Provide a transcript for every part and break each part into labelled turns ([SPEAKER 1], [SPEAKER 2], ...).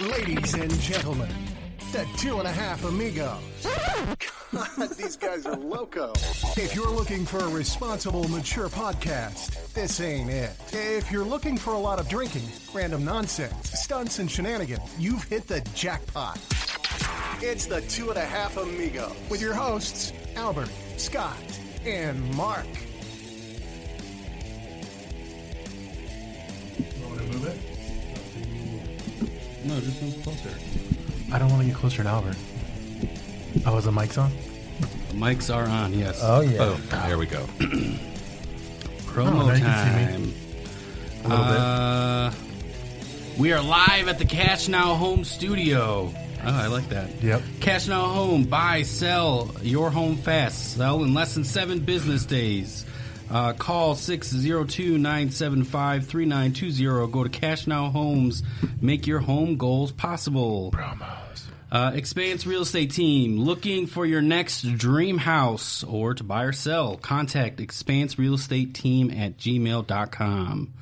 [SPEAKER 1] Ladies and gentlemen, the two and a half amigos.
[SPEAKER 2] God, these guys are loco.
[SPEAKER 1] If you're looking for a responsible, mature podcast, this ain't it. If you're looking for a lot of drinking, random nonsense, stunts, and shenanigans, you've hit the jackpot.
[SPEAKER 2] It's the two and a half amigos.
[SPEAKER 1] With your hosts, Albert, Scott, and Mark.
[SPEAKER 3] No, just move closer.
[SPEAKER 4] I don't want to get closer to Albert. Oh, is the mics on?
[SPEAKER 3] The mics are on, yes.
[SPEAKER 5] Oh, yeah.
[SPEAKER 3] there we go.
[SPEAKER 4] Oh,
[SPEAKER 3] Promo
[SPEAKER 4] now you can
[SPEAKER 3] time. A little uh, bit. We are live at the Cash Now Home Studio. Oh, I like that.
[SPEAKER 4] Yep.
[SPEAKER 3] Cash Now Home. Buy, sell your home fast. Sell in less than seven business days. Uh, call 602 975 3920. Go to Cash Now Homes. Make your home goals possible. Uh, Expanse Real Estate Team, looking for your next dream house or to buy or sell, contact Expanse Real Estate Team at gmail.com.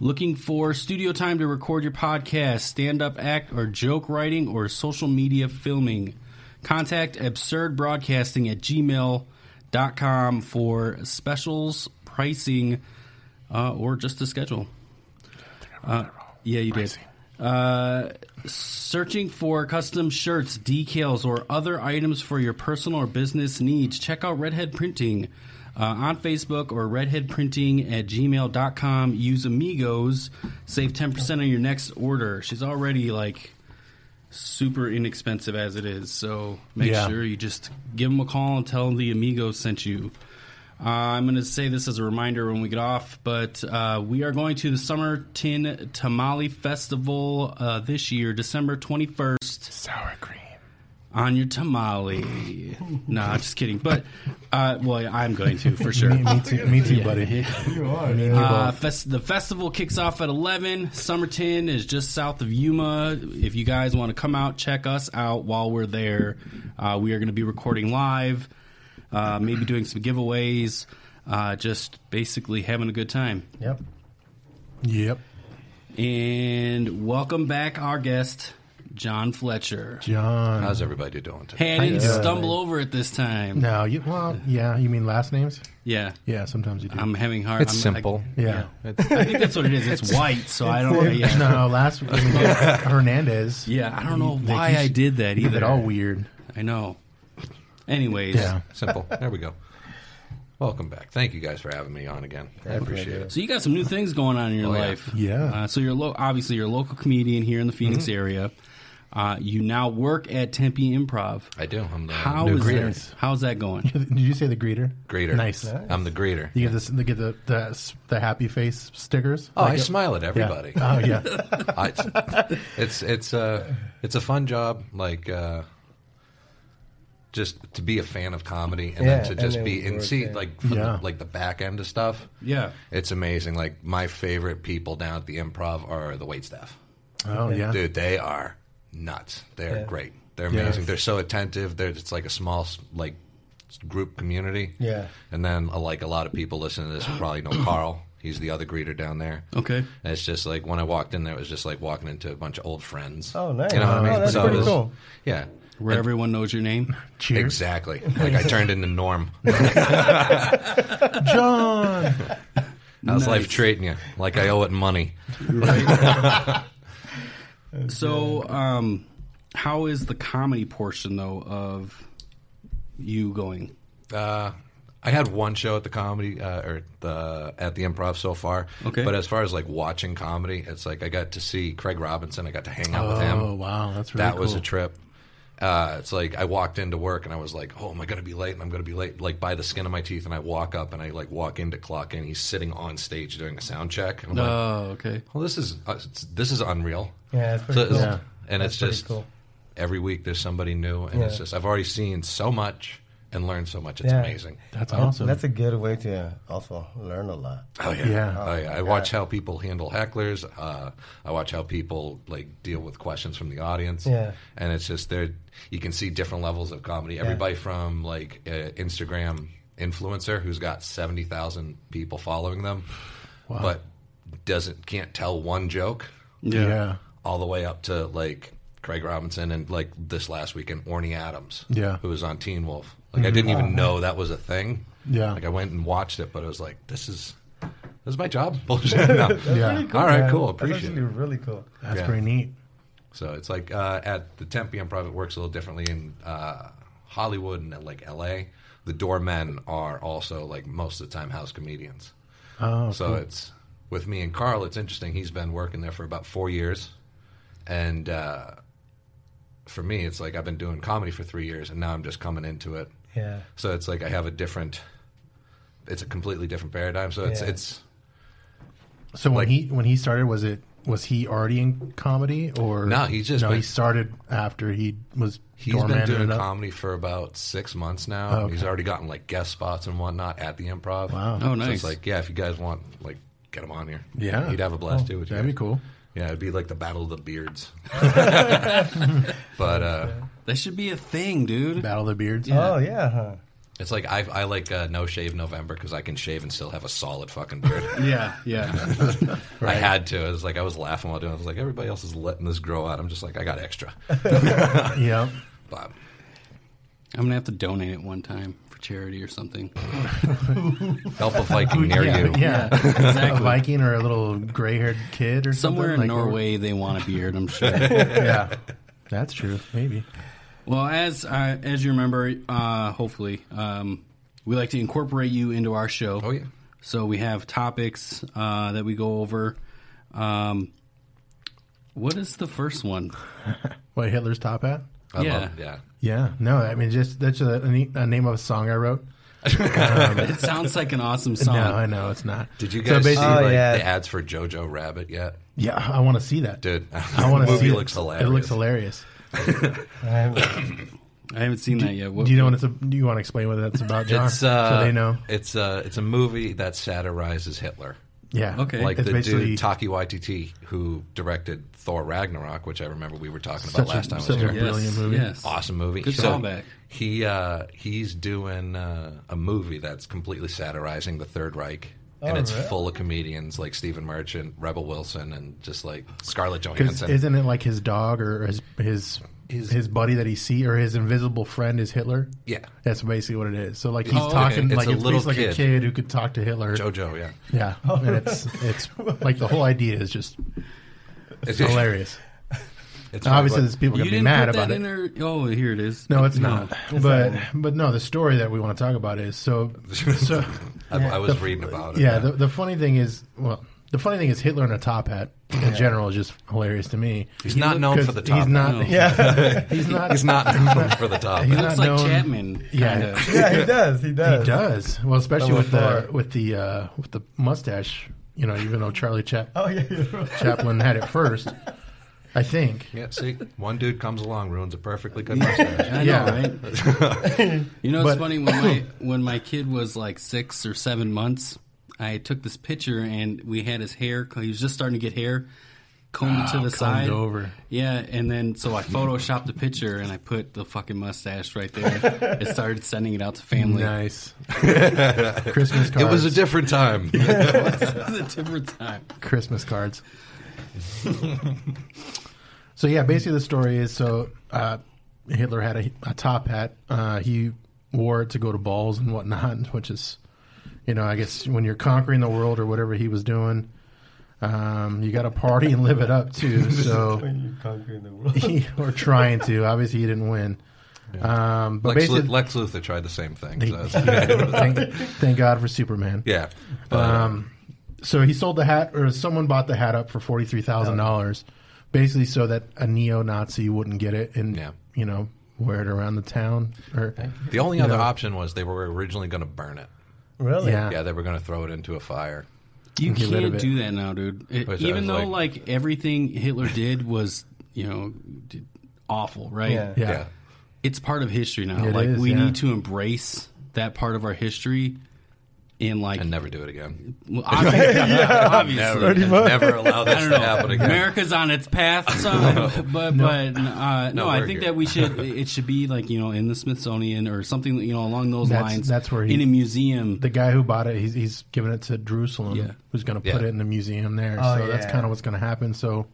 [SPEAKER 3] Looking for studio time to record your podcast, stand up act, or joke writing, or social media filming? Contact Absurd Broadcasting at gmail.com for specials, pricing, uh, or just a schedule. Uh, yeah, you did. Uh, searching for custom shirts, decals, or other items for your personal or business needs, check out Redhead Printing uh, on Facebook or redheadprinting at gmail.com. Use Amigos. Save 10% on your next order. She's already like super inexpensive as it is. So make
[SPEAKER 4] Yeah.
[SPEAKER 3] sure you just give them a call and tell them the Amigos sent you. Uh, I'm going to say this as a reminder when we get off, but uh, we are going to the Summer Tin Tamale Festival uh, this year, December 21st
[SPEAKER 4] Sour cream.
[SPEAKER 3] on your tamale. nah, just kidding. But uh, well, I'm going to for sure.
[SPEAKER 4] Me, me too, me too buddy.
[SPEAKER 3] Uh, fest- the festival kicks off at 11. Summerton is just south of Yuma. If you guys want to come out, check us out while we're there. Uh, we are going to be recording live, uh, maybe doing some giveaways, uh, just basically having a good time.
[SPEAKER 5] Yep.
[SPEAKER 4] Yep.
[SPEAKER 3] And welcome back our guest, John Fletcher.
[SPEAKER 4] John.
[SPEAKER 6] How's everybody doing today?
[SPEAKER 3] Hey, I didn't
[SPEAKER 4] Yeah.
[SPEAKER 3] stumble over it this time.
[SPEAKER 4] no, you, well, yeah, you mean last names?
[SPEAKER 3] Yeah.
[SPEAKER 4] Yeah, sometimes you do.
[SPEAKER 3] I'm having hard.
[SPEAKER 6] It's
[SPEAKER 3] I'm,
[SPEAKER 6] simple.
[SPEAKER 3] I,
[SPEAKER 4] yeah.
[SPEAKER 3] I think that's what it is. It's, white, so I don't. Yeah,
[SPEAKER 4] No, no, last when we did Hernandez.
[SPEAKER 3] yeah I don't know
[SPEAKER 4] Like,
[SPEAKER 3] why
[SPEAKER 4] you
[SPEAKER 3] I
[SPEAKER 4] should-
[SPEAKER 3] did that
[SPEAKER 4] Leave
[SPEAKER 3] either.
[SPEAKER 4] it all weird.
[SPEAKER 3] I know. Anyways,
[SPEAKER 4] Yeah.
[SPEAKER 6] simple. There we go. Welcome back. Thank you guys for having me on again. I appreciate it.
[SPEAKER 3] so you got some new things going on in your
[SPEAKER 6] Oh, yeah.
[SPEAKER 3] life.
[SPEAKER 4] Yeah.
[SPEAKER 3] Uh, so you're lo- obviously you're a local comedian here in the Phoenix area. Uh, you now work at Tempe Improv.
[SPEAKER 6] I do. I'm the
[SPEAKER 3] How
[SPEAKER 6] new
[SPEAKER 3] is
[SPEAKER 6] greeter.
[SPEAKER 3] that? How's that going?
[SPEAKER 4] Did you say the greeter?
[SPEAKER 6] Greeter.
[SPEAKER 4] Nice.
[SPEAKER 3] Um,
[SPEAKER 6] I'm the greeter.
[SPEAKER 4] You get this. They get the, the the happy face stickers.
[SPEAKER 6] Oh, I
[SPEAKER 4] Like,
[SPEAKER 6] smile at
[SPEAKER 4] yeah.
[SPEAKER 6] everybody.
[SPEAKER 4] Oh yeah.
[SPEAKER 6] I, it's it's uh it's a fun job. Like uh, just to be a fan of comedy and
[SPEAKER 5] Yeah,
[SPEAKER 6] then to
[SPEAKER 5] and
[SPEAKER 6] just
[SPEAKER 5] then
[SPEAKER 6] be and
[SPEAKER 5] work
[SPEAKER 6] see
[SPEAKER 5] there.
[SPEAKER 6] like from
[SPEAKER 4] Yeah.
[SPEAKER 6] the, like the back end of stuff.
[SPEAKER 3] Yeah.
[SPEAKER 6] It's amazing. Like my favorite people down at the improv are the wait staff.
[SPEAKER 4] Oh yeah.
[SPEAKER 6] Dude, they are nuts. They're
[SPEAKER 5] Yeah.
[SPEAKER 6] great. They're
[SPEAKER 4] Yeah.
[SPEAKER 6] amazing. They're so attentive. They're it's like a small like group community.
[SPEAKER 5] Yeah.
[SPEAKER 6] And then uh, like a lot of people listening to this will probably know Carl. He's the other greeter down there.
[SPEAKER 3] Okay.
[SPEAKER 6] And it's just like when I walked in there, it was just like walking into a bunch of old friends.
[SPEAKER 5] Oh, nice.
[SPEAKER 6] You know what I
[SPEAKER 5] Oh,
[SPEAKER 6] mean?
[SPEAKER 5] that's
[SPEAKER 6] it
[SPEAKER 5] pretty
[SPEAKER 6] was-
[SPEAKER 5] cool.
[SPEAKER 6] Yeah.
[SPEAKER 3] Where everyone knows your name.
[SPEAKER 4] Cheers.
[SPEAKER 6] Exactly. Like I turned into Norm.
[SPEAKER 4] John.
[SPEAKER 6] How's
[SPEAKER 3] Nice.
[SPEAKER 6] life treating you? Like I owe it money.
[SPEAKER 3] So, um, how is the comedy portion though of you going?
[SPEAKER 6] Uh, I had one show at the comedy uh, or the at the improv so far.
[SPEAKER 3] Okay.
[SPEAKER 6] But as far as like watching comedy, it's like I got to see Craig Robinson. I got to hang out with him.
[SPEAKER 4] Oh wow, that's really
[SPEAKER 6] that was
[SPEAKER 4] cool.
[SPEAKER 6] a trip. Uh, it's like I walked into work and I was like, "Oh, am I going to be late?" And I'm going to be late, like by the skin of my teeth. And I walk up and I like walk into clock and he's sitting on stage doing a sound check. And I'm like,
[SPEAKER 3] Oh, okay.
[SPEAKER 6] "Well, this is uh, it's- this is unreal."
[SPEAKER 5] Yeah, that's
[SPEAKER 6] So
[SPEAKER 5] pretty
[SPEAKER 6] it's-
[SPEAKER 5] cool.
[SPEAKER 4] Yeah.
[SPEAKER 6] And
[SPEAKER 5] That's
[SPEAKER 6] it's
[SPEAKER 5] pretty
[SPEAKER 6] just
[SPEAKER 5] cool.
[SPEAKER 6] every week there's somebody new, and it's
[SPEAKER 5] Yeah.
[SPEAKER 6] just I've already seen so much and learned so much. It's
[SPEAKER 5] Yeah.
[SPEAKER 6] amazing.
[SPEAKER 4] That's awesome.
[SPEAKER 5] That's a good way to also learn a lot.
[SPEAKER 6] Oh yeah,
[SPEAKER 4] Yeah.
[SPEAKER 6] I, I watch how people handle hecklers. Uh, I watch how people like deal with questions from the audience.
[SPEAKER 5] Yeah.
[SPEAKER 6] and it's just there. You can see different levels of comedy. Everybody from like uh, Instagram influencer who's got seventy thousand people following them, but doesn't can't tell one joke
[SPEAKER 4] yeah.
[SPEAKER 6] all the way up to like Craig Robinson and like this last weekend, Orny Adams,
[SPEAKER 4] Yeah. Mm-hmm. Oh,
[SPEAKER 6] who was on Teen Wolf. Like I didn't even know that was a thing.
[SPEAKER 4] Yeah.
[SPEAKER 6] like I went and watched it, but it was like this is this is my job. Bullshit. No.
[SPEAKER 4] Yeah.
[SPEAKER 6] All right,
[SPEAKER 5] man.
[SPEAKER 6] cool.
[SPEAKER 5] That's
[SPEAKER 6] Appreciate
[SPEAKER 5] actually
[SPEAKER 6] it.
[SPEAKER 5] really cool.
[SPEAKER 4] That's
[SPEAKER 6] Yeah.
[SPEAKER 4] pretty neat.
[SPEAKER 6] So it's like uh, at the Tempe Improv, it works a little differently in uh, Hollywood and like L.A. The doormen are also like most of the time house comedians.
[SPEAKER 4] Oh,
[SPEAKER 6] So it's with me and Carl. It's interesting. He's been working there for about four years, and uh, for me, it's like I've been doing comedy for three years, and now I'm just coming into it.
[SPEAKER 5] Yeah.
[SPEAKER 6] So it's like I have a different. It's a completely different paradigm. So it's
[SPEAKER 5] Yeah.
[SPEAKER 6] it's
[SPEAKER 4] So when
[SPEAKER 6] Like-
[SPEAKER 4] he when he started, was it was he already in comedy or
[SPEAKER 6] No, he's just
[SPEAKER 4] no?
[SPEAKER 6] been-
[SPEAKER 4] he started after he was
[SPEAKER 6] He's
[SPEAKER 4] doorman
[SPEAKER 6] been doing
[SPEAKER 4] and up.
[SPEAKER 6] comedy for about six months now.
[SPEAKER 4] Oh, okay.
[SPEAKER 6] He's already gotten like guest spots and whatnot at the improv.
[SPEAKER 4] Wow.
[SPEAKER 6] So
[SPEAKER 3] Oh,
[SPEAKER 6] it's
[SPEAKER 3] nice.
[SPEAKER 6] like, yeah, if you guys want, like, get him on here.
[SPEAKER 4] Yeah. Oh,
[SPEAKER 6] He'd have a blast too. With you
[SPEAKER 4] That'd be
[SPEAKER 6] guys.
[SPEAKER 4] cool.
[SPEAKER 6] Yeah, it'd be like the Battle of the Beards. but uh,
[SPEAKER 3] That should be a thing, dude.
[SPEAKER 4] Battle of the Beards.
[SPEAKER 5] Oh yeah, huh?
[SPEAKER 6] it's like I, I like uh, no shave November because I can shave and still have a solid fucking beard.
[SPEAKER 3] Yeah, yeah.
[SPEAKER 6] I had to. It was like I was laughing while doing. it. I was like, everybody else is letting this grow out. I'm just like, I got extra.
[SPEAKER 4] Yeah.
[SPEAKER 6] But
[SPEAKER 3] I'm gonna have to donate it one time for charity or something.
[SPEAKER 6] help a Viking near you.
[SPEAKER 4] Yeah. A
[SPEAKER 3] Exactly.
[SPEAKER 4] Viking or a little gray haired kid or
[SPEAKER 3] Somewhere in
[SPEAKER 4] something, like-
[SPEAKER 3] Norway, they want a beard. I'm sure.
[SPEAKER 4] yeah. That's true. Maybe.
[SPEAKER 3] Well, as uh, as you remember, uh, hopefully, um, we like to incorporate you into our show.
[SPEAKER 6] Oh, yeah.
[SPEAKER 3] So we have topics uh, that we go over. Um, what is the first one?
[SPEAKER 4] What Hitler's top hat?
[SPEAKER 6] I
[SPEAKER 3] Yeah.
[SPEAKER 6] Love, yeah.
[SPEAKER 4] Yeah. No, I mean just that's a, a, neat- a name of a song I wrote.
[SPEAKER 3] It sounds like an awesome song.
[SPEAKER 4] No, I know it's not.
[SPEAKER 6] Did you
[SPEAKER 4] So
[SPEAKER 6] guys see
[SPEAKER 4] basically-
[SPEAKER 5] Oh,
[SPEAKER 6] like,
[SPEAKER 5] yeah.
[SPEAKER 6] the ads for Jojo Rabbit yet?
[SPEAKER 4] Yeah, I want to see that.
[SPEAKER 6] Dude,
[SPEAKER 4] I want
[SPEAKER 6] the
[SPEAKER 4] to
[SPEAKER 6] movie
[SPEAKER 4] see
[SPEAKER 6] looks
[SPEAKER 4] it.
[SPEAKER 6] hilarious.
[SPEAKER 4] It looks hilarious.
[SPEAKER 3] I haven't seen that yet. What,
[SPEAKER 4] Do you know what it's? A, do you want to explain what that's about, John?
[SPEAKER 6] It's uh,
[SPEAKER 4] so they know.
[SPEAKER 6] It's uh, it's a movie that satirizes Hitler,
[SPEAKER 4] Yeah.
[SPEAKER 3] Okay.
[SPEAKER 6] like
[SPEAKER 4] It's
[SPEAKER 6] the
[SPEAKER 4] basically-
[SPEAKER 6] dude Taki Waititi who directed Thor Ragnarok, which I remember we were talking
[SPEAKER 4] Such
[SPEAKER 6] about
[SPEAKER 4] a-
[SPEAKER 6] last time. I was
[SPEAKER 4] such a
[SPEAKER 6] here.
[SPEAKER 3] Yes,
[SPEAKER 4] brilliant movie.
[SPEAKER 3] Yes.
[SPEAKER 6] Awesome movie.
[SPEAKER 3] Good
[SPEAKER 6] so
[SPEAKER 3] callback.
[SPEAKER 6] He uh, he's doing uh, a movie that's completely satirizing the Third Reich,
[SPEAKER 4] Oh,
[SPEAKER 6] and it's
[SPEAKER 5] really?
[SPEAKER 6] full of comedians like Stephen Merchant, Rebel Wilson, and just like Scarlett
[SPEAKER 4] 'Cause
[SPEAKER 6] Johansson.
[SPEAKER 4] isn't it like his dog or his his his, buddy that he see or his invisible friend is Hitler?
[SPEAKER 6] Yeah.
[SPEAKER 4] That's basically what it is. So like he's
[SPEAKER 3] Oh, okay.
[SPEAKER 4] talking
[SPEAKER 6] It's
[SPEAKER 4] like
[SPEAKER 6] a
[SPEAKER 4] it's
[SPEAKER 6] little
[SPEAKER 4] basically like a
[SPEAKER 6] kid. Oh.
[SPEAKER 4] kid who could talk to Hitler.
[SPEAKER 6] Jojo, yeah,
[SPEAKER 4] Yeah. And it's it's like the whole idea is just
[SPEAKER 6] it's
[SPEAKER 4] hilarious.
[SPEAKER 6] It's
[SPEAKER 4] Now,
[SPEAKER 6] funny,
[SPEAKER 4] obviously,
[SPEAKER 6] but-
[SPEAKER 4] there's people
[SPEAKER 3] You
[SPEAKER 4] gonna be
[SPEAKER 3] didn't
[SPEAKER 4] mad
[SPEAKER 3] put
[SPEAKER 4] about
[SPEAKER 3] that
[SPEAKER 4] it.
[SPEAKER 3] in there. Oh, here it is.
[SPEAKER 4] No, it's not. But but no, the story that we want to talk about is so so.
[SPEAKER 6] I, I was reading about it.
[SPEAKER 4] Yeah, the, the funny thing is, well, the funny thing is Hitler in a top hat in general is just hilarious to me.
[SPEAKER 6] he's not known
[SPEAKER 4] 'Cause
[SPEAKER 6] for the top.
[SPEAKER 4] He's not.
[SPEAKER 3] No.
[SPEAKER 5] Yeah,
[SPEAKER 4] He's not.
[SPEAKER 6] He's not known for the top.
[SPEAKER 4] He's
[SPEAKER 6] hat.
[SPEAKER 4] not
[SPEAKER 3] It's like
[SPEAKER 4] known-
[SPEAKER 3] Chapman.
[SPEAKER 4] Yeah.
[SPEAKER 3] kinda.
[SPEAKER 5] yeah. He does. He does.
[SPEAKER 4] He does well, especially
[SPEAKER 5] Number
[SPEAKER 4] with the
[SPEAKER 5] four.
[SPEAKER 4] with the uh, with the mustache. You know, even though Charlie Chap-
[SPEAKER 5] Oh yeah. you're right.
[SPEAKER 4] Chaplin had it first, I think.
[SPEAKER 6] Yeah, see, one dude comes along, ruins a perfectly good mustache.
[SPEAKER 3] I
[SPEAKER 4] Yeah.
[SPEAKER 3] know, right? you know, it's
[SPEAKER 4] But-
[SPEAKER 3] funny when my when my kid was like six or seven months, I took this picture and we had his hair. He was just starting to get hair combed to the side.
[SPEAKER 4] Oh, over.
[SPEAKER 3] Yeah, and then so I photoshopped the picture and I put the fucking mustache right there. it started sending it out to family.
[SPEAKER 4] Nice Christmas cards.
[SPEAKER 6] It was a different time.
[SPEAKER 3] It's a different time.
[SPEAKER 4] Christmas cards. so yeah, basically the story is so uh, Hitler had a, a top hat. Uh, he wore it to go to balls and whatnot, which is, you know, I guess when you're conquering the world or whatever he was doing, um, you got to party and live it up too. So
[SPEAKER 5] When you conquer the world.
[SPEAKER 4] he or trying to. Obviously, he didn't win. Um, but
[SPEAKER 6] Lex, Lu-
[SPEAKER 4] basically,
[SPEAKER 6] Lex Luthor tried the same thing. So it's-
[SPEAKER 4] thank, thank God for Superman.
[SPEAKER 6] yeah, but, um,
[SPEAKER 4] so he sold the hat, or someone bought the hat up for forty three thousand dollars, basically so that a neo Nazi wouldn't get it and
[SPEAKER 6] Yeah.
[SPEAKER 4] you know wear it around the town. Or
[SPEAKER 6] the only other option was they were originally going to burn it.
[SPEAKER 5] Really?
[SPEAKER 4] yeah,
[SPEAKER 6] Yeah, they were going to throw it into a fire.
[SPEAKER 3] You
[SPEAKER 4] Get rid of
[SPEAKER 3] can't
[SPEAKER 4] it.
[SPEAKER 3] do that now, dude. It-
[SPEAKER 6] Which I
[SPEAKER 3] even
[SPEAKER 6] was
[SPEAKER 3] though
[SPEAKER 6] like-
[SPEAKER 3] like, everything Hitler did was, you know, d- awful, right?
[SPEAKER 5] Yeah.
[SPEAKER 4] yeah.
[SPEAKER 6] Yeah,
[SPEAKER 3] it's part of history now.
[SPEAKER 4] It
[SPEAKER 3] like
[SPEAKER 4] is,
[SPEAKER 3] we
[SPEAKER 4] yeah.
[SPEAKER 3] need to embrace that part of our history. In like,
[SPEAKER 6] and never do it again.
[SPEAKER 3] well, obviously, obviously.
[SPEAKER 6] Never, never allow
[SPEAKER 3] I
[SPEAKER 6] this
[SPEAKER 3] don't
[SPEAKER 6] to
[SPEAKER 3] know.
[SPEAKER 6] happen again.
[SPEAKER 3] America's on its path, so but but uh, no,
[SPEAKER 6] No,
[SPEAKER 3] I
[SPEAKER 6] we're
[SPEAKER 3] think
[SPEAKER 6] here.
[SPEAKER 3] that we should. It should be like you know in the Smithsonian or something you know along those
[SPEAKER 4] That's-
[SPEAKER 3] lines.
[SPEAKER 4] that's where he-
[SPEAKER 3] in a museum.
[SPEAKER 4] The guy who bought it, he's, he's giving it to Jerusalem,
[SPEAKER 3] Yeah.
[SPEAKER 4] who's going to
[SPEAKER 6] Yeah.
[SPEAKER 4] put it in the museum there.
[SPEAKER 5] Oh,
[SPEAKER 4] so that's
[SPEAKER 5] yeah.
[SPEAKER 4] kind of what's going to happen. So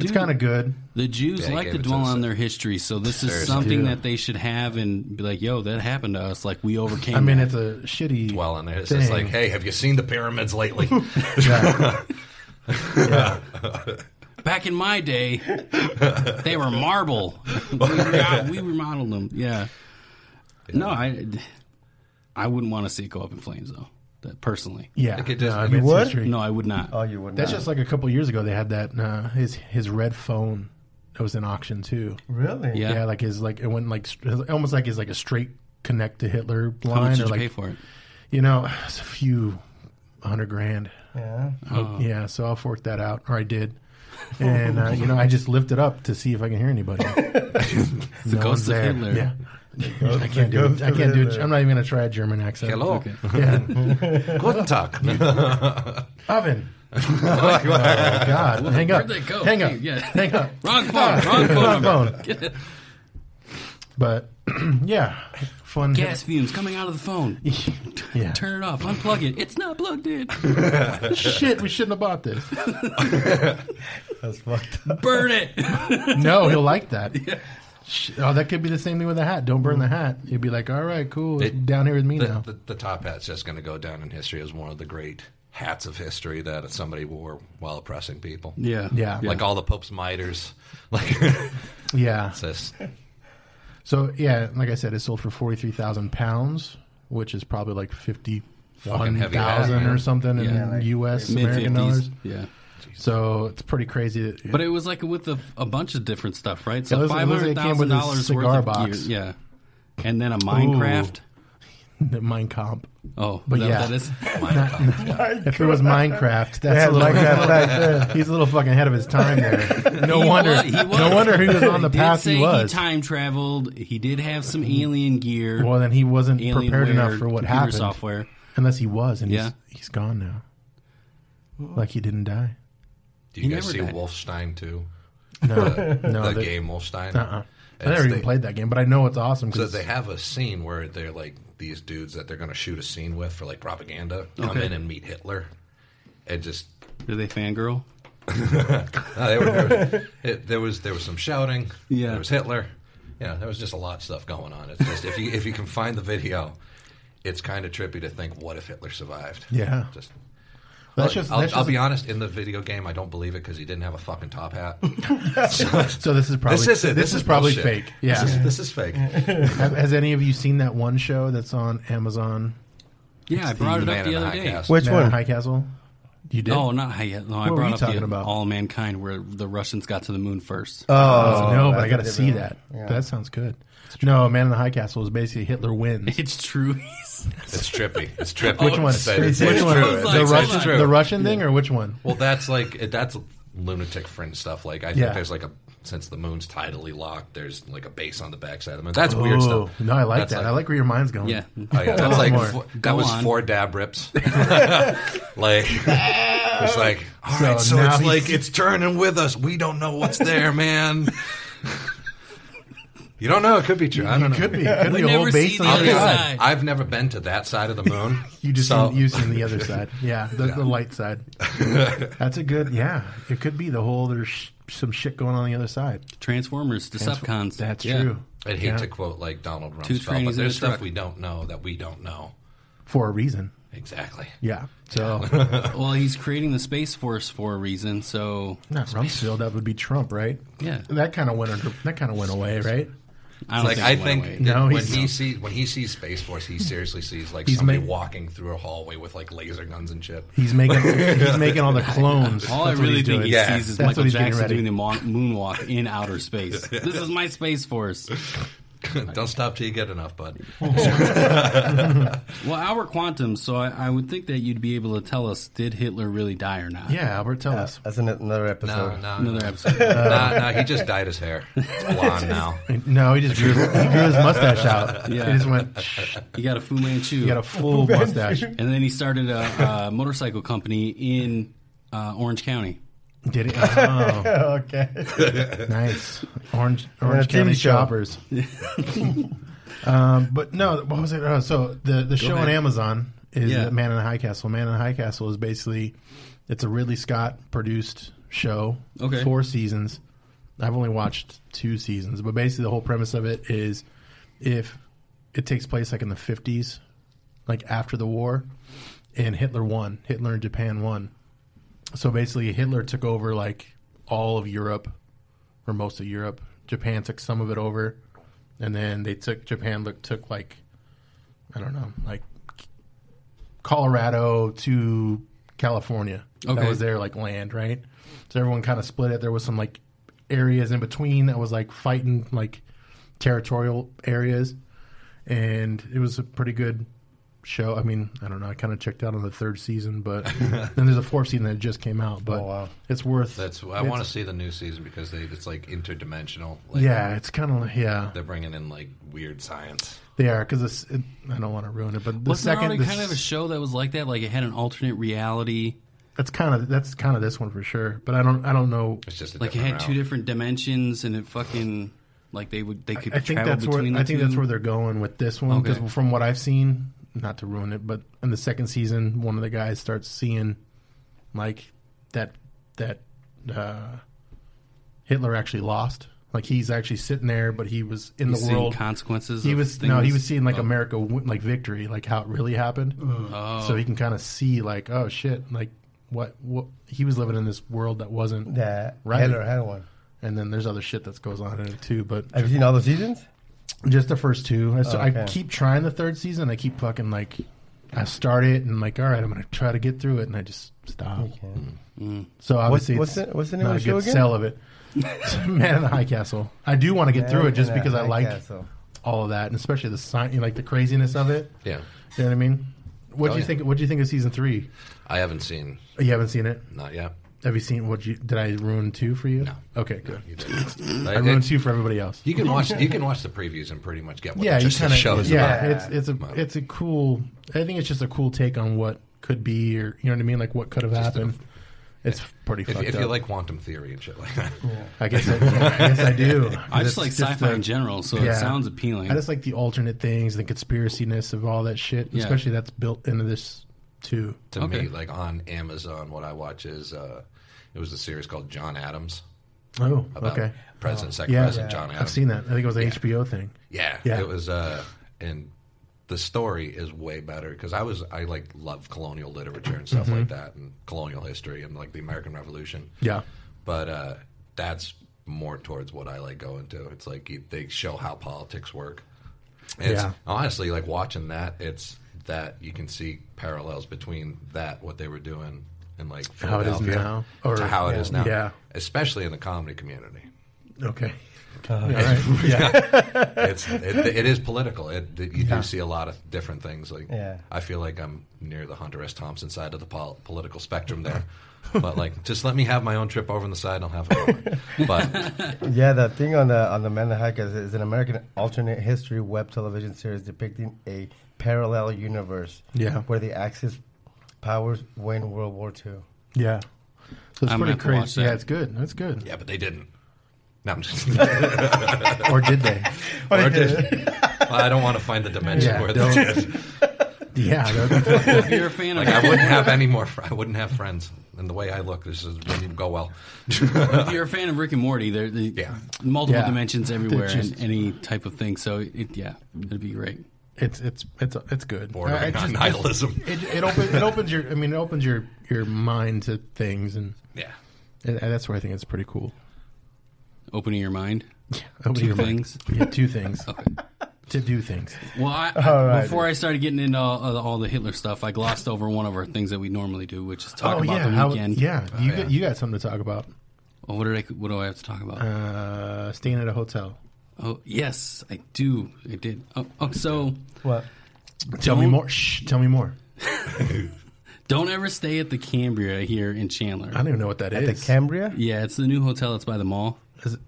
[SPEAKER 4] It's kind of good.
[SPEAKER 3] The Jews
[SPEAKER 6] Yeah, he
[SPEAKER 3] like to
[SPEAKER 6] gave it to
[SPEAKER 3] dwell
[SPEAKER 6] us.
[SPEAKER 3] on their history, so this
[SPEAKER 6] There
[SPEAKER 3] is
[SPEAKER 6] is-
[SPEAKER 3] something
[SPEAKER 4] Yeah.
[SPEAKER 3] that they should have and be like, "Yo, that happened to us. Like we overcame."
[SPEAKER 4] I mean,
[SPEAKER 3] that.
[SPEAKER 4] it's a shitty
[SPEAKER 6] Well, and it's just like, hey, have you seen the pyramids lately?
[SPEAKER 3] back in my day, they were marble. we, re- we remodeled them. Yeah. No, I, I wouldn't want to see it go up in flames though. That personally,
[SPEAKER 4] yeah,
[SPEAKER 6] Like it just-
[SPEAKER 4] no,
[SPEAKER 6] you
[SPEAKER 4] it's
[SPEAKER 5] would?
[SPEAKER 4] history.
[SPEAKER 3] no, I would not.
[SPEAKER 5] Oh, you would
[SPEAKER 4] That's
[SPEAKER 5] not.
[SPEAKER 4] just like a couple years ago. They had that uh, his his red phone that was in auction too.
[SPEAKER 5] really.
[SPEAKER 3] yeah.
[SPEAKER 4] Yeah, like his like it went like st- almost like his like a straight connect to Hitler
[SPEAKER 3] How much
[SPEAKER 4] line
[SPEAKER 3] did
[SPEAKER 4] or
[SPEAKER 3] you
[SPEAKER 4] like
[SPEAKER 3] pay for it?
[SPEAKER 4] you know it's a few hundred grand. Oh,
[SPEAKER 5] Yeah.
[SPEAKER 3] Oh.
[SPEAKER 4] Yeah, so I'll fork that out, or I did. And uh, you know, I just lift it up to see if I can hear anybody. the
[SPEAKER 3] ghost of Hitler.
[SPEAKER 4] Yeah,
[SPEAKER 5] Goes-
[SPEAKER 4] I can't do
[SPEAKER 5] goes
[SPEAKER 4] it. I
[SPEAKER 5] to
[SPEAKER 4] can't
[SPEAKER 5] the-
[SPEAKER 4] do it. I'm not even gonna try a German accent.
[SPEAKER 6] Hello,
[SPEAKER 3] Okay.
[SPEAKER 4] Yeah.
[SPEAKER 6] guten Tag.
[SPEAKER 4] Oven. oh, God, hang up.
[SPEAKER 3] Where'd that go?
[SPEAKER 4] Hang up.
[SPEAKER 3] Hey, yeah.
[SPEAKER 4] Hang up.
[SPEAKER 3] Wrong phone. Wrong phone.
[SPEAKER 4] Wrong
[SPEAKER 3] number.
[SPEAKER 4] phone. But yeah, fun.
[SPEAKER 3] Gas fumes coming out of the phone.
[SPEAKER 4] Yeah.
[SPEAKER 3] Turn it off. Unplug it. It's not plugged in.
[SPEAKER 4] Shit, we shouldn't have bought this.
[SPEAKER 5] That's fucked up.
[SPEAKER 3] Burn it.
[SPEAKER 4] No, he'll like that. Sh Oh, that could be the same thing with the hat. Don't burn the hat. You'd be like, all right, cool. it's
[SPEAKER 6] It-
[SPEAKER 4] down here with me
[SPEAKER 6] The,
[SPEAKER 4] now.
[SPEAKER 6] the, the top hat's just going to go down in history as one of the great hats of history that somebody wore while oppressing people.
[SPEAKER 3] Yeah.
[SPEAKER 4] Yeah.
[SPEAKER 6] Like all the Pope's miters. Like,
[SPEAKER 4] yeah.
[SPEAKER 6] it's just,
[SPEAKER 4] So yeah, like I said, it sold for forty three thousand pounds, which is probably like fifty one
[SPEAKER 6] Fucking heavy hat,
[SPEAKER 4] thousand
[SPEAKER 6] man.
[SPEAKER 4] or something
[SPEAKER 3] Yeah,
[SPEAKER 4] in
[SPEAKER 5] like
[SPEAKER 4] U.S.
[SPEAKER 3] mid
[SPEAKER 4] American dollars.
[SPEAKER 3] fifties. Yeah.
[SPEAKER 4] So it's pretty crazy. that-
[SPEAKER 3] But it was like with a, a bunch of different stuff, right?
[SPEAKER 4] Yeah,
[SPEAKER 3] So
[SPEAKER 4] it was- it
[SPEAKER 3] five
[SPEAKER 4] was-
[SPEAKER 3] hundred
[SPEAKER 4] it came with
[SPEAKER 3] thousand
[SPEAKER 4] a
[SPEAKER 3] dollars worth
[SPEAKER 4] cigar
[SPEAKER 3] of
[SPEAKER 4] box.
[SPEAKER 3] gear. Yeah, and then a Minecraft.
[SPEAKER 4] the Mein Kampf.
[SPEAKER 3] Oh,
[SPEAKER 4] But
[SPEAKER 3] that,
[SPEAKER 4] yeah.
[SPEAKER 3] that is.
[SPEAKER 4] If it was Minecraft, that's a little.
[SPEAKER 5] like that back
[SPEAKER 4] he's a little fucking ahead of his time there. No
[SPEAKER 3] He
[SPEAKER 4] wonder.
[SPEAKER 3] wa- he was.
[SPEAKER 4] No wonder he was on the
[SPEAKER 3] Did
[SPEAKER 4] path
[SPEAKER 3] say
[SPEAKER 4] he was.
[SPEAKER 3] time traveled. He did have some alien gear,
[SPEAKER 4] well, then he wasn't
[SPEAKER 3] alien
[SPEAKER 4] prepared
[SPEAKER 3] wear,
[SPEAKER 4] enough for what
[SPEAKER 3] computer
[SPEAKER 4] happened.
[SPEAKER 3] Software.
[SPEAKER 4] Unless he was, and
[SPEAKER 3] Yeah.
[SPEAKER 4] he's, he's gone now. Like he didn't die.
[SPEAKER 6] do you
[SPEAKER 3] He never
[SPEAKER 6] guys see
[SPEAKER 3] died.
[SPEAKER 6] Wolfenstein 2?
[SPEAKER 4] No, no.
[SPEAKER 6] that
[SPEAKER 4] they-
[SPEAKER 6] game, Wolfenstein?
[SPEAKER 4] Oh, Uh-uh. I
[SPEAKER 6] It's
[SPEAKER 4] never even
[SPEAKER 6] the-
[SPEAKER 4] played that game, but I know it's awesome
[SPEAKER 6] So
[SPEAKER 4] because
[SPEAKER 6] they have a scene where they're like these dudes that they're going to shoot a scene with for like propaganda come
[SPEAKER 3] Okay.
[SPEAKER 6] in and meet Hitler, and just
[SPEAKER 3] Did they fangirl?
[SPEAKER 6] no, they were, there, was, it, there was there was some shouting.
[SPEAKER 3] Yeah.
[SPEAKER 6] there was Hitler. Yeah, there was just a lot of stuff going on. It's just if you if you can find the video, it's kind of trippy to think what if Hitler survived.
[SPEAKER 4] Yeah.
[SPEAKER 6] just.
[SPEAKER 4] that's
[SPEAKER 6] I'll-
[SPEAKER 4] just,
[SPEAKER 6] I'll,
[SPEAKER 4] that's
[SPEAKER 6] I'll
[SPEAKER 4] just-
[SPEAKER 6] be honest. In the video game, I don't believe it because he didn't have a fucking top hat.
[SPEAKER 4] so this is probably
[SPEAKER 6] this is it. This,
[SPEAKER 4] is, probably
[SPEAKER 6] bullshit.
[SPEAKER 4] fake. Yeah.
[SPEAKER 6] this is, this is fake.
[SPEAKER 4] Have- Has any of you seen that one show that's on Amazon?
[SPEAKER 3] Yeah, I brought it
[SPEAKER 6] Man
[SPEAKER 3] up
[SPEAKER 6] in
[SPEAKER 3] the other
[SPEAKER 6] high
[SPEAKER 3] day.
[SPEAKER 6] cast.
[SPEAKER 5] Which
[SPEAKER 4] Man in
[SPEAKER 5] one?
[SPEAKER 4] High Castle. You did?
[SPEAKER 3] No, not high yet. No, I
[SPEAKER 4] What were
[SPEAKER 3] brought
[SPEAKER 4] you
[SPEAKER 3] up the,
[SPEAKER 4] talking about?
[SPEAKER 3] All Mankind, where the Russians got to the moon first.
[SPEAKER 4] Oh, no, but
[SPEAKER 5] that's
[SPEAKER 4] I got to
[SPEAKER 5] a
[SPEAKER 4] see that.
[SPEAKER 5] different one. Yeah.
[SPEAKER 4] That sounds good. No, Man in the High Castle is basically Hitler wins.
[SPEAKER 3] it's true. He's-
[SPEAKER 6] It's trippy. It's trippy.
[SPEAKER 4] Which one?
[SPEAKER 6] Oh, It's, it's,
[SPEAKER 4] Which
[SPEAKER 6] it's
[SPEAKER 4] one?
[SPEAKER 6] true.
[SPEAKER 3] It's like,
[SPEAKER 6] It's,
[SPEAKER 4] the,
[SPEAKER 3] hold
[SPEAKER 6] it's
[SPEAKER 4] Russian,
[SPEAKER 6] true.
[SPEAKER 4] the Russian thing or which one?
[SPEAKER 6] Well, that's like it- that's lunatic fringe stuff. Like I
[SPEAKER 4] Yeah.
[SPEAKER 6] think there's like a since the moon's tidally locked, there's like a base on the backside of the moon. That's weird
[SPEAKER 4] Oh,
[SPEAKER 6] stuff.
[SPEAKER 4] No, I like
[SPEAKER 6] That's
[SPEAKER 4] that.
[SPEAKER 6] like-
[SPEAKER 4] I like where your mind's going.
[SPEAKER 3] yeah.
[SPEAKER 6] Oh, yeah,
[SPEAKER 4] Tell us
[SPEAKER 6] that's like
[SPEAKER 4] more.
[SPEAKER 6] four, that
[SPEAKER 3] Go
[SPEAKER 6] was
[SPEAKER 3] on.
[SPEAKER 6] four dab rips. like it's like all right,
[SPEAKER 4] So
[SPEAKER 6] so,
[SPEAKER 4] now
[SPEAKER 6] it's
[SPEAKER 4] he's-
[SPEAKER 6] like it's turning with us. We don't know what's there, man. you don't know. It could be true. I don't know.
[SPEAKER 4] Could be. Could
[SPEAKER 3] We
[SPEAKER 4] be a whole
[SPEAKER 3] never
[SPEAKER 4] base
[SPEAKER 3] see
[SPEAKER 4] on
[SPEAKER 3] the
[SPEAKER 4] the
[SPEAKER 3] other
[SPEAKER 4] other
[SPEAKER 3] side.
[SPEAKER 4] side.
[SPEAKER 6] I've never been to that side of the moon.
[SPEAKER 4] You just
[SPEAKER 6] so,
[SPEAKER 4] seen, you seen the other side, yeah, the, the light side. That's a good, yeah. It could be the whole. There's sh- some shit going on the other side.
[SPEAKER 3] Transformers, Decepticons.
[SPEAKER 4] That's
[SPEAKER 3] Yeah.
[SPEAKER 4] true.
[SPEAKER 6] I'd hate
[SPEAKER 4] Yeah.
[SPEAKER 6] to quote like Donald
[SPEAKER 3] Two
[SPEAKER 6] Rumsfeld,
[SPEAKER 3] trannies
[SPEAKER 6] but
[SPEAKER 3] in a
[SPEAKER 6] there's stuff
[SPEAKER 3] truck.
[SPEAKER 6] we don't know that we don't know.
[SPEAKER 4] for a reason.
[SPEAKER 6] Exactly.
[SPEAKER 4] Yeah. So
[SPEAKER 3] Well, he's creating the space force for a reason. So
[SPEAKER 4] not Rumsfeld. That would be Trump, right?
[SPEAKER 3] Yeah.
[SPEAKER 4] That kind of went. Under, that kind of went away, right?
[SPEAKER 3] I don't
[SPEAKER 6] Like
[SPEAKER 3] think
[SPEAKER 6] I
[SPEAKER 3] it went
[SPEAKER 6] think
[SPEAKER 3] away.
[SPEAKER 6] that
[SPEAKER 4] No,
[SPEAKER 6] when
[SPEAKER 4] he's-
[SPEAKER 6] he
[SPEAKER 4] no.
[SPEAKER 6] sees when he sees Space Force, he seriously sees like somebody
[SPEAKER 4] made-
[SPEAKER 6] walking through a hallway with like laser guns and shit.
[SPEAKER 4] He's making. he's making all the clones.
[SPEAKER 3] All I
[SPEAKER 4] That's what
[SPEAKER 3] really
[SPEAKER 4] he's
[SPEAKER 3] think
[SPEAKER 4] doing.
[SPEAKER 3] he
[SPEAKER 6] Yeah.
[SPEAKER 3] sees is
[SPEAKER 4] That's what
[SPEAKER 3] Michael
[SPEAKER 4] he's getting
[SPEAKER 3] Jackson
[SPEAKER 4] ready.
[SPEAKER 3] doing the mo- moonwalk in outer space. This is my space force.
[SPEAKER 6] Don't stop till you get enough, bud.
[SPEAKER 3] Well, our quantum. So I, I would think that you'd be able to tell us did Hitler really die or not?
[SPEAKER 4] Yeah, Albert, tell us.
[SPEAKER 5] That's an, another episode.
[SPEAKER 6] No, no, no,
[SPEAKER 3] Another episode.
[SPEAKER 6] no. He just dyed his hair. It's blonde now.
[SPEAKER 4] No, he just grew, he grew his mustache out.
[SPEAKER 3] Yeah.
[SPEAKER 4] He just went. "Shh."
[SPEAKER 3] he got a Fu Manchu.
[SPEAKER 4] He got a full mustache.
[SPEAKER 3] and then he started a, a motorcycle company in uh, Orange County.
[SPEAKER 4] Did he? Oh,
[SPEAKER 5] okay.
[SPEAKER 4] nice. Orange
[SPEAKER 5] a
[SPEAKER 4] Orange
[SPEAKER 5] TV
[SPEAKER 4] County
[SPEAKER 5] show.
[SPEAKER 4] shoppers. um, but no, what was it? Oh, so the the show on
[SPEAKER 3] ahead.
[SPEAKER 4] Amazon is
[SPEAKER 3] Yeah.
[SPEAKER 4] Man in the High Castle. Man in the High Castle is basically it's a Ridley Scott produced show.
[SPEAKER 3] Okay.
[SPEAKER 4] Four seasons. I've only watched two seasons, but basically the whole premise of it is if it takes place like in the 50s, like after the war, and Hitler won, Hitler and Japan won. So basically Hitler took over like all of Europe or most of Europe. Japan took some of it over, and then they took Japan look, took like I don't know, like Colorado to California.
[SPEAKER 3] Okay.
[SPEAKER 4] That was their like land, right? So everyone kind of split it. There was some like areas in between that was like fighting like territorial areas, and it was a pretty good show. I mean, I don't know. I kind of checked out on the third season, but then there's a fourth season that just came out. But
[SPEAKER 5] Oh, wow.
[SPEAKER 4] it's worth.
[SPEAKER 6] That's I
[SPEAKER 4] it's-
[SPEAKER 6] want to see the new season because they it's like interdimensional. Like,
[SPEAKER 4] yeah, it's kind of yeah.
[SPEAKER 6] they're bringing in like weird science.
[SPEAKER 4] They are because it, I don't want to ruin it, but the
[SPEAKER 3] Wasn't there
[SPEAKER 4] second
[SPEAKER 3] already
[SPEAKER 4] this,
[SPEAKER 3] kind of a show that was like that? Like it had an alternate reality.
[SPEAKER 4] that's kind of that's kind of this one for sure. But I don't I don't know.
[SPEAKER 6] It's just a
[SPEAKER 3] Like it
[SPEAKER 6] different
[SPEAKER 3] had two
[SPEAKER 6] route.
[SPEAKER 3] different dimensions, and it fucking like they would they could
[SPEAKER 4] I think
[SPEAKER 3] travel
[SPEAKER 4] that's where
[SPEAKER 3] between the
[SPEAKER 4] I think
[SPEAKER 3] two.
[SPEAKER 4] that's where they're going with this one because
[SPEAKER 3] Okay.
[SPEAKER 4] from what I've seen, not to ruin it, but in the second season, one of the guys starts seeing like that that uh, Hitler actually lost. Like he's actually sitting there, but he was in
[SPEAKER 3] He's
[SPEAKER 4] the
[SPEAKER 3] seeing
[SPEAKER 4] world.
[SPEAKER 3] consequences.
[SPEAKER 4] He
[SPEAKER 3] of
[SPEAKER 4] was
[SPEAKER 3] things.
[SPEAKER 4] no, he was seeing like America win, like victory, like how it really happened.
[SPEAKER 3] Oh,
[SPEAKER 4] so he can kind of see like oh shit like what what he was living in this world that wasn't
[SPEAKER 5] That
[SPEAKER 4] Right.
[SPEAKER 5] Hitler had one.
[SPEAKER 4] and then there's other shit that goes on in it too but
[SPEAKER 5] Have you seen all the seasons?
[SPEAKER 4] just the first two I, so I
[SPEAKER 5] Okay.
[SPEAKER 4] keep trying the third season I keep fucking like I start it and I'm like all right I'm gonna try to get through it and I just stop Mm.
[SPEAKER 6] Mm.
[SPEAKER 4] so obviously
[SPEAKER 5] what's
[SPEAKER 4] it's
[SPEAKER 5] the- what's the name
[SPEAKER 4] not
[SPEAKER 5] of the
[SPEAKER 4] a
[SPEAKER 5] show
[SPEAKER 4] good
[SPEAKER 5] again?
[SPEAKER 4] sell of it Man in the High Castle I do want to get through it just
[SPEAKER 5] Yeah,
[SPEAKER 4] because I like
[SPEAKER 5] Castle.
[SPEAKER 4] all of that and especially the sign like the craziness of it
[SPEAKER 6] Yeah,
[SPEAKER 4] you know what I mean what do
[SPEAKER 6] Oh,
[SPEAKER 4] you
[SPEAKER 6] yeah.
[SPEAKER 4] think what do you think of season three
[SPEAKER 6] I haven't seen
[SPEAKER 4] you haven't seen it
[SPEAKER 6] not yet.
[SPEAKER 4] Have you seen what you did I ruin two for you?
[SPEAKER 6] No.
[SPEAKER 4] Okay, good.
[SPEAKER 6] You didn't.
[SPEAKER 4] I
[SPEAKER 6] Like,
[SPEAKER 4] ruined
[SPEAKER 6] it's-
[SPEAKER 4] two for everybody else.
[SPEAKER 6] You can watch you can watch the previews and pretty much get what
[SPEAKER 4] yeah,
[SPEAKER 6] the
[SPEAKER 4] you
[SPEAKER 6] gist of
[SPEAKER 4] kind
[SPEAKER 6] the
[SPEAKER 4] of
[SPEAKER 6] show is about.
[SPEAKER 4] yeah.
[SPEAKER 5] about-
[SPEAKER 4] It's it's a it's a cool. I think it's just a cool take on what could be, or you know what I mean, like what could have
[SPEAKER 6] Just a-
[SPEAKER 4] happened. it's pretty
[SPEAKER 6] If,
[SPEAKER 4] fucked
[SPEAKER 6] if
[SPEAKER 4] up.
[SPEAKER 6] you like quantum theory and shit like that,
[SPEAKER 4] I guess I, I guess I do.
[SPEAKER 3] I just
[SPEAKER 4] It's
[SPEAKER 3] like sci-fi
[SPEAKER 4] the-
[SPEAKER 3] in general, so
[SPEAKER 4] yeah.
[SPEAKER 3] it sounds appealing.
[SPEAKER 4] I just like the alternate things, the conspiracy-ness of all that shit,
[SPEAKER 3] Yeah.
[SPEAKER 4] especially that's built into this too.
[SPEAKER 6] to
[SPEAKER 3] Okay.
[SPEAKER 6] me, like on Amazon, what I watch is uh, it was a series called John Adams
[SPEAKER 4] Oh,
[SPEAKER 6] about
[SPEAKER 4] okay. Oh.
[SPEAKER 6] President, Second
[SPEAKER 4] Yeah,
[SPEAKER 6] President John Adams.
[SPEAKER 4] I've seen that. I think it was an HBO thing.
[SPEAKER 6] Yeah,
[SPEAKER 4] Yeah.
[SPEAKER 6] it was. Uh, and the story is way better because I was I like love colonial literature and stuff like that, and colonial history and like the American Revolution.
[SPEAKER 4] Mm-hmm. Yeah.
[SPEAKER 6] but uh, that's more towards what I like going to. It's like you, they show how politics work. And it's-
[SPEAKER 4] Yeah.
[SPEAKER 6] honestly, like watching that, it's that you can see parallels between that what they were doing and like
[SPEAKER 4] How it is
[SPEAKER 6] Philadelphia
[SPEAKER 4] now, or-
[SPEAKER 6] to how it is now,
[SPEAKER 4] Yeah.
[SPEAKER 6] especially in the comedy community.
[SPEAKER 4] Okay.
[SPEAKER 5] Oh,
[SPEAKER 4] All right. Yeah.
[SPEAKER 6] It's it, it is political. It, you do see a lot of different things. Like
[SPEAKER 5] Yeah.
[SPEAKER 6] I feel like I'm near the Hunter S. Thompson side of the pol- political spectrum there. But like, just let me have my own trip over on the side, and I'll have it. But
[SPEAKER 5] Yeah, the thing on the on the Man in the High Castle is an American alternate history web television series depicting a parallel universe.
[SPEAKER 4] Yeah.
[SPEAKER 5] where the Axis powers win World War II.
[SPEAKER 4] Yeah. So it's
[SPEAKER 3] I'm gonna
[SPEAKER 4] pretty
[SPEAKER 3] have to watch
[SPEAKER 4] crazy.
[SPEAKER 3] that.
[SPEAKER 4] Yeah, it's good. That's good.
[SPEAKER 6] Yeah, but they didn't. No, I'm just.
[SPEAKER 4] Or did they?
[SPEAKER 6] Or did- Well, I don't want to find the dimension
[SPEAKER 4] Yeah,
[SPEAKER 6] where they
[SPEAKER 4] don't.
[SPEAKER 6] did.
[SPEAKER 4] yeah. that-
[SPEAKER 3] if you're a fan of
[SPEAKER 6] Like, I wouldn't have any more. fr- I wouldn't have friends. And the way I look, this is, wouldn't go well.
[SPEAKER 3] if you're a fan of Rick and Morty, there the
[SPEAKER 6] Yeah.
[SPEAKER 3] multiple
[SPEAKER 4] Yeah.
[SPEAKER 3] dimensions everywhere
[SPEAKER 4] They're just-
[SPEAKER 3] and any type of thing. So it, yeah, it'd be great.
[SPEAKER 4] It's it's it's it's good.
[SPEAKER 6] Bordering
[SPEAKER 4] I- I
[SPEAKER 6] on
[SPEAKER 4] just-
[SPEAKER 6] nihilism.
[SPEAKER 4] It, it opens it opens your I mean it opens your your mind to things and,
[SPEAKER 6] yeah,
[SPEAKER 4] and that's where I think it's pretty cool.
[SPEAKER 3] Opening your mind.
[SPEAKER 4] Open
[SPEAKER 3] Two
[SPEAKER 4] your mind.
[SPEAKER 3] things.
[SPEAKER 4] Yeah, two things. To do things.
[SPEAKER 3] Well, I, I- before I started getting into all, uh, all the Hitler stuff, I glossed over one of our things that we normally do, which is talk about
[SPEAKER 4] Oh, yeah,
[SPEAKER 3] the
[SPEAKER 4] how-
[SPEAKER 3] weekend.
[SPEAKER 4] yeah,
[SPEAKER 5] Oh,
[SPEAKER 4] you
[SPEAKER 6] yeah.
[SPEAKER 4] Got, you got something to talk about.
[SPEAKER 3] Oh, what did I? What do I have to talk about?
[SPEAKER 4] Uh, staying at a hotel.
[SPEAKER 3] oh, yes, I do. I did. Oh, oh, so
[SPEAKER 5] What?
[SPEAKER 4] Tell me
[SPEAKER 3] Don't-
[SPEAKER 4] more. Shh, tell me more.
[SPEAKER 3] don't ever stay at the Cambria here in Chandler.
[SPEAKER 4] I don't even know what that is.
[SPEAKER 5] The Cambria?
[SPEAKER 3] yeah, it's the new hotel that's by the mall.
[SPEAKER 4] Is it-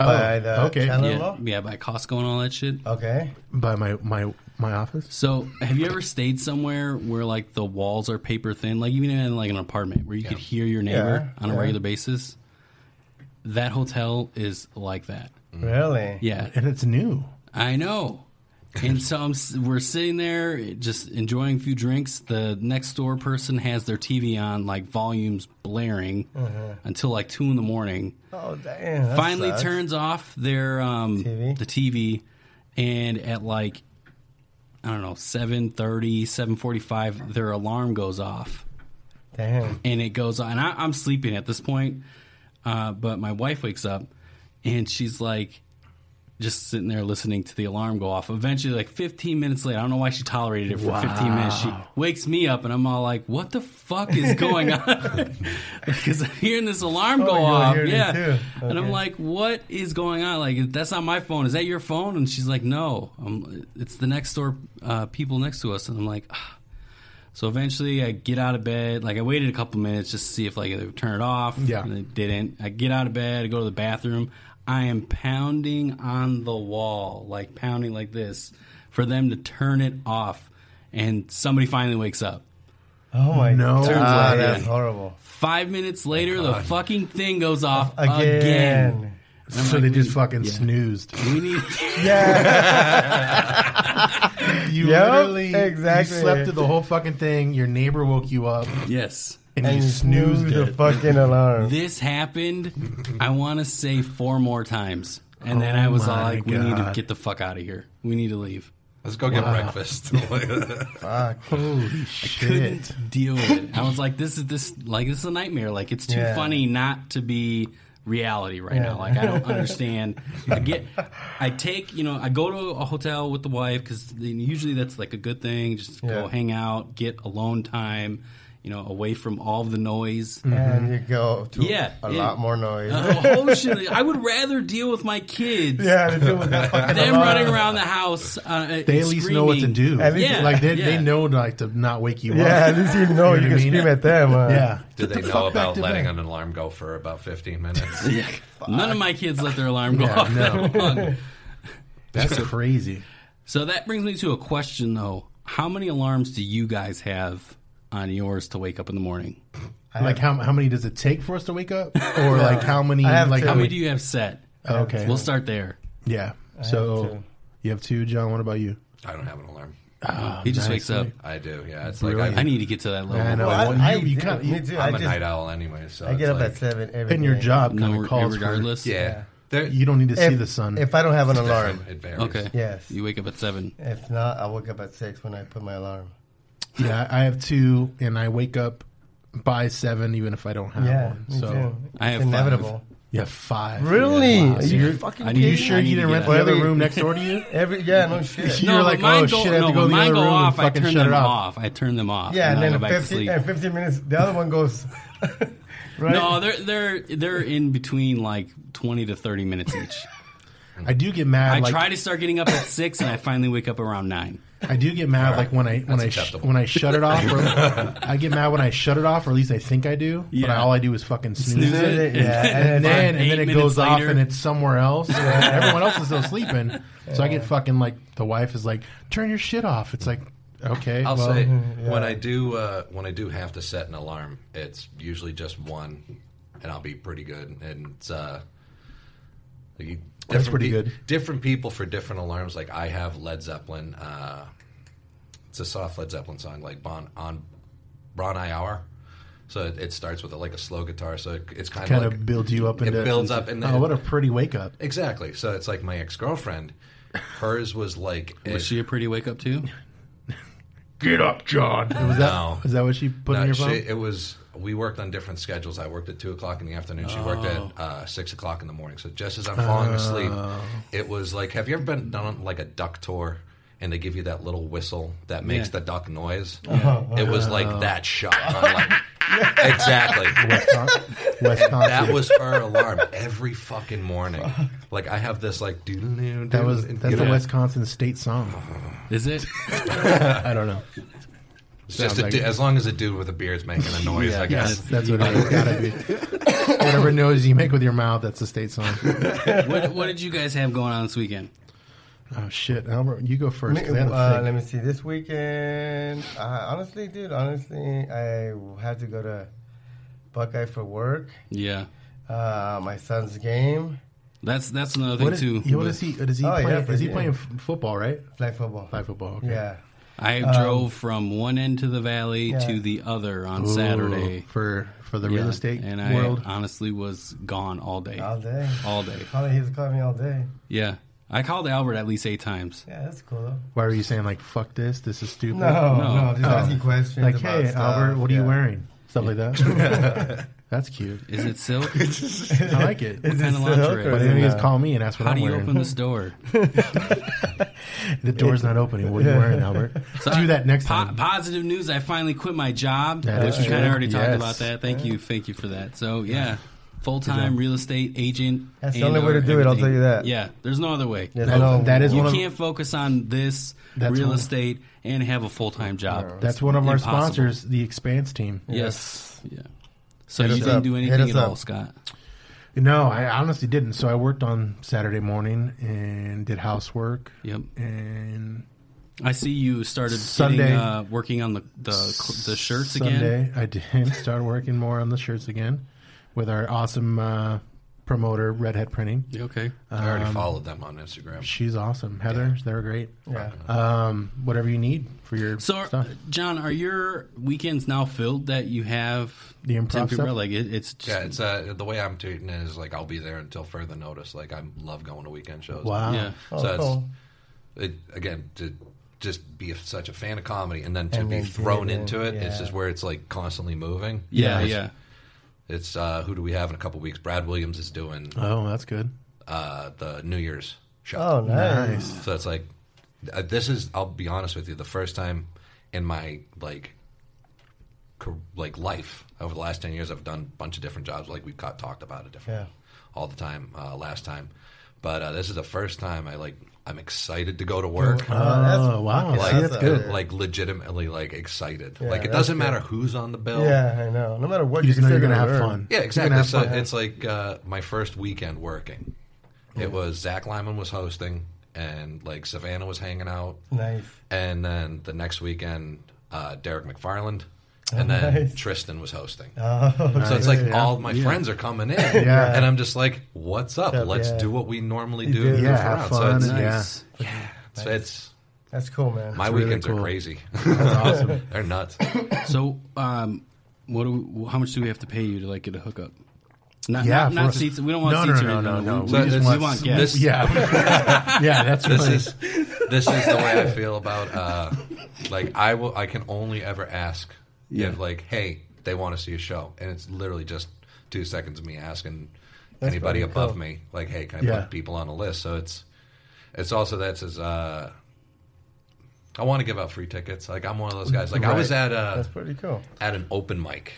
[SPEAKER 4] Oh,
[SPEAKER 5] By the
[SPEAKER 4] okay.
[SPEAKER 5] channel?
[SPEAKER 3] Yeah,
[SPEAKER 5] mall?
[SPEAKER 3] yeah, by Costco and all that shit.
[SPEAKER 5] Okay.
[SPEAKER 4] By my my my office.
[SPEAKER 3] So, have you ever stayed somewhere where like the walls are paper thin, like even in like an apartment where you could hear your neighbor
[SPEAKER 5] Yeah,
[SPEAKER 3] on a
[SPEAKER 5] yeah.
[SPEAKER 3] regular basis? That hotel is like that.
[SPEAKER 4] Mm.
[SPEAKER 5] Really?
[SPEAKER 3] Yeah,
[SPEAKER 4] And it's new.
[SPEAKER 3] I know. and so I'm, s- we're sitting there just enjoying a few drinks. The next door person has their TV on, like volumes blaring until like two in the morning.
[SPEAKER 5] Oh damn! Mm-hmm. that
[SPEAKER 3] Finally
[SPEAKER 5] sucks.
[SPEAKER 3] turns off their um,
[SPEAKER 5] TV?
[SPEAKER 3] the TV, and at like I don't know 7.30, 7.45, their alarm goes off
[SPEAKER 5] Damn.
[SPEAKER 3] and it goes on. And I, I'm sleeping at this point, uh, but my wife wakes up and she's like, just sitting there listening to the alarm go off. Eventually, like 15 minutes later, I don't know why she tolerated it for 15 minutes. She wakes me up and I'm all like, what the fuck is going on? because I'm hearing this alarm go
[SPEAKER 5] you were
[SPEAKER 3] off.
[SPEAKER 5] Oh, hearing it
[SPEAKER 3] Yeah.
[SPEAKER 5] too.
[SPEAKER 3] And I'm
[SPEAKER 5] Okay.
[SPEAKER 3] like, what is going on? Like, that's not my phone. Is that your phone? And she's like, no, um, it's the next door uh, people next to us. And I'm like, ah. So eventually, I get out of bed. Like I waited a couple minutes just to see if like they would turn it off.
[SPEAKER 4] Yeah.
[SPEAKER 3] and they didn't. I get out of bed. I go to the bathroom. I am pounding on the wall, like pounding like this, for them to turn it off. And somebody finally wakes up.
[SPEAKER 5] Oh my
[SPEAKER 4] No
[SPEAKER 5] god,
[SPEAKER 4] way.
[SPEAKER 5] that's horrible.
[SPEAKER 3] Five minutes later, the fucking thing goes off again.
[SPEAKER 5] Again.
[SPEAKER 4] so they just fucking snoozed.
[SPEAKER 3] We need.
[SPEAKER 5] Yeah.
[SPEAKER 4] You
[SPEAKER 5] Yep,
[SPEAKER 4] literally
[SPEAKER 5] exactly.
[SPEAKER 4] you slept through the whole fucking thing. Your neighbor woke you up
[SPEAKER 3] yes.
[SPEAKER 4] and,
[SPEAKER 5] and
[SPEAKER 4] you snoozed,
[SPEAKER 5] the
[SPEAKER 4] it.
[SPEAKER 5] fucking alarm.
[SPEAKER 3] This happened, I want to say four more times. And then I was
[SPEAKER 4] Oh
[SPEAKER 3] all
[SPEAKER 4] my
[SPEAKER 3] like, we need to
[SPEAKER 4] God.
[SPEAKER 3] get the fuck out of here. We need to leave.
[SPEAKER 6] Let's go get breakfast.
[SPEAKER 5] Fuck.
[SPEAKER 4] Holy shit!
[SPEAKER 3] couldn't deal with it. I was like, this is this like this is a nightmare. Like it's too
[SPEAKER 5] Yeah.
[SPEAKER 3] funny not to be reality right
[SPEAKER 5] Yeah.
[SPEAKER 3] now. Like I don't understand. I get, I take you know, I go to a hotel with the wife because usually that's like a good thing. Just
[SPEAKER 5] Yeah.
[SPEAKER 3] go hang out, get alone time, you know, away from all the noise.
[SPEAKER 4] Mm.
[SPEAKER 5] And you go to
[SPEAKER 3] Yeah,
[SPEAKER 5] a
[SPEAKER 3] yeah.
[SPEAKER 5] lot more noise.
[SPEAKER 4] Uh-huh.
[SPEAKER 3] A whole shit- I would rather deal with my kids
[SPEAKER 5] yeah, to do with that fucking
[SPEAKER 3] than
[SPEAKER 5] alarm.
[SPEAKER 3] running around the house. Uh,
[SPEAKER 4] They at least know what to do.
[SPEAKER 5] At least-
[SPEAKER 3] Yeah,
[SPEAKER 4] like they, they
[SPEAKER 3] yeah.
[SPEAKER 4] know like to not wake you
[SPEAKER 5] Yeah,
[SPEAKER 4] up.
[SPEAKER 5] at least you know
[SPEAKER 4] You know what
[SPEAKER 5] you,
[SPEAKER 4] I
[SPEAKER 5] can
[SPEAKER 4] mean?
[SPEAKER 5] scream at them. uh,
[SPEAKER 4] Yeah.
[SPEAKER 6] Did they
[SPEAKER 4] Get the
[SPEAKER 6] know
[SPEAKER 4] fuck back
[SPEAKER 6] about
[SPEAKER 4] to
[SPEAKER 6] letting
[SPEAKER 4] bed.
[SPEAKER 6] an alarm go for about 15 minutes?
[SPEAKER 3] None of my kids let their alarm go
[SPEAKER 4] Yeah,
[SPEAKER 3] off. that long.
[SPEAKER 4] That's crazy.
[SPEAKER 3] So that brings me to a question, though. How many alarms do you guys have on yours to wake up in the morning?
[SPEAKER 4] Like how how many does it take for us to wake up, or like how many?
[SPEAKER 5] I have
[SPEAKER 4] like
[SPEAKER 5] two.
[SPEAKER 4] how
[SPEAKER 3] How many
[SPEAKER 4] many?
[SPEAKER 3] do you have set?
[SPEAKER 4] Okay,
[SPEAKER 3] We'll start there.
[SPEAKER 4] yeah. so
[SPEAKER 5] two.
[SPEAKER 4] you have two, John. What about you?
[SPEAKER 6] I don't have an alarm.
[SPEAKER 3] he just wakes up.
[SPEAKER 6] I do. Yeah, it's
[SPEAKER 3] I
[SPEAKER 6] like
[SPEAKER 3] need to get to that level.
[SPEAKER 4] I know.
[SPEAKER 5] Well,
[SPEAKER 4] Well,
[SPEAKER 5] I,
[SPEAKER 4] you- you
[SPEAKER 5] I
[SPEAKER 4] kinda-
[SPEAKER 5] do, me too.
[SPEAKER 6] I,
[SPEAKER 5] I
[SPEAKER 6] am a
[SPEAKER 5] just,
[SPEAKER 6] night owl anyway, so
[SPEAKER 5] I get
[SPEAKER 6] it's
[SPEAKER 5] up
[SPEAKER 6] like,
[SPEAKER 5] at seven every
[SPEAKER 4] And your
[SPEAKER 5] day.
[SPEAKER 4] job
[SPEAKER 3] No,
[SPEAKER 4] kind of calls
[SPEAKER 3] regardless.
[SPEAKER 6] Yeah, There-
[SPEAKER 4] for you. Don't need to
[SPEAKER 5] If,
[SPEAKER 4] see the sun.
[SPEAKER 5] If I don't have an
[SPEAKER 6] it's
[SPEAKER 5] alarm,
[SPEAKER 6] different. It varies.
[SPEAKER 3] Okay.
[SPEAKER 5] Yes.
[SPEAKER 3] You wake up at seven.
[SPEAKER 5] if not, I wake up at six when I put my alarm.
[SPEAKER 4] yeah, I have two, and I wake up by seven, even if I don't have
[SPEAKER 5] Yeah,
[SPEAKER 4] one.
[SPEAKER 5] me
[SPEAKER 4] So
[SPEAKER 5] too.
[SPEAKER 3] I have
[SPEAKER 5] it's inevitable.
[SPEAKER 4] you have five.
[SPEAKER 5] Really?
[SPEAKER 4] Yeah.
[SPEAKER 5] Are
[SPEAKER 4] So
[SPEAKER 5] you
[SPEAKER 4] you're,
[SPEAKER 5] fucking
[SPEAKER 4] are
[SPEAKER 3] kidding
[SPEAKER 4] you
[SPEAKER 3] me?
[SPEAKER 4] sure
[SPEAKER 3] I
[SPEAKER 4] you
[SPEAKER 3] need
[SPEAKER 4] didn't
[SPEAKER 3] to
[SPEAKER 4] rent
[SPEAKER 3] get
[SPEAKER 4] the
[SPEAKER 5] out.
[SPEAKER 4] other
[SPEAKER 5] Wait.
[SPEAKER 4] room next door to you?
[SPEAKER 5] Every yeah, no shit.
[SPEAKER 4] You're
[SPEAKER 3] when
[SPEAKER 4] like,
[SPEAKER 3] mine
[SPEAKER 4] oh,
[SPEAKER 3] go,
[SPEAKER 4] shit, I have
[SPEAKER 3] no,
[SPEAKER 4] to go
[SPEAKER 3] when
[SPEAKER 4] to the
[SPEAKER 3] mine
[SPEAKER 4] other
[SPEAKER 3] go
[SPEAKER 4] room and
[SPEAKER 3] off, I
[SPEAKER 4] fucking
[SPEAKER 3] turn
[SPEAKER 4] shut
[SPEAKER 3] them
[SPEAKER 4] it
[SPEAKER 3] off.
[SPEAKER 4] off.
[SPEAKER 3] I turn them off.
[SPEAKER 5] Yeah, and
[SPEAKER 3] I
[SPEAKER 5] then
[SPEAKER 3] go
[SPEAKER 5] in
[SPEAKER 3] back to
[SPEAKER 5] 15,
[SPEAKER 3] sleep.
[SPEAKER 5] and 15 minutes, the other one goes. right?
[SPEAKER 3] No, they're they're they're in between like twenty to thirty minutes each.
[SPEAKER 4] I do get mad.
[SPEAKER 3] I
[SPEAKER 4] like,
[SPEAKER 3] try to start getting up at six, and I finally wake up around nine.
[SPEAKER 4] I do get mad like when I when
[SPEAKER 6] That's
[SPEAKER 4] I sh-
[SPEAKER 6] acceptable.
[SPEAKER 4] when I shut it off. Or, I get mad when I shut it off, or at least I think I do. But
[SPEAKER 3] Yeah.
[SPEAKER 4] I, all I do is fucking snooze,
[SPEAKER 3] Snooze it,
[SPEAKER 4] it,
[SPEAKER 5] yeah.
[SPEAKER 4] and then
[SPEAKER 3] Eight
[SPEAKER 4] and then it
[SPEAKER 3] minutes
[SPEAKER 4] goes off
[SPEAKER 3] later.
[SPEAKER 4] and it's somewhere else. Everyone else is still sleeping, so I get fucking like the wife is like, "Turn your shit off." It's like, okay,
[SPEAKER 6] I'll
[SPEAKER 4] well,
[SPEAKER 6] say when I do uh, when I do have to set an alarm, it's usually just one, and I'll be pretty good. And it's uh, you-
[SPEAKER 4] That's
[SPEAKER 6] different
[SPEAKER 4] pretty good.
[SPEAKER 6] Different people for different alarms. Like I have Led Zeppelin. Uh, it's a soft Led Zeppelin song, like Bon on Bon I Hour. So it, it starts with like a slow guitar. So it, it's kind
[SPEAKER 4] kind
[SPEAKER 6] of like,
[SPEAKER 4] of builds you up.
[SPEAKER 6] it
[SPEAKER 4] Into,
[SPEAKER 6] builds up and
[SPEAKER 4] oh,
[SPEAKER 6] then-
[SPEAKER 4] what a pretty wake up.
[SPEAKER 6] exactly. So it's like my ex girlfriend. Hers was like
[SPEAKER 3] Was she a pretty wake up too?
[SPEAKER 4] Get up, John. Was that
[SPEAKER 6] No.
[SPEAKER 4] is that what she put in
[SPEAKER 6] No,
[SPEAKER 4] your
[SPEAKER 6] Uh, she-
[SPEAKER 4] phone?
[SPEAKER 6] it was we worked on different schedules. I worked at two o'clock in the afternoon. She worked
[SPEAKER 4] Oh.
[SPEAKER 6] at uh, six o'clock in the morning. So just as I'm falling asleep, it was like, have you ever been done like a duck tour? And they give you that little whistle that makes
[SPEAKER 3] Yeah.
[SPEAKER 6] the duck noise. It was
[SPEAKER 4] Oh.
[SPEAKER 6] like that shot. I'm like- exactly.
[SPEAKER 4] Wisconsin.
[SPEAKER 6] That was her alarm every fucking morning. Like I have this like doo
[SPEAKER 4] That was that's the Wisconsin state song.
[SPEAKER 3] Is it?
[SPEAKER 4] I don't know.
[SPEAKER 6] just a
[SPEAKER 4] like-
[SPEAKER 6] du- as long as a dude with a beard's making a noise. I guess
[SPEAKER 4] That's, that's what it gotta be. Whatever noise you make with your mouth, that's the state song.
[SPEAKER 3] What, what did you guys have going on this weekend?
[SPEAKER 4] Oh shit, Albert, you go first.
[SPEAKER 5] Me-
[SPEAKER 4] 'cause I had to
[SPEAKER 5] uh,
[SPEAKER 4] think.
[SPEAKER 5] let me see. This weekend, I, honestly, dude, honestly, I had to go to Buckeye for work.
[SPEAKER 3] Yeah.
[SPEAKER 5] Uh, my son's game.
[SPEAKER 3] That's that's another thing
[SPEAKER 4] What is,
[SPEAKER 3] too.
[SPEAKER 4] yeah, what
[SPEAKER 3] but
[SPEAKER 4] is he? Is he,
[SPEAKER 5] Oh, yeah,
[SPEAKER 4] playing,
[SPEAKER 5] for-
[SPEAKER 4] is he
[SPEAKER 5] yeah.
[SPEAKER 4] playing f- football? Right,
[SPEAKER 5] Flag football.
[SPEAKER 4] flag football. okay.
[SPEAKER 5] Yeah.
[SPEAKER 3] I drove from one end to the valley
[SPEAKER 5] um, yeah.
[SPEAKER 3] to the other on
[SPEAKER 4] Ooh,
[SPEAKER 3] Saturday.
[SPEAKER 4] for for the
[SPEAKER 3] Yeah,
[SPEAKER 4] real estate
[SPEAKER 3] and I uh,
[SPEAKER 4] world.
[SPEAKER 3] honestly was gone all day.
[SPEAKER 5] All day.
[SPEAKER 3] All day.
[SPEAKER 5] Calling, he was calling me all day.
[SPEAKER 3] Yeah. I called Albert at least eight times.
[SPEAKER 5] Yeah, that's cool. though.
[SPEAKER 4] Why were you saying like "fuck this"? This is stupid.
[SPEAKER 5] No,
[SPEAKER 3] No.
[SPEAKER 5] no, just
[SPEAKER 4] Oh.
[SPEAKER 5] asking questions.
[SPEAKER 4] Like,
[SPEAKER 5] about
[SPEAKER 4] hey,
[SPEAKER 5] stuff.
[SPEAKER 4] Albert, what are you
[SPEAKER 5] Yeah.
[SPEAKER 4] wearing? Stuff like that. That's cute.
[SPEAKER 3] Is it silk?
[SPEAKER 4] I like it.
[SPEAKER 5] Is
[SPEAKER 3] kind
[SPEAKER 5] it
[SPEAKER 3] of
[SPEAKER 5] silk
[SPEAKER 3] lingerie?
[SPEAKER 5] or
[SPEAKER 4] But
[SPEAKER 5] is
[SPEAKER 4] then
[SPEAKER 5] it
[SPEAKER 4] he just
[SPEAKER 5] not?
[SPEAKER 4] call me and ask what
[SPEAKER 3] How
[SPEAKER 4] I'm
[SPEAKER 3] do you
[SPEAKER 4] wearing.
[SPEAKER 3] open this door?
[SPEAKER 4] The door's not opening. What are you wearing, Albert? do that next
[SPEAKER 3] Po-
[SPEAKER 4] time.
[SPEAKER 3] positive news. I finally quit my job,
[SPEAKER 4] That
[SPEAKER 3] which
[SPEAKER 4] is
[SPEAKER 3] we kind
[SPEAKER 4] true.
[SPEAKER 3] of already talked
[SPEAKER 4] Yes.
[SPEAKER 3] about that. Thank you. Thank you for that. So, yeah. Full time real estate agent.
[SPEAKER 5] That's the
[SPEAKER 3] and
[SPEAKER 5] only way to
[SPEAKER 3] or
[SPEAKER 5] do it, I'll tell you that.
[SPEAKER 3] Yeah, there's no other way.
[SPEAKER 5] There's
[SPEAKER 4] That-
[SPEAKER 5] no-
[SPEAKER 4] that is
[SPEAKER 3] You
[SPEAKER 4] one of-
[SPEAKER 3] can't focus on this
[SPEAKER 4] That's
[SPEAKER 3] real
[SPEAKER 4] one-
[SPEAKER 3] estate and have a full time job.
[SPEAKER 4] That's one of our
[SPEAKER 3] Impossible.
[SPEAKER 4] sponsors, the Expanse team.
[SPEAKER 3] Yes. Yeah. So
[SPEAKER 5] Hit
[SPEAKER 3] you
[SPEAKER 5] us
[SPEAKER 3] didn't
[SPEAKER 5] up.
[SPEAKER 3] do
[SPEAKER 5] Hit
[SPEAKER 3] anything
[SPEAKER 5] us
[SPEAKER 3] at
[SPEAKER 5] up.
[SPEAKER 3] all, Scott.
[SPEAKER 4] No, I honestly didn't. So I worked on Saturday morning and did housework.
[SPEAKER 3] Yep.
[SPEAKER 4] And
[SPEAKER 3] I see you started
[SPEAKER 4] Sunday.
[SPEAKER 3] getting, uh, working on the the, the shirts again.
[SPEAKER 4] Sunday, I did start working more on the shirts again with our awesome uh, promoter, Redhead Printing.
[SPEAKER 3] You Okay.
[SPEAKER 6] I
[SPEAKER 4] Um,
[SPEAKER 6] already followed them on Instagram.
[SPEAKER 4] She's awesome. Heather, they were great.
[SPEAKER 5] Yeah.
[SPEAKER 4] Um, whatever you need for your
[SPEAKER 3] Uh-huh. So,
[SPEAKER 4] stuff.
[SPEAKER 3] John, are your weekends now filled that you have
[SPEAKER 4] The improv
[SPEAKER 3] temporary-
[SPEAKER 4] stuff?
[SPEAKER 3] Like it, it's just,
[SPEAKER 6] Yeah, it's uh, the way I'm treating it is like I'll be there until further notice. Like I love going to weekend shows.
[SPEAKER 4] Wow.
[SPEAKER 3] yeah.
[SPEAKER 5] Oh,
[SPEAKER 6] So it's-
[SPEAKER 5] cool.
[SPEAKER 6] it, again to just be such a fan of comedy and then to
[SPEAKER 5] And
[SPEAKER 6] be
[SPEAKER 5] then do
[SPEAKER 6] thrown
[SPEAKER 5] it,
[SPEAKER 6] into it it's
[SPEAKER 5] yeah.
[SPEAKER 6] just where it's like constantly moving
[SPEAKER 3] Yeah,
[SPEAKER 4] Yeah.
[SPEAKER 3] yeah.
[SPEAKER 6] it's uh who do we have in a couple weeks brad williams is doing
[SPEAKER 4] Oh, that's good.
[SPEAKER 6] uh the new year's show
[SPEAKER 5] Oh, nice.
[SPEAKER 4] Nice.
[SPEAKER 6] so it's like uh, this is i'll be honest with you the first time in my like car- like life over the last 10 years i've done a bunch of different jobs like we've got, talked about it different
[SPEAKER 5] Yeah.
[SPEAKER 6] all the time uh, last time but uh, this is the first time i like i'm excited to go to work
[SPEAKER 4] Oh, wow.
[SPEAKER 5] fucking
[SPEAKER 6] like,
[SPEAKER 4] See, that's
[SPEAKER 5] awesome.
[SPEAKER 4] good.
[SPEAKER 6] like legitimately like excited. like it
[SPEAKER 5] that's
[SPEAKER 6] doesn't
[SPEAKER 5] good.
[SPEAKER 6] matter who's on the bill.
[SPEAKER 5] Yeah, I know. No matter what,
[SPEAKER 4] You just
[SPEAKER 5] can
[SPEAKER 4] know
[SPEAKER 5] still
[SPEAKER 4] you're going to
[SPEAKER 5] go
[SPEAKER 4] have
[SPEAKER 5] work.
[SPEAKER 4] fun.
[SPEAKER 6] Yeah,
[SPEAKER 4] You're gonna
[SPEAKER 6] exactly.
[SPEAKER 4] have
[SPEAKER 6] So
[SPEAKER 4] fun.
[SPEAKER 6] it's like uh, my first weekend working. It was Zach Lyman was hosting and like Savannah was hanging out.
[SPEAKER 5] Nice.
[SPEAKER 6] And then the next weekend, uh, Derek McFarland
[SPEAKER 4] Oh,
[SPEAKER 6] and then
[SPEAKER 5] nice.
[SPEAKER 6] Tristan was hosting.
[SPEAKER 5] Oh,
[SPEAKER 6] So it's like
[SPEAKER 4] Yeah.
[SPEAKER 6] all my friends are coming in,
[SPEAKER 4] Yeah.
[SPEAKER 6] and I'm just like, "What's up?
[SPEAKER 5] Yeah.
[SPEAKER 6] Let's do what we normally do.
[SPEAKER 5] Yeah,
[SPEAKER 6] and goof
[SPEAKER 4] have
[SPEAKER 6] around."
[SPEAKER 4] fun
[SPEAKER 6] So
[SPEAKER 4] and-
[SPEAKER 6] it's,
[SPEAKER 4] Yeah.
[SPEAKER 3] Nice.
[SPEAKER 6] so it's
[SPEAKER 5] that's cool, man.
[SPEAKER 6] my
[SPEAKER 4] really
[SPEAKER 6] weekends
[SPEAKER 4] cool.
[SPEAKER 6] are crazy.
[SPEAKER 4] That's awesome.
[SPEAKER 6] They're nuts.
[SPEAKER 3] So, um, what do we, how much do we have to pay you to like get a hookup? Not,
[SPEAKER 4] Yeah,
[SPEAKER 3] not,
[SPEAKER 4] for
[SPEAKER 3] not
[SPEAKER 4] us-
[SPEAKER 3] seats. We don't want
[SPEAKER 4] No,
[SPEAKER 3] seats
[SPEAKER 4] no,
[SPEAKER 3] or
[SPEAKER 4] no,
[SPEAKER 3] anything.
[SPEAKER 4] no, no.
[SPEAKER 3] We,
[SPEAKER 4] So
[SPEAKER 3] we just
[SPEAKER 6] this-
[SPEAKER 3] want, guests.
[SPEAKER 6] this-
[SPEAKER 4] Yeah. yeah, that's
[SPEAKER 6] this
[SPEAKER 4] funny.
[SPEAKER 6] is this is the way I feel about uh, like I will I can only ever ask
[SPEAKER 3] Yeah.
[SPEAKER 6] if like hey they want to see a show and it's literally just two seconds of me asking anybody
[SPEAKER 5] fucking
[SPEAKER 6] above
[SPEAKER 5] cool.
[SPEAKER 6] me like hey can I
[SPEAKER 4] Yeah.
[SPEAKER 6] put people on a list so it's it's also that's as uh, I want to give out free tickets like I'm one of those guys like I was at uh,
[SPEAKER 5] That's pretty cool.
[SPEAKER 6] at an open mic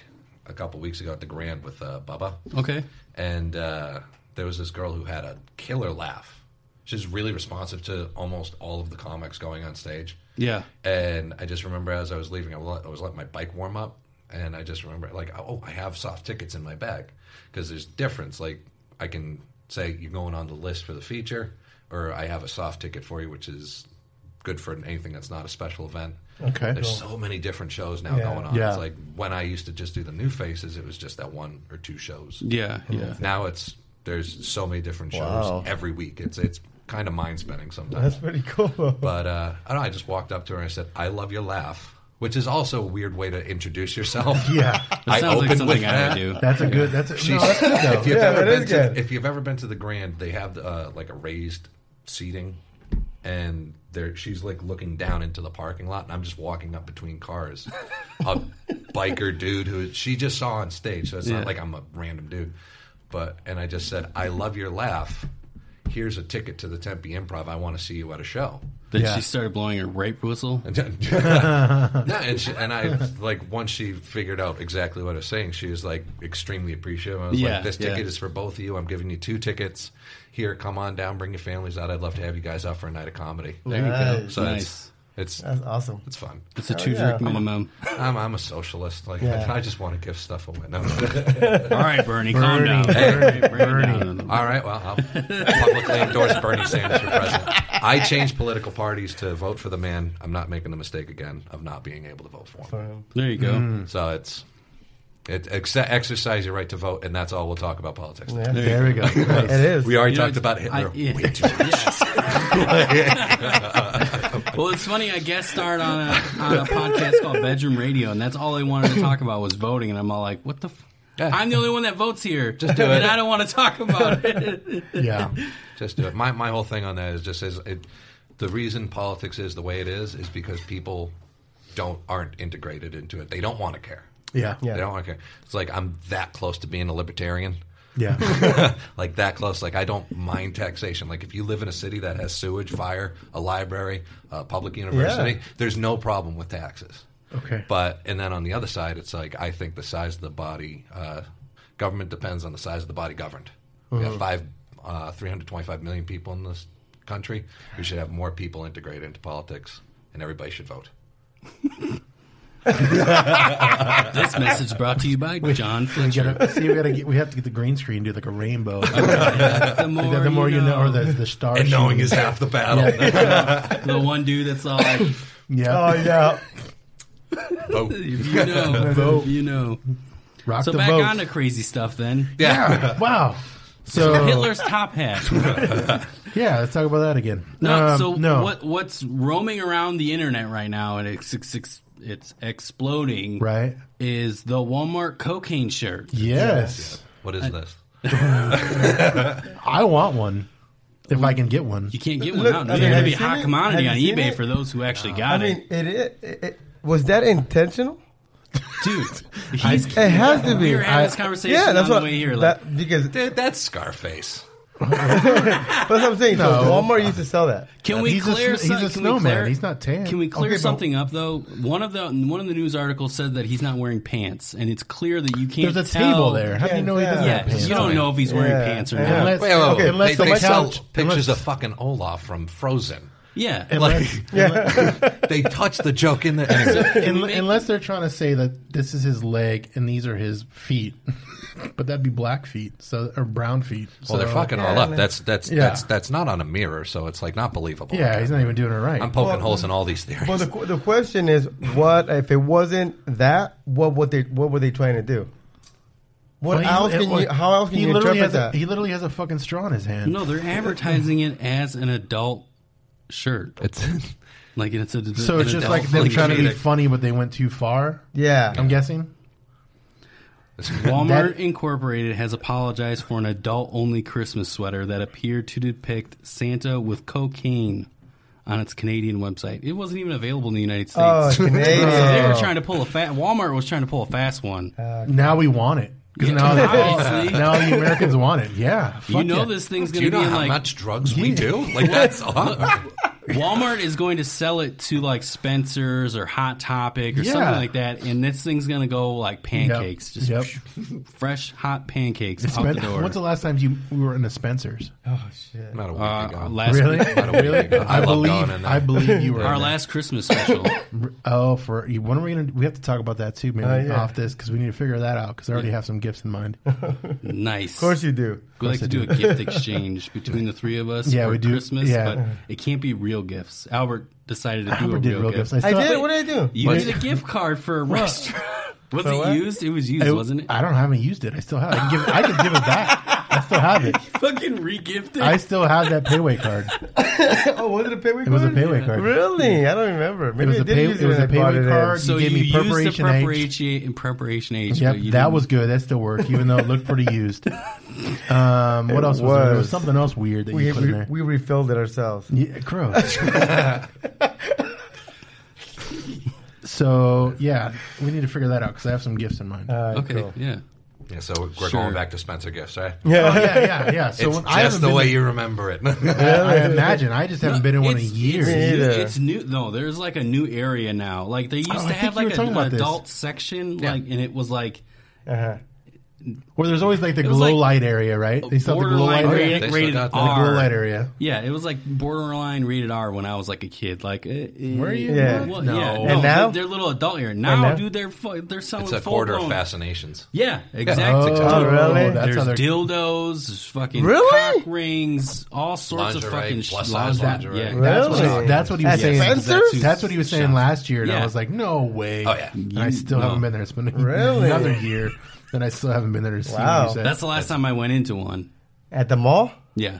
[SPEAKER 6] a couple weeks ago at the Grand with uh, Bubba
[SPEAKER 3] Okay.
[SPEAKER 6] and uh, there was this girl who had a killer laugh. She's really responsive to almost all of the comics going on stage.
[SPEAKER 3] Yeah.
[SPEAKER 6] And I just remember as I was leaving, I was, I was letting my bike warm up, and I just remember like, oh, I have soft tickets in my bag because there's difference. Like I can say you're going on the list for the feature, or I have a soft ticket for you, which is good for anything that's not a special event.
[SPEAKER 4] Okay.
[SPEAKER 6] There's so many different shows now
[SPEAKER 5] Yeah.
[SPEAKER 6] going on.
[SPEAKER 4] Yeah.
[SPEAKER 6] It's like when I used to just do the new faces, it was just that one or two shows.
[SPEAKER 3] Yeah. Yeah.
[SPEAKER 6] Now it's there's so many different shows
[SPEAKER 5] Wow.
[SPEAKER 6] every week. It's it's kind of mind spinning sometimes.
[SPEAKER 5] That's pretty cool.
[SPEAKER 6] But uh, I don't know. I just walked up to her and I said, "I love your laugh," which is also a weird way to introduce yourself.
[SPEAKER 4] Yeah.
[SPEAKER 3] That
[SPEAKER 6] I
[SPEAKER 3] sounds like
[SPEAKER 6] opened
[SPEAKER 3] something
[SPEAKER 6] with
[SPEAKER 3] I
[SPEAKER 6] that.
[SPEAKER 3] would do.
[SPEAKER 4] That's a good. That's a, no, that's
[SPEAKER 6] She's-
[SPEAKER 4] good though.
[SPEAKER 6] if you've
[SPEAKER 5] Yeah,
[SPEAKER 6] ever
[SPEAKER 5] that
[SPEAKER 6] been
[SPEAKER 5] is
[SPEAKER 6] to
[SPEAKER 5] good.
[SPEAKER 6] if you've ever been to the Grand, they have uh, like a raised seating, and there she's like looking down into the parking lot, and I'm just walking up between cars. a biker dude who she just saw on stage, so it's
[SPEAKER 3] Yeah.
[SPEAKER 6] not like I'm a random dude. But and I just said, I love your laugh. Here's a ticket to the Tempe Improv. I want to see you at a show.
[SPEAKER 3] Then
[SPEAKER 4] Yeah.
[SPEAKER 3] she started blowing her rape whistle.
[SPEAKER 6] no, and, she, and I like once she figured out exactly what I was saying, she was like extremely appreciative. I was
[SPEAKER 3] Yeah,
[SPEAKER 6] like, "This
[SPEAKER 3] yeah.
[SPEAKER 6] ticket is for both of you. I'm giving you two tickets. Here, come on down, bring your families out. I'd love to have you guys out for a night of comedy."
[SPEAKER 5] you go. Nice.
[SPEAKER 6] So
[SPEAKER 3] Nice.
[SPEAKER 6] it's it's
[SPEAKER 5] That's awesome.
[SPEAKER 6] it's fun.
[SPEAKER 3] It's a two drink
[SPEAKER 5] yeah.
[SPEAKER 3] minimum.
[SPEAKER 6] I'm I'm a socialist. Like
[SPEAKER 5] Yeah.
[SPEAKER 6] I, just want to give stuff away. No.
[SPEAKER 3] All right, Bernie, calm
[SPEAKER 4] Bernie,
[SPEAKER 3] down.
[SPEAKER 4] Bernie,
[SPEAKER 3] Bring it
[SPEAKER 4] Bernie.
[SPEAKER 3] down.
[SPEAKER 6] All right, well, I'll publicly endorse Bernie Sanders for president. I changed political parties to vote for the man. I'm not making the mistake again of not being able to vote for him.
[SPEAKER 5] For him.
[SPEAKER 3] There you go.
[SPEAKER 6] So it's It, ex- exercise your right to vote, and that's all we'll talk about politics.
[SPEAKER 5] Yeah.
[SPEAKER 4] There we go.
[SPEAKER 5] It
[SPEAKER 4] Nice.
[SPEAKER 5] is.
[SPEAKER 6] We already
[SPEAKER 3] You know,
[SPEAKER 6] talked about Hitler
[SPEAKER 3] I- yeah.
[SPEAKER 6] way too much.
[SPEAKER 3] Well, it's funny. I guest starred on a, on a podcast called Bedroom Radio, and that's all they wanted to talk about was voting. And I'm all like, "What the? F-
[SPEAKER 6] Yeah.
[SPEAKER 3] I'm the only one that votes here,
[SPEAKER 6] Just do
[SPEAKER 3] and
[SPEAKER 6] it.
[SPEAKER 3] I don't want to talk about it."
[SPEAKER 4] Yeah.
[SPEAKER 6] Just do it. My my whole thing on that is just is it, the reason politics is the way it is is because people don't aren't integrated into it. They don't want to care.
[SPEAKER 4] Yeah.
[SPEAKER 5] Yeah.
[SPEAKER 6] They don't want to care. It's like I'm that close to being a libertarian.
[SPEAKER 4] Yeah.
[SPEAKER 6] like that close. Like I don't mind taxation. Like if you live in a city that has sewage, fire, a library, a public university,
[SPEAKER 5] Yeah.
[SPEAKER 6] there's no problem with taxes.
[SPEAKER 4] Okay.
[SPEAKER 6] But and then on the other side, it's like I think the size of the body, uh, government depends on the size of the body governed. We
[SPEAKER 4] Mm-hmm.
[SPEAKER 6] have five, uh, three hundred twenty-five million people in this country. We should have more people integrated into politics, and everybody should vote.
[SPEAKER 3] this message brought to you by John
[SPEAKER 4] We
[SPEAKER 3] Fletcher.
[SPEAKER 4] gotta, see, we gotta get, we have to get the green screen, do like a rainbow.
[SPEAKER 3] The more,
[SPEAKER 4] the more you know, or the, the star.
[SPEAKER 6] And knowing
[SPEAKER 4] shooting.
[SPEAKER 6] is half the battle.
[SPEAKER 3] the one dude that's all like,
[SPEAKER 4] yeah,
[SPEAKER 5] Oh yeah.
[SPEAKER 6] Vote.
[SPEAKER 3] "If you know,
[SPEAKER 4] Vote.
[SPEAKER 3] if you know."
[SPEAKER 4] rock
[SPEAKER 3] So
[SPEAKER 4] the
[SPEAKER 3] back
[SPEAKER 4] vote.
[SPEAKER 3] on to crazy stuff then.
[SPEAKER 6] Yeah.
[SPEAKER 4] wow. So
[SPEAKER 3] Hitler's top hat.
[SPEAKER 4] yeah, let's talk about that again.
[SPEAKER 3] No,
[SPEAKER 4] Um,
[SPEAKER 3] so
[SPEAKER 4] no,
[SPEAKER 3] what what's roaming around the internet right now and it's it's, it's- it's exploding
[SPEAKER 4] right?
[SPEAKER 3] is the Walmart cocaine shirt.
[SPEAKER 4] Yes,
[SPEAKER 6] What is this?
[SPEAKER 4] I want one if I can get one.
[SPEAKER 3] You can't get one
[SPEAKER 5] Look,
[SPEAKER 3] out.
[SPEAKER 5] I
[SPEAKER 3] It's going
[SPEAKER 5] mean,
[SPEAKER 3] to
[SPEAKER 5] have
[SPEAKER 3] be a
[SPEAKER 5] you
[SPEAKER 3] hot
[SPEAKER 5] seen it?
[SPEAKER 3] commodity on
[SPEAKER 5] Have you seen
[SPEAKER 3] eBay
[SPEAKER 5] it?
[SPEAKER 3] for those who actually
[SPEAKER 5] I
[SPEAKER 3] got
[SPEAKER 5] mean,
[SPEAKER 3] it.
[SPEAKER 5] it, it, it, it was that intentional?
[SPEAKER 3] Dude, he's,
[SPEAKER 5] It has to be.
[SPEAKER 3] we were having
[SPEAKER 5] I-
[SPEAKER 3] this conversation
[SPEAKER 5] yeah, that's
[SPEAKER 3] on the
[SPEAKER 5] what,
[SPEAKER 3] way here. Like,
[SPEAKER 5] that, because that's
[SPEAKER 6] Dude, that's Scarface.
[SPEAKER 5] what I'm saying. So
[SPEAKER 4] No.
[SPEAKER 5] Walmart used to sell that.
[SPEAKER 3] Can we
[SPEAKER 4] He's a
[SPEAKER 3] clear?
[SPEAKER 4] sn-
[SPEAKER 3] some-
[SPEAKER 4] he's a
[SPEAKER 3] can we
[SPEAKER 4] snowman.
[SPEAKER 3] clear-
[SPEAKER 4] He's not tan.
[SPEAKER 3] Can we clear
[SPEAKER 5] Okay, but-
[SPEAKER 3] something up though? One of the one of the news articles said that he's not wearing pants, and it's clear that you can't.
[SPEAKER 4] There's a
[SPEAKER 3] tell-
[SPEAKER 4] table there. How do you
[SPEAKER 5] Yeah,
[SPEAKER 4] know he doesn't
[SPEAKER 5] yeah.
[SPEAKER 4] have
[SPEAKER 3] Yeah,
[SPEAKER 4] pants?
[SPEAKER 3] you don't
[SPEAKER 6] on.
[SPEAKER 3] know if he's wearing
[SPEAKER 5] Yeah,
[SPEAKER 3] pants or
[SPEAKER 5] yeah.
[SPEAKER 3] not.
[SPEAKER 4] Unless,
[SPEAKER 6] Wait, wait, wait.
[SPEAKER 4] okay, unless
[SPEAKER 6] they, they
[SPEAKER 4] the
[SPEAKER 6] sell
[SPEAKER 4] couch-
[SPEAKER 6] pictures
[SPEAKER 4] unless-
[SPEAKER 6] of fucking Olaf from Frozen.
[SPEAKER 3] Yeah,
[SPEAKER 4] Unless,
[SPEAKER 6] They touch the joke in the. Anyway.
[SPEAKER 4] unle- unless they're trying to say that this is his leg and these are his feet, but that'd be black feet, so or brown feet.
[SPEAKER 6] Well, they're
[SPEAKER 4] so-
[SPEAKER 6] fucking all
[SPEAKER 5] Yeah,
[SPEAKER 6] up.
[SPEAKER 5] man.
[SPEAKER 6] That's that's
[SPEAKER 4] Yeah.
[SPEAKER 6] that's that's not on a mirror, so it's like not believable.
[SPEAKER 4] uh, Yeah, he's not even doing it right.
[SPEAKER 6] I'm poking
[SPEAKER 5] Well,
[SPEAKER 6] holes in all these theories.
[SPEAKER 5] Well, the, qu- the question is, what if it wasn't that? What would they? What were they trying to do? What
[SPEAKER 4] Well, he-
[SPEAKER 5] else
[SPEAKER 4] it
[SPEAKER 5] can
[SPEAKER 4] was-
[SPEAKER 5] you? How else can
[SPEAKER 4] he
[SPEAKER 5] you
[SPEAKER 4] literally
[SPEAKER 5] interpret
[SPEAKER 4] has a-
[SPEAKER 5] that?
[SPEAKER 4] he literally has a fucking straw in his hand.
[SPEAKER 3] no, they're advertising it as an adult shirt.
[SPEAKER 6] it's
[SPEAKER 3] Like it's a
[SPEAKER 4] so it's
[SPEAKER 3] an
[SPEAKER 4] just
[SPEAKER 3] adult
[SPEAKER 4] like they're
[SPEAKER 3] fucking
[SPEAKER 4] trying to be
[SPEAKER 3] shirt.
[SPEAKER 4] funny, but they went too far.
[SPEAKER 5] yeah,
[SPEAKER 4] I'm guessing.
[SPEAKER 3] Walmart Incorporated has apologized for an adult-only Christmas sweater that appeared to depict Santa with cocaine on its Canadian website. It wasn't even available in the United States.
[SPEAKER 5] oh, Canadian.
[SPEAKER 3] So they were trying to pull a fat. Walmart was trying to pull a fast one.
[SPEAKER 4] Now we want it because
[SPEAKER 3] Yeah,
[SPEAKER 4] now,
[SPEAKER 3] obviously.
[SPEAKER 4] now the Americans want it. Yeah,
[SPEAKER 3] you
[SPEAKER 4] fuck
[SPEAKER 3] know
[SPEAKER 4] yeah.
[SPEAKER 3] this thing's
[SPEAKER 6] do
[SPEAKER 3] going to
[SPEAKER 6] you
[SPEAKER 3] be
[SPEAKER 6] know
[SPEAKER 3] in
[SPEAKER 6] how
[SPEAKER 3] like
[SPEAKER 6] much drugs we do? Like that's
[SPEAKER 3] Walmart is going to sell it to like Spencer's or Hot Topic or
[SPEAKER 4] Yeah.
[SPEAKER 3] something like that, and this thing's going to go like pancakes, just
[SPEAKER 4] Yep.
[SPEAKER 3] fresh hot pancakes out
[SPEAKER 4] Spen-
[SPEAKER 3] the door.
[SPEAKER 4] When's the last time you we were in a Spencer's?
[SPEAKER 5] oh shit.
[SPEAKER 6] not a week
[SPEAKER 3] uh,
[SPEAKER 6] ago.
[SPEAKER 3] last
[SPEAKER 4] Really?
[SPEAKER 6] Not a week ago. I, love
[SPEAKER 4] believe.
[SPEAKER 6] going in there.
[SPEAKER 4] I believe you were.
[SPEAKER 3] our
[SPEAKER 4] in
[SPEAKER 3] last Christmas special.
[SPEAKER 4] there. Oh, for you- when are we gonna? We have to talk about that too. Maybe
[SPEAKER 5] Uh, yeah.
[SPEAKER 4] off this because we need to figure that out because I already have some gifts in mind.
[SPEAKER 3] nice.
[SPEAKER 5] Of course you do.
[SPEAKER 3] we like to do a gift exchange between the three of us.
[SPEAKER 4] Yeah,
[SPEAKER 3] for
[SPEAKER 4] we do-
[SPEAKER 3] Christmas,
[SPEAKER 4] yeah.
[SPEAKER 3] but it can't be real gifts. Albert decided to do a
[SPEAKER 4] Albert did
[SPEAKER 3] real,
[SPEAKER 4] real
[SPEAKER 3] gift.
[SPEAKER 4] gifts.
[SPEAKER 5] I
[SPEAKER 4] still-
[SPEAKER 5] did. What did I do?
[SPEAKER 3] You used a gift card for a restaurant. Was it
[SPEAKER 5] what?
[SPEAKER 3] used? It was used,
[SPEAKER 4] I-
[SPEAKER 3] wasn't it?
[SPEAKER 4] I don't. I haven't used it. I still have. It. I can give. It, I can give it back. I still have it.
[SPEAKER 3] fucking regifted.
[SPEAKER 4] I still have that payway card.
[SPEAKER 5] Oh, was it a payway card?
[SPEAKER 4] It was a payway card.
[SPEAKER 5] Really? I don't remember. Maybe
[SPEAKER 4] was
[SPEAKER 5] I
[SPEAKER 4] a
[SPEAKER 5] did
[SPEAKER 4] pay-
[SPEAKER 5] use
[SPEAKER 4] it was
[SPEAKER 5] when
[SPEAKER 4] a
[SPEAKER 5] I bought
[SPEAKER 4] payway
[SPEAKER 5] it in.
[SPEAKER 4] card.
[SPEAKER 3] so
[SPEAKER 4] you gave
[SPEAKER 3] you
[SPEAKER 4] me
[SPEAKER 3] used the
[SPEAKER 4] preparation age.
[SPEAKER 3] preparation in preparation age.
[SPEAKER 4] Yep,
[SPEAKER 3] but you
[SPEAKER 4] that
[SPEAKER 3] didn't-
[SPEAKER 4] was good. That still worked, even though it looked pretty used. Um, what
[SPEAKER 5] It
[SPEAKER 4] else was, there? There was
[SPEAKER 5] was.
[SPEAKER 4] something else weird that
[SPEAKER 5] We,
[SPEAKER 4] you put in
[SPEAKER 5] we,
[SPEAKER 4] there.
[SPEAKER 5] we refilled it ourselves.
[SPEAKER 4] yeah, gross. so yeah, we need to figure that out because I have some gifts in mind.
[SPEAKER 5] All right,
[SPEAKER 3] okay.
[SPEAKER 5] cool.
[SPEAKER 3] Yeah,
[SPEAKER 6] yeah, so we're
[SPEAKER 3] Sure.
[SPEAKER 6] going back to Spencer gifts, right?
[SPEAKER 4] oh, yeah, yeah, yeah. So
[SPEAKER 6] it's
[SPEAKER 4] when- I
[SPEAKER 6] just
[SPEAKER 4] haven't
[SPEAKER 6] the
[SPEAKER 4] been
[SPEAKER 6] way
[SPEAKER 4] in-
[SPEAKER 6] you remember it.
[SPEAKER 4] I, I imagine I just haven't been in one in
[SPEAKER 3] It's- It's,
[SPEAKER 4] years.
[SPEAKER 5] Me
[SPEAKER 3] new-
[SPEAKER 5] either.
[SPEAKER 3] it's new. No, there's like a new area now. Like they used
[SPEAKER 4] Oh, I
[SPEAKER 3] to
[SPEAKER 4] think
[SPEAKER 3] have
[SPEAKER 4] you were
[SPEAKER 3] like a,
[SPEAKER 4] talking
[SPEAKER 3] an
[SPEAKER 4] about this.
[SPEAKER 3] adult section, like, and it was like
[SPEAKER 5] Uh-huh.
[SPEAKER 4] Or there's always like the glow
[SPEAKER 3] was like
[SPEAKER 4] light area, right? They still have the glow light
[SPEAKER 3] borderline
[SPEAKER 4] area.
[SPEAKER 3] rated,
[SPEAKER 6] They still
[SPEAKER 3] rated
[SPEAKER 6] got that.
[SPEAKER 4] The glow light
[SPEAKER 3] R.
[SPEAKER 4] area.
[SPEAKER 3] Yeah, it was like borderline rated R when I was like a kid. Like, where
[SPEAKER 4] Were you?
[SPEAKER 5] Yeah.
[SPEAKER 3] Well,
[SPEAKER 4] No.
[SPEAKER 3] yeah,
[SPEAKER 4] And
[SPEAKER 3] no,
[SPEAKER 5] now?
[SPEAKER 3] they're, they're little adult here. Now,
[SPEAKER 5] now?
[SPEAKER 3] dude, they're fu- they're selling
[SPEAKER 6] It's a
[SPEAKER 3] full
[SPEAKER 6] quarter of
[SPEAKER 3] blown-
[SPEAKER 6] fascinations.
[SPEAKER 3] Yeah, exactly.
[SPEAKER 6] Oh,
[SPEAKER 5] Oh, really?
[SPEAKER 4] That's
[SPEAKER 3] There's
[SPEAKER 4] how they're-
[SPEAKER 3] dildos, there's fucking
[SPEAKER 5] Really?
[SPEAKER 3] cock rings, all sorts of
[SPEAKER 6] Lingerie,
[SPEAKER 3] fucking shit.
[SPEAKER 6] plus size lingerie.
[SPEAKER 3] Yeah,
[SPEAKER 6] Really?
[SPEAKER 4] That's what,
[SPEAKER 5] Really?
[SPEAKER 4] he, that's what he was
[SPEAKER 5] Oh, That's
[SPEAKER 4] saying.
[SPEAKER 5] expensive?
[SPEAKER 4] That's, who- that's what he was saying last year, and
[SPEAKER 3] Yeah.
[SPEAKER 4] I was like, "No way!"
[SPEAKER 6] Oh, yeah.
[SPEAKER 4] And I still
[SPEAKER 3] No.
[SPEAKER 4] haven't been there. It's been
[SPEAKER 5] Really?
[SPEAKER 4] another year, and I still haven't been there to see
[SPEAKER 5] Wow.
[SPEAKER 4] what you said.
[SPEAKER 3] that's the last time I went into one.
[SPEAKER 5] At the mall?
[SPEAKER 3] Yeah,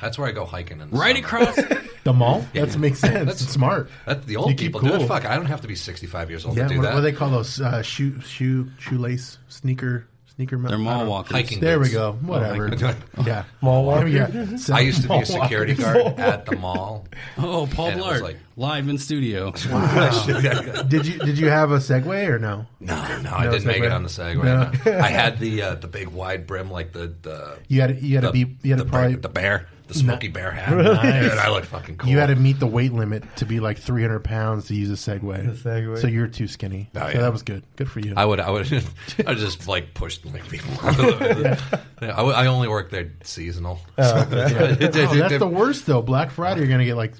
[SPEAKER 6] That's where I go hiking. In the
[SPEAKER 3] right
[SPEAKER 6] summer.
[SPEAKER 3] across.
[SPEAKER 4] the mall. That makes sense. That's smart.
[SPEAKER 6] That's the
[SPEAKER 4] You
[SPEAKER 6] old
[SPEAKER 4] keep
[SPEAKER 6] people do
[SPEAKER 4] cool.
[SPEAKER 6] it. Fuck, I don't have to be 65 years old
[SPEAKER 4] yeah,
[SPEAKER 6] to do
[SPEAKER 4] what,
[SPEAKER 6] that.
[SPEAKER 4] what do they call those uh, shoe, shoe, shoelace, sneaker, sneaker?
[SPEAKER 3] they're mall walkers.
[SPEAKER 6] hiking.
[SPEAKER 4] There we
[SPEAKER 6] boots. Oh,
[SPEAKER 4] go. Whatever.
[SPEAKER 6] God.
[SPEAKER 4] yeah,
[SPEAKER 5] Mall walker?
[SPEAKER 4] Yeah. So-
[SPEAKER 6] I used to be
[SPEAKER 4] mall
[SPEAKER 6] a security
[SPEAKER 4] walker.
[SPEAKER 6] guard at the mall.
[SPEAKER 3] Oh, Paul
[SPEAKER 6] And it was
[SPEAKER 3] Blart,
[SPEAKER 6] like-
[SPEAKER 3] live in studio.
[SPEAKER 4] Did you did you have a Segway or no?
[SPEAKER 6] No, no, I
[SPEAKER 4] No
[SPEAKER 6] didn't make
[SPEAKER 4] segue.
[SPEAKER 6] it on the Segway.
[SPEAKER 4] No.
[SPEAKER 6] no. I had the uh, the big wide brim, like the the
[SPEAKER 4] You had you had
[SPEAKER 6] the,
[SPEAKER 4] to be you had
[SPEAKER 6] the,
[SPEAKER 4] to probably
[SPEAKER 6] bear, the bear, the smoky bear hat.
[SPEAKER 4] Nice.
[SPEAKER 6] Dude, I looked fucking cool.
[SPEAKER 4] you had to meet the weight limit to be like 300 pounds to use a Segway.
[SPEAKER 5] The Segway.
[SPEAKER 4] So you're too skinny.
[SPEAKER 6] Oh,
[SPEAKER 4] so
[SPEAKER 6] yeah.
[SPEAKER 4] that was good. Good for you.
[SPEAKER 6] I would, I would, I would just like pushed like people. yeah. I, would- I only worked there seasonal.
[SPEAKER 4] Oh, that's the worst though. Black Friday, you're gonna get like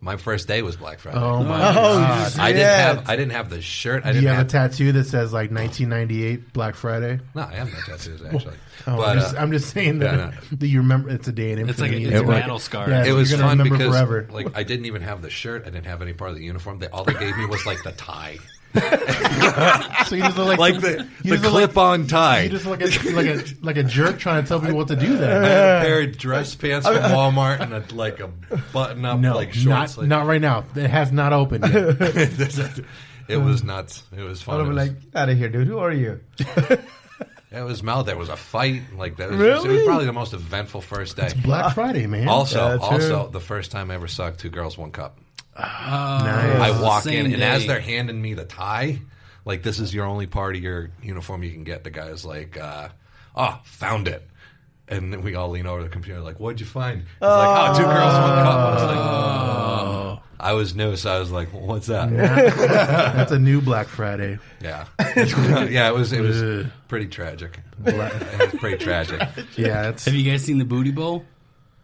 [SPEAKER 6] My first day was Black Friday.
[SPEAKER 4] oh my.
[SPEAKER 5] Oh,
[SPEAKER 6] I didn't
[SPEAKER 5] yeah.
[SPEAKER 6] have, I didn't have the shirt. I
[SPEAKER 4] Do
[SPEAKER 6] didn't
[SPEAKER 4] you have a
[SPEAKER 6] have.
[SPEAKER 4] tattoo that says like 1998 Black Friday?
[SPEAKER 6] no, I have no tattoos actually.
[SPEAKER 4] Oh,
[SPEAKER 6] but
[SPEAKER 4] I'm, just,
[SPEAKER 6] uh,
[SPEAKER 4] I'm just saying that,
[SPEAKER 6] yeah,
[SPEAKER 4] that you remember. It's a day in infamy.
[SPEAKER 3] It's like a, it's
[SPEAKER 4] It's
[SPEAKER 3] a
[SPEAKER 4] like-
[SPEAKER 3] battle scar.
[SPEAKER 4] yeah.
[SPEAKER 6] it
[SPEAKER 4] you're
[SPEAKER 6] was
[SPEAKER 4] gonna
[SPEAKER 6] fun
[SPEAKER 4] remember
[SPEAKER 6] because
[SPEAKER 4] forever.
[SPEAKER 6] like I didn't even have the shirt. I didn't have any part of the uniform. They all they gave me was like the tie,
[SPEAKER 4] So you just look like,
[SPEAKER 6] like
[SPEAKER 4] some-
[SPEAKER 6] the,
[SPEAKER 4] you
[SPEAKER 6] the
[SPEAKER 4] just look like-
[SPEAKER 6] clip on tie.
[SPEAKER 4] You just look like a, like a like a jerk trying to tell people what to do.
[SPEAKER 6] I
[SPEAKER 4] Then
[SPEAKER 6] had a pair of dress pants from Walmart and a, like a button up
[SPEAKER 4] no,
[SPEAKER 6] like short
[SPEAKER 4] not
[SPEAKER 6] sleeve.
[SPEAKER 4] not right now. It has not opened. Yet.
[SPEAKER 6] it was nuts. It was
[SPEAKER 5] I
[SPEAKER 6] fun.
[SPEAKER 5] would
[SPEAKER 6] It
[SPEAKER 5] be
[SPEAKER 6] was,
[SPEAKER 5] like, out of here, dude. Who are you?
[SPEAKER 6] it was mad. There was a fight. Like that was, it
[SPEAKER 5] Really?
[SPEAKER 6] was probably the most eventful first day.
[SPEAKER 4] Black Friday, man.
[SPEAKER 6] Also,
[SPEAKER 5] That's
[SPEAKER 6] also the first time I ever sucked two girls one cup.
[SPEAKER 4] nice.
[SPEAKER 6] I walk
[SPEAKER 3] same
[SPEAKER 6] in and
[SPEAKER 3] day.
[SPEAKER 6] as they're handing me the tie, like this is your only part of your uniform you can get. The guy's like, uh, "Oh, found it." And then we all lean over the computer, like, "What'd you find?" He's like, "Oh, two girls, one cup." I was like, "Oh." I was new, so I was like, well, "What's that?"
[SPEAKER 4] That's a new Black Friday.
[SPEAKER 6] Yeah, yeah. It was it was
[SPEAKER 4] Ugh.
[SPEAKER 6] pretty tragic. it was pretty tragic.
[SPEAKER 4] Yeah, that's
[SPEAKER 3] Have you guys seen the Booty Bowl?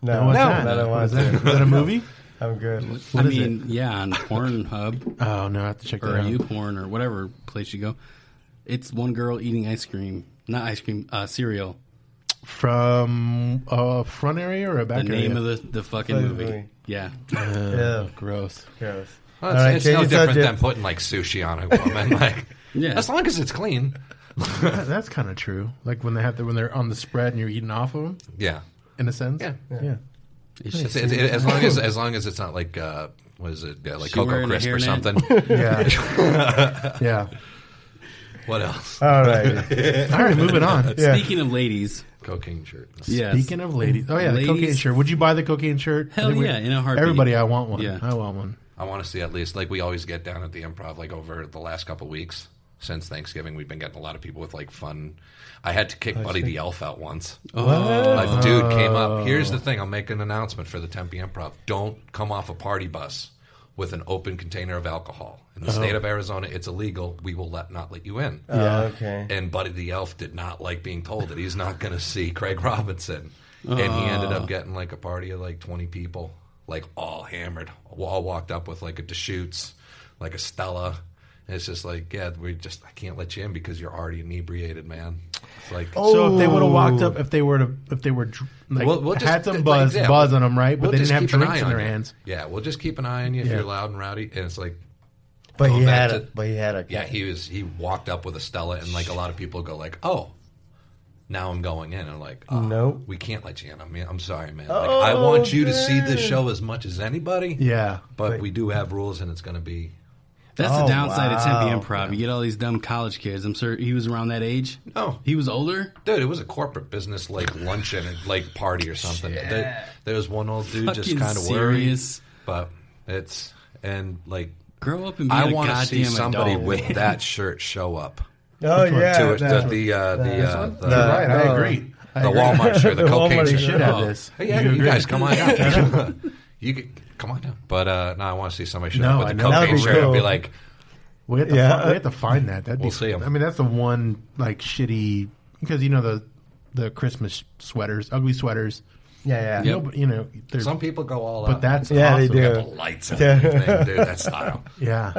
[SPEAKER 5] No,
[SPEAKER 4] what's
[SPEAKER 5] no,
[SPEAKER 4] that?
[SPEAKER 5] I don't
[SPEAKER 4] What
[SPEAKER 5] want
[SPEAKER 4] is that?
[SPEAKER 5] to.
[SPEAKER 4] Is that a movie?
[SPEAKER 5] I'm good.
[SPEAKER 3] I
[SPEAKER 4] is
[SPEAKER 3] mean, yeah, on Pornhub
[SPEAKER 4] Oh no, I have to check that
[SPEAKER 3] or
[SPEAKER 4] out.
[SPEAKER 3] YouPorn or whatever place you go. It's one girl eating ice cream, not ice cream, uh, cereal.
[SPEAKER 4] From a front area or
[SPEAKER 3] The
[SPEAKER 4] a back area?
[SPEAKER 3] name of the, the fucking
[SPEAKER 5] Fucking
[SPEAKER 3] movie.
[SPEAKER 5] movie.
[SPEAKER 3] Yeah.
[SPEAKER 5] Yeah,
[SPEAKER 4] gross.
[SPEAKER 5] gross.
[SPEAKER 6] Well, it's it's no
[SPEAKER 5] change the
[SPEAKER 6] different than
[SPEAKER 5] subject.
[SPEAKER 6] putting like sushi on a woman. Like,
[SPEAKER 3] Yeah.
[SPEAKER 6] as long as it's clean.
[SPEAKER 4] That- that's kind of true. Like when they have the, when they're on the spread and you're eating off of them,
[SPEAKER 6] Yeah,
[SPEAKER 4] in a sense.
[SPEAKER 6] Yeah.
[SPEAKER 4] yeah.
[SPEAKER 3] It's
[SPEAKER 6] It's-
[SPEAKER 3] just,
[SPEAKER 6] it's- it- as long as as long as it's not like uh, what is it yeah, like
[SPEAKER 3] She
[SPEAKER 6] Cocoa
[SPEAKER 3] wearing a
[SPEAKER 6] Crisp or
[SPEAKER 3] hairnet?
[SPEAKER 6] something.
[SPEAKER 4] Yeah. yeah.
[SPEAKER 6] what else?
[SPEAKER 5] All right.
[SPEAKER 4] All right, moving on.
[SPEAKER 5] Yeah.
[SPEAKER 3] Speaking of ladies,
[SPEAKER 6] Cocaine shirt.
[SPEAKER 3] yes.
[SPEAKER 4] Speaking of ladies, oh yeah,
[SPEAKER 3] Ladies.
[SPEAKER 4] the cocaine shirt. Would you buy the cocaine shirt?
[SPEAKER 3] Hell
[SPEAKER 4] I think we-
[SPEAKER 3] yeah, in a heartbeat.
[SPEAKER 4] Everybody, I want one.
[SPEAKER 3] Yeah.
[SPEAKER 4] I want one.
[SPEAKER 6] I want to see at least like we always get down at the improv like over the last couple weeks since Thanksgiving. We've been getting a lot of people with like fun. I had to kick Buddy the Elf out once. A dude came up. Here's the thing. I'll make an announcement for the Tempe Improv. Don't come off a party bus with an open container of alcohol. In the state of Arizona, it's illegal. We will let, not let you in.
[SPEAKER 5] Oh, okay.
[SPEAKER 6] And Buddy the Elf did not like being told that he's not going to see Craig Robinson. And he ended up getting like a party of like 20 people, like all hammered, all walked up with like a Deschutes, like a Stella. And it's just like, yeah, we just, I can't let you in because you're already inebriated, man. It's like,
[SPEAKER 4] So if they would have walked up, if they were to, if they were dr- like
[SPEAKER 6] We'll- we'll
[SPEAKER 4] had
[SPEAKER 6] just-
[SPEAKER 4] some
[SPEAKER 6] like,
[SPEAKER 4] buzz
[SPEAKER 6] yeah,
[SPEAKER 4] buzz
[SPEAKER 6] we'll-
[SPEAKER 4] on them, right? But
[SPEAKER 6] we'll
[SPEAKER 4] they didn't
[SPEAKER 6] just
[SPEAKER 4] have
[SPEAKER 6] keep an
[SPEAKER 4] drinks
[SPEAKER 6] eye
[SPEAKER 4] in
[SPEAKER 6] on
[SPEAKER 4] their
[SPEAKER 6] you.
[SPEAKER 4] hands.
[SPEAKER 6] Yeah, we'll just keep an eye on you if
[SPEAKER 4] Yeah.
[SPEAKER 6] you're loud and rowdy. And it's like,
[SPEAKER 5] But he
[SPEAKER 6] Going
[SPEAKER 5] had
[SPEAKER 6] back
[SPEAKER 5] it.
[SPEAKER 6] to-
[SPEAKER 5] But he had it.
[SPEAKER 6] yeah, he was, he walked up with a Stella, and like a lot of people go like, oh. Now I'm going in. I'm like, oh,
[SPEAKER 5] Nope.
[SPEAKER 6] we can't let you in. I mean, I'm sorry, man. Like, I
[SPEAKER 3] Oh,
[SPEAKER 6] want you to see this show as much as anybody.
[SPEAKER 4] Yeah.
[SPEAKER 6] But we do have rules, and it's going to be.
[SPEAKER 3] That's the
[SPEAKER 5] Oh,
[SPEAKER 3] downside
[SPEAKER 5] wow.
[SPEAKER 3] of Tempe Improv. You get all these dumb college kids. I'm sure he was around that age.
[SPEAKER 6] No.
[SPEAKER 3] He was older?
[SPEAKER 6] oh, Dude, it was a corporate business like luncheon, like party or something. There, there was one old dude just
[SPEAKER 3] Fucking
[SPEAKER 6] kind of worried,
[SPEAKER 3] serious.
[SPEAKER 6] but it's and like
[SPEAKER 3] Grow up and be
[SPEAKER 6] I
[SPEAKER 3] a
[SPEAKER 6] want to
[SPEAKER 3] goddamn
[SPEAKER 6] see somebody
[SPEAKER 3] adult.
[SPEAKER 6] with that shirt show up
[SPEAKER 5] Oh yeah.
[SPEAKER 6] to it,
[SPEAKER 5] no.
[SPEAKER 6] the the uh, the, uh, the,
[SPEAKER 5] You're
[SPEAKER 4] Right, I
[SPEAKER 5] no.
[SPEAKER 4] agree. I
[SPEAKER 6] the
[SPEAKER 4] agree.
[SPEAKER 6] Walmart shirt, the cocaine
[SPEAKER 5] Walmart
[SPEAKER 6] shirt.
[SPEAKER 4] should have this.
[SPEAKER 6] Hey, yeah,
[SPEAKER 4] You
[SPEAKER 6] you,
[SPEAKER 4] agree?
[SPEAKER 6] guys come on down. you could, come on down. But uh, no, I want to see somebody show
[SPEAKER 4] No,
[SPEAKER 6] up
[SPEAKER 4] I
[SPEAKER 6] with the
[SPEAKER 4] know. That'd
[SPEAKER 6] cocaine
[SPEAKER 5] be
[SPEAKER 6] shirt and be
[SPEAKER 5] cool.
[SPEAKER 6] like,
[SPEAKER 4] We have to,
[SPEAKER 5] Yeah.
[SPEAKER 4] fi- we have to find that. That'd
[SPEAKER 6] We'll
[SPEAKER 4] be,
[SPEAKER 6] see 'em.
[SPEAKER 4] I mean, that's the one like shitty because you know the the Christmas sweaters, ugly sweaters.
[SPEAKER 5] Yeah, yeah.
[SPEAKER 4] No, but you know, they're,
[SPEAKER 6] Some people go all out.
[SPEAKER 4] but that's
[SPEAKER 5] Yeah, they
[SPEAKER 4] awesome.
[SPEAKER 5] do.
[SPEAKER 6] Got the lights on everything, dude. That style.
[SPEAKER 4] Yeah,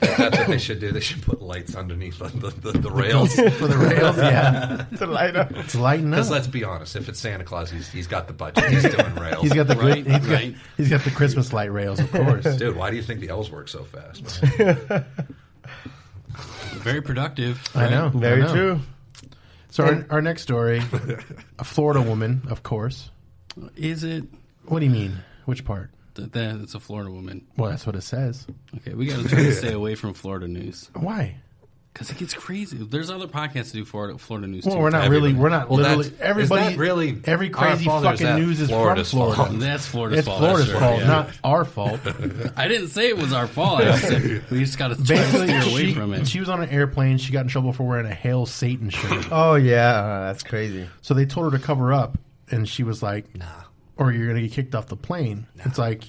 [SPEAKER 6] That's what they should do. They should put lights underneath the, the, the, the rails.
[SPEAKER 4] for the rails. Yeah,
[SPEAKER 5] to light up.
[SPEAKER 4] it's lighting up.
[SPEAKER 6] Because let's be honest, if it's Santa Claus, he's, he's got the budget. He's doing rails.
[SPEAKER 4] He's got the
[SPEAKER 3] Right,
[SPEAKER 4] good, he's got-
[SPEAKER 3] right.
[SPEAKER 4] he's got the Christmas light rails, of course.
[SPEAKER 6] Dude, why do you think the L's work so fast?
[SPEAKER 3] Very productive.
[SPEAKER 4] I
[SPEAKER 3] right?
[SPEAKER 4] know.
[SPEAKER 5] Very
[SPEAKER 4] I know.
[SPEAKER 5] true.
[SPEAKER 4] So our, our next story, a Florida woman, of course.
[SPEAKER 3] Is it
[SPEAKER 4] What do you mean? Which part?
[SPEAKER 3] that that it's a Florida woman?
[SPEAKER 4] Well, that's what it says.
[SPEAKER 3] Okay, we got to try to stay away from Florida news
[SPEAKER 4] Why?
[SPEAKER 3] because it gets crazy. There's other podcasts to do Florida Florida news.
[SPEAKER 4] Well,
[SPEAKER 3] too.
[SPEAKER 4] we're not
[SPEAKER 6] Everybody.
[SPEAKER 4] really. We're not
[SPEAKER 6] Well,
[SPEAKER 4] literally.
[SPEAKER 6] that's-
[SPEAKER 4] Everybody.
[SPEAKER 6] is that really
[SPEAKER 4] Every
[SPEAKER 6] our
[SPEAKER 4] crazy
[SPEAKER 6] fault or is
[SPEAKER 4] fucking
[SPEAKER 6] that
[SPEAKER 4] news is
[SPEAKER 6] Florida's
[SPEAKER 4] from Florida.
[SPEAKER 6] fault?
[SPEAKER 3] That's Florida's
[SPEAKER 4] It's
[SPEAKER 3] fault.
[SPEAKER 4] Florida's
[SPEAKER 3] that's right,
[SPEAKER 4] fault,
[SPEAKER 3] yeah.
[SPEAKER 4] not our fault.
[SPEAKER 3] I didn't say it was our fault. I said we just got to try to
[SPEAKER 4] Basically,
[SPEAKER 3] steer away
[SPEAKER 4] she,
[SPEAKER 3] from it.
[SPEAKER 4] she was on an airplane. She got in trouble for wearing a "Hail Satan" shirt.
[SPEAKER 5] Oh yeah, uh, that's crazy.
[SPEAKER 4] So they told her to cover up, and she was like, "Nah," or you're gonna get kicked off the plane. It's like,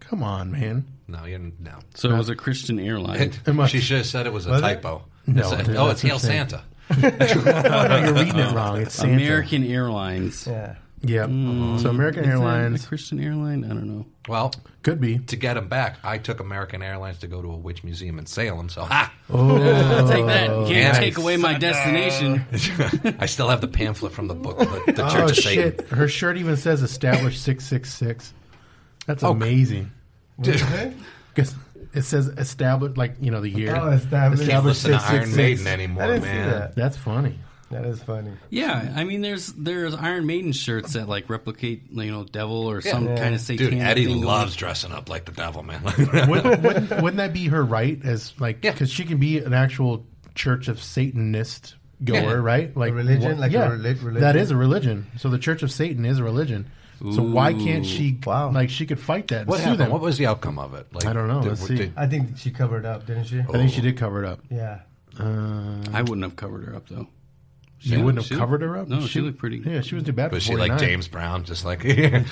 [SPEAKER 4] come on, man.
[SPEAKER 6] no, you're no.
[SPEAKER 3] so it was a Christian airline.
[SPEAKER 4] must-
[SPEAKER 6] She should have said it was a
[SPEAKER 5] Was it?
[SPEAKER 6] typo.
[SPEAKER 4] No,
[SPEAKER 6] It's a-
[SPEAKER 4] dude,
[SPEAKER 6] oh, it's
[SPEAKER 4] that's what
[SPEAKER 6] Hail
[SPEAKER 4] I'm saying.
[SPEAKER 6] Santa.
[SPEAKER 4] No, you're reading it wrong. It's Santa.
[SPEAKER 3] American Airlines.
[SPEAKER 5] Yeah.
[SPEAKER 4] Yep. So American
[SPEAKER 3] Is that
[SPEAKER 4] Airlines
[SPEAKER 3] a Christian airline. I don't know.
[SPEAKER 6] Well,
[SPEAKER 4] could be.
[SPEAKER 6] to get him back, I took American Airlines to go to a witch museum in Salem. So, ha!
[SPEAKER 4] Oh,
[SPEAKER 3] Take that. You can't
[SPEAKER 6] yeah.
[SPEAKER 3] take away my destination.
[SPEAKER 6] I still have the pamphlet from the book, The, the Church
[SPEAKER 4] Oh
[SPEAKER 6] of Satan.
[SPEAKER 4] shit! Her shirt even says "Established 666. That's amazing.
[SPEAKER 6] Dude,
[SPEAKER 4] Because it says "Established" like you know the year.
[SPEAKER 5] Oh, established.
[SPEAKER 6] can't listen to Iron
[SPEAKER 5] 666.
[SPEAKER 6] Maiden anymore,
[SPEAKER 5] I didn't
[SPEAKER 6] man.
[SPEAKER 5] see that.
[SPEAKER 4] That's funny.
[SPEAKER 5] That is funny.
[SPEAKER 3] Yeah, I mean, there's there's Iron Maiden shirts that like replicate you know devil or some
[SPEAKER 6] Yeah.
[SPEAKER 3] kind of satanic
[SPEAKER 6] Dude, Eddie
[SPEAKER 3] thing. going-
[SPEAKER 6] loves dressing up like the devil, man.
[SPEAKER 4] Wouldn't, wouldn't, wouldn't that be her right as like
[SPEAKER 6] Yeah.
[SPEAKER 4] because she can be an actual Church of Satanist goer,
[SPEAKER 6] Yeah.
[SPEAKER 4] right? Like
[SPEAKER 5] religion?
[SPEAKER 4] wh-
[SPEAKER 5] Like a relig- religion?
[SPEAKER 4] that is a religion. So the Church of Satan is a religion. So why can't she?
[SPEAKER 5] Wow.
[SPEAKER 4] Like she could fight that. And
[SPEAKER 6] what
[SPEAKER 4] sue
[SPEAKER 6] happened?
[SPEAKER 4] Them.
[SPEAKER 6] What was the outcome of it? Like,
[SPEAKER 4] I don't know. Let's see.
[SPEAKER 5] I think she covered up, didn't she?
[SPEAKER 6] Oh.
[SPEAKER 4] I think she did cover it up.
[SPEAKER 5] Yeah.
[SPEAKER 4] Uh,
[SPEAKER 3] I wouldn't have covered her up though.
[SPEAKER 4] you wouldn't
[SPEAKER 3] she
[SPEAKER 4] have covered her up.
[SPEAKER 3] no, she looked pretty-
[SPEAKER 4] Yeah, she was too bad.
[SPEAKER 6] was
[SPEAKER 4] for
[SPEAKER 6] she like
[SPEAKER 4] 49.
[SPEAKER 6] James Brown, just like get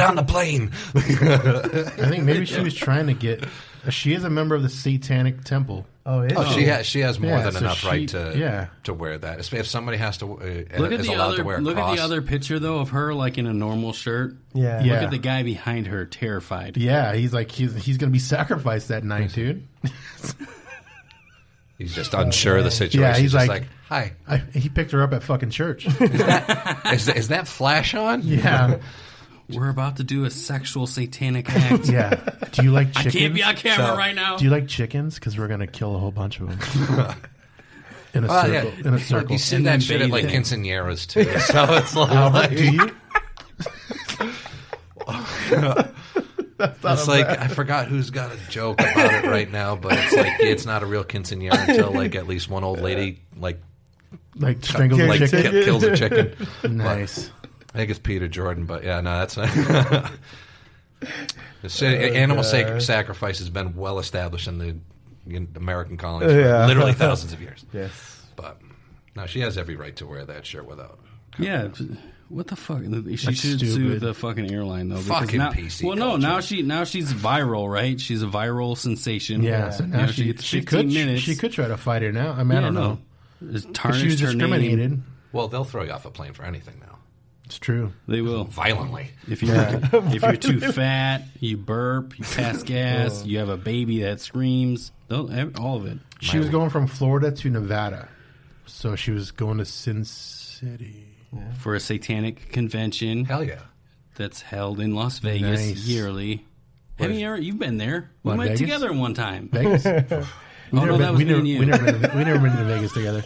[SPEAKER 6] on the plane?
[SPEAKER 4] I think maybe she was trying to get. uh, She is a member of the Satanic Temple. Uh,
[SPEAKER 5] Oh, is
[SPEAKER 6] Oh, she has she has more
[SPEAKER 4] Yeah,
[SPEAKER 6] than
[SPEAKER 4] so
[SPEAKER 6] enough
[SPEAKER 4] she-
[SPEAKER 6] right to
[SPEAKER 4] yeah.
[SPEAKER 6] to wear that. If, if somebody has to uh,
[SPEAKER 3] Look at
[SPEAKER 6] is
[SPEAKER 3] the
[SPEAKER 6] allowed
[SPEAKER 3] other
[SPEAKER 6] to wear a
[SPEAKER 3] look at
[SPEAKER 6] cross,
[SPEAKER 3] the other picture though of her like in a normal shirt.
[SPEAKER 5] Yeah.
[SPEAKER 4] Yeah.
[SPEAKER 3] Look at the guy behind her, terrified.
[SPEAKER 4] Yeah, he's like he's he's gonna be sacrificed that night, dude.
[SPEAKER 6] he's just unsure of the situation.
[SPEAKER 4] Yeah, he's
[SPEAKER 6] just
[SPEAKER 4] like-
[SPEAKER 6] like, hi,
[SPEAKER 4] I, he picked her up at fucking church.
[SPEAKER 6] is, that- is that flash on?
[SPEAKER 4] Yeah,
[SPEAKER 3] We're about to do a sexual satanic act.
[SPEAKER 4] yeah. Do you like chickens?
[SPEAKER 3] Can't be on camera
[SPEAKER 6] So-
[SPEAKER 3] right now.
[SPEAKER 4] Do you like chickens? Because we're gonna kill a whole bunch of them in a
[SPEAKER 6] Oh, yeah.
[SPEAKER 4] circle. In a circle.
[SPEAKER 6] You see
[SPEAKER 3] And then
[SPEAKER 6] that shit at like
[SPEAKER 3] bathing.
[SPEAKER 6] quinceañeras too. So it's like,
[SPEAKER 4] Albert, do you?
[SPEAKER 6] it's like I forgot who's got a joke about it right now, but it's like it's not a real quinceañera until like at least one old lady like
[SPEAKER 4] Like strangle the
[SPEAKER 6] like
[SPEAKER 4] chicken?
[SPEAKER 6] ki- kills a chicken.
[SPEAKER 4] Nice.
[SPEAKER 6] I think it's Peter Jordan, but yeah, no, that's not. The
[SPEAKER 4] Oh,
[SPEAKER 6] sa- animal sac- sacrifice has been well established in the in American colonies
[SPEAKER 5] Yeah.
[SPEAKER 6] for literally thousands of years.
[SPEAKER 5] Yes.
[SPEAKER 6] But no, she has every right to wear that shirt without.
[SPEAKER 3] Yeah, what the fuck? She should sue
[SPEAKER 4] stupid.
[SPEAKER 3] the fucking airline though. because
[SPEAKER 6] Fucking
[SPEAKER 3] now,
[SPEAKER 6] PC
[SPEAKER 3] Well, no,
[SPEAKER 6] culture.
[SPEAKER 3] now she now she's viral, right? She's a viral sensation.
[SPEAKER 4] Yeah. So
[SPEAKER 3] You know,
[SPEAKER 4] now she,
[SPEAKER 3] gets
[SPEAKER 4] she
[SPEAKER 3] 15
[SPEAKER 4] could
[SPEAKER 3] minutes.
[SPEAKER 4] she could try to fight her now. I mean, I
[SPEAKER 3] Yeah,
[SPEAKER 4] don't know.
[SPEAKER 3] no. It's
[SPEAKER 4] If
[SPEAKER 3] tarnished
[SPEAKER 4] She was
[SPEAKER 3] her name.
[SPEAKER 4] discriminated.
[SPEAKER 6] Well, they'll throw you off a plane for anything now,
[SPEAKER 4] It's true.
[SPEAKER 3] They will.
[SPEAKER 6] violently.
[SPEAKER 3] If you're if you're too fat, you burp, you pass gas, you have a baby that screams. They'll have all of it.
[SPEAKER 4] She was going from Florida to Nevada, so she was going to Sin City.
[SPEAKER 3] for a satanic convention
[SPEAKER 6] Hell yeah!
[SPEAKER 3] that's held in Las Vegas
[SPEAKER 4] Nice.
[SPEAKER 3] yearly. Have you ever? You've been there. We
[SPEAKER 4] What,
[SPEAKER 3] went
[SPEAKER 4] Vegas?
[SPEAKER 3] together one time.
[SPEAKER 4] Vegas. We
[SPEAKER 3] Oh, no, that was
[SPEAKER 4] we
[SPEAKER 3] me
[SPEAKER 4] never,
[SPEAKER 3] and you.
[SPEAKER 4] we never been to, we never been to Vegas together.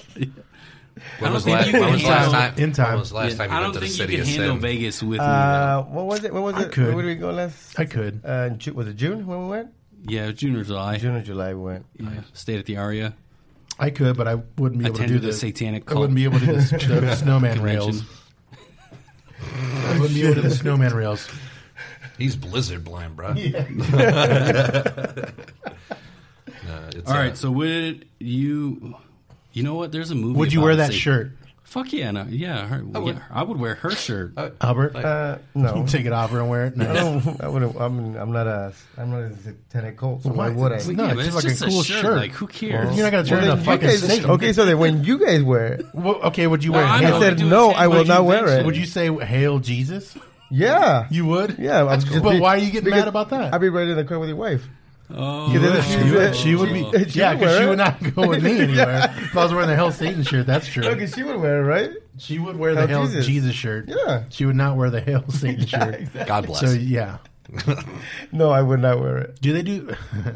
[SPEAKER 6] When was,
[SPEAKER 3] think
[SPEAKER 6] last,
[SPEAKER 3] you
[SPEAKER 6] when
[SPEAKER 3] can
[SPEAKER 6] was last
[SPEAKER 3] handle-
[SPEAKER 6] time?
[SPEAKER 4] in time.
[SPEAKER 6] When was the last
[SPEAKER 3] Yeah,
[SPEAKER 6] time you
[SPEAKER 3] I don't
[SPEAKER 6] went to the
[SPEAKER 3] think
[SPEAKER 6] city
[SPEAKER 3] you
[SPEAKER 6] of
[SPEAKER 3] can handle
[SPEAKER 6] sin?
[SPEAKER 3] Vegas with
[SPEAKER 5] Uh, what was it? What was it?
[SPEAKER 4] could.
[SPEAKER 5] Where did we go last?
[SPEAKER 4] I could.
[SPEAKER 5] Uh, Ju- was it June when we went?
[SPEAKER 3] me. though. Yeah, June or July.
[SPEAKER 5] June or July we went.
[SPEAKER 3] Yeah, Stayed at the Aria.
[SPEAKER 4] I could, but I wouldn't be able to do
[SPEAKER 3] Attended the
[SPEAKER 4] this.
[SPEAKER 3] satanic
[SPEAKER 4] I
[SPEAKER 3] cult.
[SPEAKER 4] wouldn't be able to do this, the snowman rails.
[SPEAKER 3] Convention.
[SPEAKER 4] I wouldn't be able to do the snowman rails.
[SPEAKER 6] He's blizzard blind, bro. uh,
[SPEAKER 3] All right. So would you? You know what? There's a movie.
[SPEAKER 4] Would you
[SPEAKER 3] about
[SPEAKER 4] wear that
[SPEAKER 3] Satan.
[SPEAKER 4] shirt?
[SPEAKER 3] Fuck yeah, no, yeah, her, I would, yeah, I would wear her shirt.
[SPEAKER 4] Albert,
[SPEAKER 5] Uh, no.
[SPEAKER 4] you take it off and wear it.
[SPEAKER 5] I
[SPEAKER 4] Nice.
[SPEAKER 5] don't. I wouldn't. I'm. I'm not a. I'm not a satanic cult. So why
[SPEAKER 4] Why-
[SPEAKER 5] would I?
[SPEAKER 4] it's-
[SPEAKER 3] yeah,
[SPEAKER 4] No,
[SPEAKER 3] but
[SPEAKER 4] it's
[SPEAKER 3] it's
[SPEAKER 4] just
[SPEAKER 3] just
[SPEAKER 4] fucking
[SPEAKER 3] a
[SPEAKER 4] cool
[SPEAKER 3] shirt.
[SPEAKER 4] shirt.
[SPEAKER 3] Like, who cares?
[SPEAKER 4] You're not gonna turn
[SPEAKER 5] Well,
[SPEAKER 4] into a
[SPEAKER 5] then
[SPEAKER 4] fucking
[SPEAKER 5] you guys-
[SPEAKER 4] snake.
[SPEAKER 5] Okay, so then when you guys wear it,
[SPEAKER 4] Well, okay, would you wear?
[SPEAKER 3] No, I
[SPEAKER 4] it?
[SPEAKER 3] know.
[SPEAKER 5] I said
[SPEAKER 3] do
[SPEAKER 5] no.
[SPEAKER 3] it
[SPEAKER 5] I will
[SPEAKER 3] would
[SPEAKER 5] not
[SPEAKER 3] you
[SPEAKER 5] wear
[SPEAKER 3] eventually-
[SPEAKER 5] it.
[SPEAKER 4] Would you say "Hail Jesus"?
[SPEAKER 5] Yeah.
[SPEAKER 4] You would?
[SPEAKER 5] Yeah. I'm
[SPEAKER 4] that's
[SPEAKER 5] just
[SPEAKER 4] cool. But
[SPEAKER 5] be-
[SPEAKER 4] why are you getting
[SPEAKER 5] because
[SPEAKER 4] mad about that?
[SPEAKER 5] I'd be right in the car with your wife.
[SPEAKER 3] Oh,
[SPEAKER 5] You did it.
[SPEAKER 4] she, would, she would
[SPEAKER 5] She
[SPEAKER 4] be.
[SPEAKER 5] would
[SPEAKER 4] Yeah, because
[SPEAKER 5] wear
[SPEAKER 4] she
[SPEAKER 5] it.
[SPEAKER 4] would not go with me anywhere. If I was wearing the Hell Satan shirt, that's true.
[SPEAKER 5] Okay, she would wear it, right?
[SPEAKER 4] She would wear the
[SPEAKER 5] Hell
[SPEAKER 4] Hell,
[SPEAKER 5] Jesus.
[SPEAKER 4] Jesus. shirt.
[SPEAKER 5] Yeah.
[SPEAKER 4] She would not wear the Hail Satan shirt.
[SPEAKER 6] God bless.
[SPEAKER 4] So yeah,
[SPEAKER 5] No, I would not wear it.
[SPEAKER 4] do they do
[SPEAKER 6] I
[SPEAKER 4] not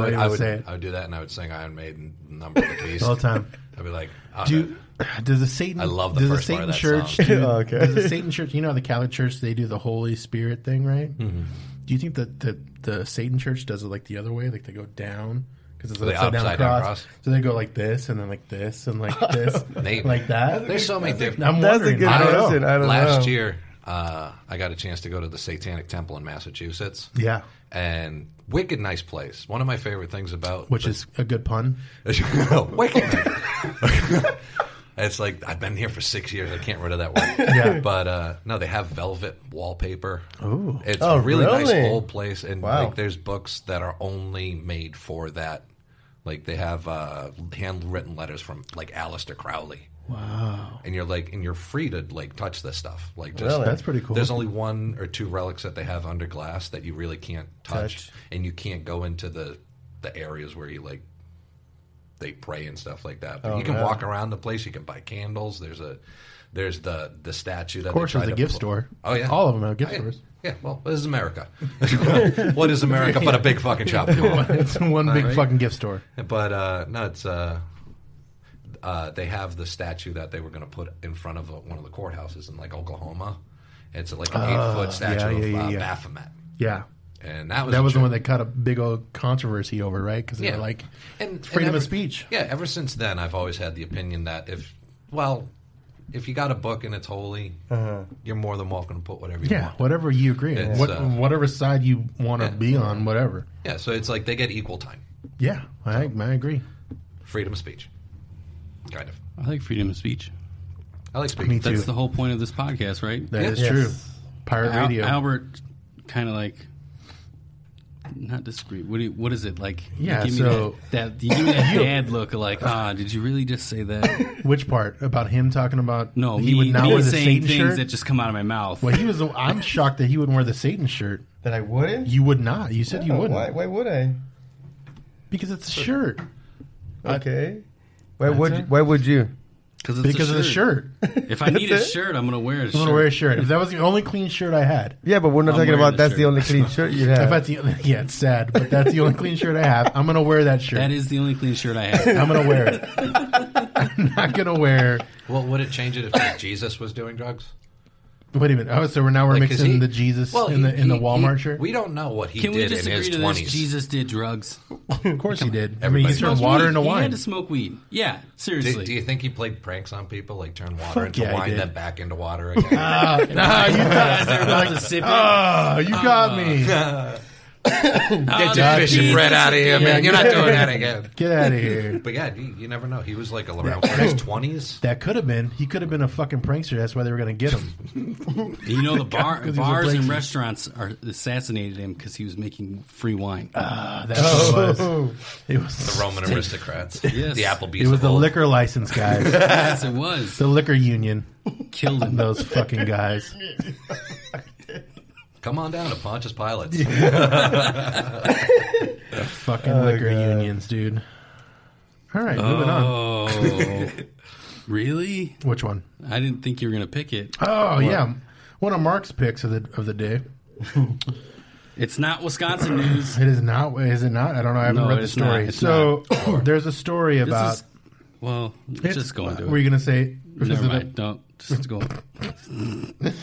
[SPEAKER 6] would,
[SPEAKER 4] even
[SPEAKER 6] I would,
[SPEAKER 4] say it.
[SPEAKER 6] I would do that, and I would sing Iron Maiden, Number of the Beast
[SPEAKER 4] all the time?
[SPEAKER 6] I'd be like, oh,
[SPEAKER 4] Do does the Satan?
[SPEAKER 6] I love the
[SPEAKER 4] does
[SPEAKER 6] first
[SPEAKER 4] the
[SPEAKER 6] part
[SPEAKER 4] Satan
[SPEAKER 6] of
[SPEAKER 4] Church?
[SPEAKER 6] that song.
[SPEAKER 4] Do,
[SPEAKER 5] Okay.
[SPEAKER 4] Does the Satan Church? You know, how the Catholic Church they do the Holy Spirit thing, right?
[SPEAKER 6] Mm-hmm.
[SPEAKER 4] Do you think that the the Satan Church does it like the other way? Like they go down because it's an
[SPEAKER 6] The
[SPEAKER 4] upside down
[SPEAKER 6] upside down
[SPEAKER 4] cross.
[SPEAKER 6] cross?
[SPEAKER 4] So they go like this and then like this and like this,
[SPEAKER 6] Maybe.
[SPEAKER 4] like that.
[SPEAKER 6] there's so many different.
[SPEAKER 4] I'm
[SPEAKER 5] That's a
[SPEAKER 4] wondering.
[SPEAKER 5] good
[SPEAKER 4] I don't know.
[SPEAKER 5] question. I don't
[SPEAKER 6] Last
[SPEAKER 5] know.
[SPEAKER 6] year, uh, I got a chance to go to the Satanic Temple in Massachusetts.
[SPEAKER 4] Yeah,
[SPEAKER 6] And wicked nice place. One of my favorite things about
[SPEAKER 4] which is a good pun.
[SPEAKER 6] wicked. it's like I've been here for six years. I can't rid of that word.
[SPEAKER 4] Yeah.
[SPEAKER 6] But uh, no, they have velvet wallpaper.
[SPEAKER 4] Ooh.
[SPEAKER 6] it's
[SPEAKER 5] Oh,
[SPEAKER 6] a really,
[SPEAKER 5] really?
[SPEAKER 6] nice old place. And
[SPEAKER 5] Wow.
[SPEAKER 6] like, there's books that are only made for that. Like they have uh, handwritten letters from like Aleister Crowley. Wow. And you're like, and you're free to like touch this stuff. Like, just,
[SPEAKER 5] Really?
[SPEAKER 4] That's pretty cool.
[SPEAKER 6] There's only one or two relics that they have under glass that you really can't touch,
[SPEAKER 5] Touch.
[SPEAKER 6] and you can't go into the the areas where you like they pray and stuff like that. But
[SPEAKER 4] Oh,
[SPEAKER 6] you can walk around the place. You can buy candles. There's a there's the the statue. That
[SPEAKER 4] Of course, there's a gift store.
[SPEAKER 6] Oh yeah,
[SPEAKER 4] all of them have gift
[SPEAKER 6] Yeah.
[SPEAKER 4] stores.
[SPEAKER 6] Yeah, well, this is America. what is America but a big fucking shopping mall?
[SPEAKER 4] It's one big fucking gift store.
[SPEAKER 6] But uh, no, it's uh, uh, they have the statue that they were going to put in front of uh one of the courthouses in like Oklahoma. It's uh, like an eight foot statue
[SPEAKER 4] Ah, yeah, yeah,
[SPEAKER 6] of uh,
[SPEAKER 4] yeah.
[SPEAKER 6] Baphomet,
[SPEAKER 4] Yeah.
[SPEAKER 6] and that was
[SPEAKER 4] That
[SPEAKER 6] a
[SPEAKER 4] was the
[SPEAKER 6] joke.
[SPEAKER 4] one that caught a big old controversy over, right? Because they were like, freedom
[SPEAKER 6] ever-
[SPEAKER 4] of speech.
[SPEAKER 6] Yeah, ever since then, I've always had the opinion that if, well, if you got a book and it's holy, you're more than welcome to put whatever you
[SPEAKER 4] Uh-huh. Yeah,
[SPEAKER 6] want.
[SPEAKER 4] whatever you agree, on.
[SPEAKER 6] It's,
[SPEAKER 4] what,
[SPEAKER 6] uh,
[SPEAKER 4] whatever side you want to
[SPEAKER 6] yeah.
[SPEAKER 4] be on, whatever.
[SPEAKER 6] Yeah, so it's like they get equal time,
[SPEAKER 4] Yeah, I, I agree.
[SPEAKER 6] freedom of speech, kind of.
[SPEAKER 3] I like freedom of speech.
[SPEAKER 6] I like speech.
[SPEAKER 4] Me
[SPEAKER 3] That's
[SPEAKER 4] too.
[SPEAKER 3] the whole point of this podcast, right?
[SPEAKER 4] That is
[SPEAKER 5] Yes.
[SPEAKER 4] true. Pirate
[SPEAKER 3] Al-
[SPEAKER 4] radio.
[SPEAKER 3] Albert, kind of like. Not disagree. What, do you, what is it like? you
[SPEAKER 4] Yeah,
[SPEAKER 3] give me
[SPEAKER 4] so-
[SPEAKER 3] that, that you give me that dad look, of like, ah, did you really just say that?
[SPEAKER 4] Which part about him talking about?
[SPEAKER 3] No,
[SPEAKER 4] he
[SPEAKER 3] me,
[SPEAKER 4] would not
[SPEAKER 3] me
[SPEAKER 4] wear the
[SPEAKER 3] saying
[SPEAKER 4] Satan
[SPEAKER 3] things
[SPEAKER 4] shirt.
[SPEAKER 3] that just come out of my mouth.
[SPEAKER 4] well, he was. the- I'm shocked that he wouldn't wear the Satan shirt.
[SPEAKER 5] That I wouldn't.
[SPEAKER 4] You would not. You said you
[SPEAKER 5] No,
[SPEAKER 4] wouldn't
[SPEAKER 5] Oh, Why, why would I?
[SPEAKER 4] because it's a shirt.
[SPEAKER 5] Okay. Why would you, why would you?
[SPEAKER 3] Cause it's a
[SPEAKER 4] Because of the shirt. I'm
[SPEAKER 3] If I need a
[SPEAKER 5] it.
[SPEAKER 3] shirt, I'm gonna wear a shirt.
[SPEAKER 4] gonna wear a shirt. If that was the only clean shirt I had,
[SPEAKER 5] Yeah, but we're
[SPEAKER 3] I'm
[SPEAKER 5] not talking
[SPEAKER 3] wearing the
[SPEAKER 5] about that's the
[SPEAKER 3] shirt.
[SPEAKER 5] only clean shirt you
[SPEAKER 4] if
[SPEAKER 5] have.
[SPEAKER 4] that's the only, yeah, it's sad, but that's the only clean shirt I have. I'm gonna wear that shirt.
[SPEAKER 3] That is the only clean shirt I have.
[SPEAKER 4] I'm gonna wear it. I'm not gonna wear.
[SPEAKER 6] Well, would it change it if like, Jesus was doing drugs?
[SPEAKER 4] Wait a minute. Oh, so we're now we're
[SPEAKER 6] Like, 'cause
[SPEAKER 4] mixing
[SPEAKER 6] he-
[SPEAKER 4] the Jesus
[SPEAKER 6] well,
[SPEAKER 4] in
[SPEAKER 6] he-
[SPEAKER 4] the in the
[SPEAKER 6] he-
[SPEAKER 4] Walmart
[SPEAKER 6] he-
[SPEAKER 4] shirt.
[SPEAKER 6] We don't know what he
[SPEAKER 3] Can we
[SPEAKER 6] did in
[SPEAKER 3] disagree
[SPEAKER 6] his
[SPEAKER 3] to this?
[SPEAKER 6] twenties.
[SPEAKER 3] Jesus did drugs.
[SPEAKER 4] of course he did. I mean,
[SPEAKER 6] everybody
[SPEAKER 4] he turned
[SPEAKER 6] smokes
[SPEAKER 4] water
[SPEAKER 3] weed.
[SPEAKER 4] into
[SPEAKER 3] He had
[SPEAKER 4] wine.
[SPEAKER 3] to smoke weed. Yeah,
[SPEAKER 6] Do,
[SPEAKER 3] seriously.
[SPEAKER 6] do you think he played pranks on people, like turn water
[SPEAKER 4] Fuck
[SPEAKER 6] into
[SPEAKER 4] yeah, he
[SPEAKER 6] wine,
[SPEAKER 4] did.
[SPEAKER 6] then back into water again?
[SPEAKER 4] Ah, nah, you
[SPEAKER 3] Guys,
[SPEAKER 4] got,
[SPEAKER 3] they're about to sip it.
[SPEAKER 4] ah, you got me.
[SPEAKER 6] Get
[SPEAKER 3] that
[SPEAKER 6] your fish and
[SPEAKER 3] Jesus
[SPEAKER 6] bread out of here,
[SPEAKER 3] again.
[SPEAKER 6] man. You're not doing that again.
[SPEAKER 4] Get out of here.
[SPEAKER 6] But yeah, you, you never know. He was like around in his twenties.
[SPEAKER 4] That could have been. He could have been a fucking prankster. That's why they were gonna get him.
[SPEAKER 3] You know, the bar,
[SPEAKER 4] 'Cause he was a
[SPEAKER 3] bars and
[SPEAKER 4] blazing.
[SPEAKER 3] restaurants are, assassinated him because he was making free wine.
[SPEAKER 4] Ah, that's
[SPEAKER 5] Oh.
[SPEAKER 4] what it was. It was
[SPEAKER 6] The Roman aristocrats,
[SPEAKER 3] Yes.
[SPEAKER 6] the Applebee's.
[SPEAKER 4] It was
[SPEAKER 6] of
[SPEAKER 4] the
[SPEAKER 6] old.
[SPEAKER 4] liquor license guys.
[SPEAKER 3] yes, it was.
[SPEAKER 4] the liquor union.
[SPEAKER 3] Killed him.
[SPEAKER 4] Those fucking guys.
[SPEAKER 6] Come on down to Pontius Pilate's.
[SPEAKER 4] Fucking liquor unions, dude. All right, moving on.
[SPEAKER 3] Oh, really?
[SPEAKER 4] Which one?
[SPEAKER 3] I didn't think you were gonna pick it.
[SPEAKER 4] Oh yeah, one of Mark's picks of the of the day.
[SPEAKER 3] It's not Wisconsin news.
[SPEAKER 4] It is not. Is it not? I don't know. I haven't
[SPEAKER 3] No,
[SPEAKER 4] read the
[SPEAKER 3] it's not.
[SPEAKER 4] story.
[SPEAKER 3] It's
[SPEAKER 4] So there's a story
[SPEAKER 3] This
[SPEAKER 4] about.
[SPEAKER 3] is well,
[SPEAKER 4] It's-
[SPEAKER 3] just go into it.
[SPEAKER 4] Were you going to say? is
[SPEAKER 3] Never
[SPEAKER 4] it
[SPEAKER 3] mind. Don't just go.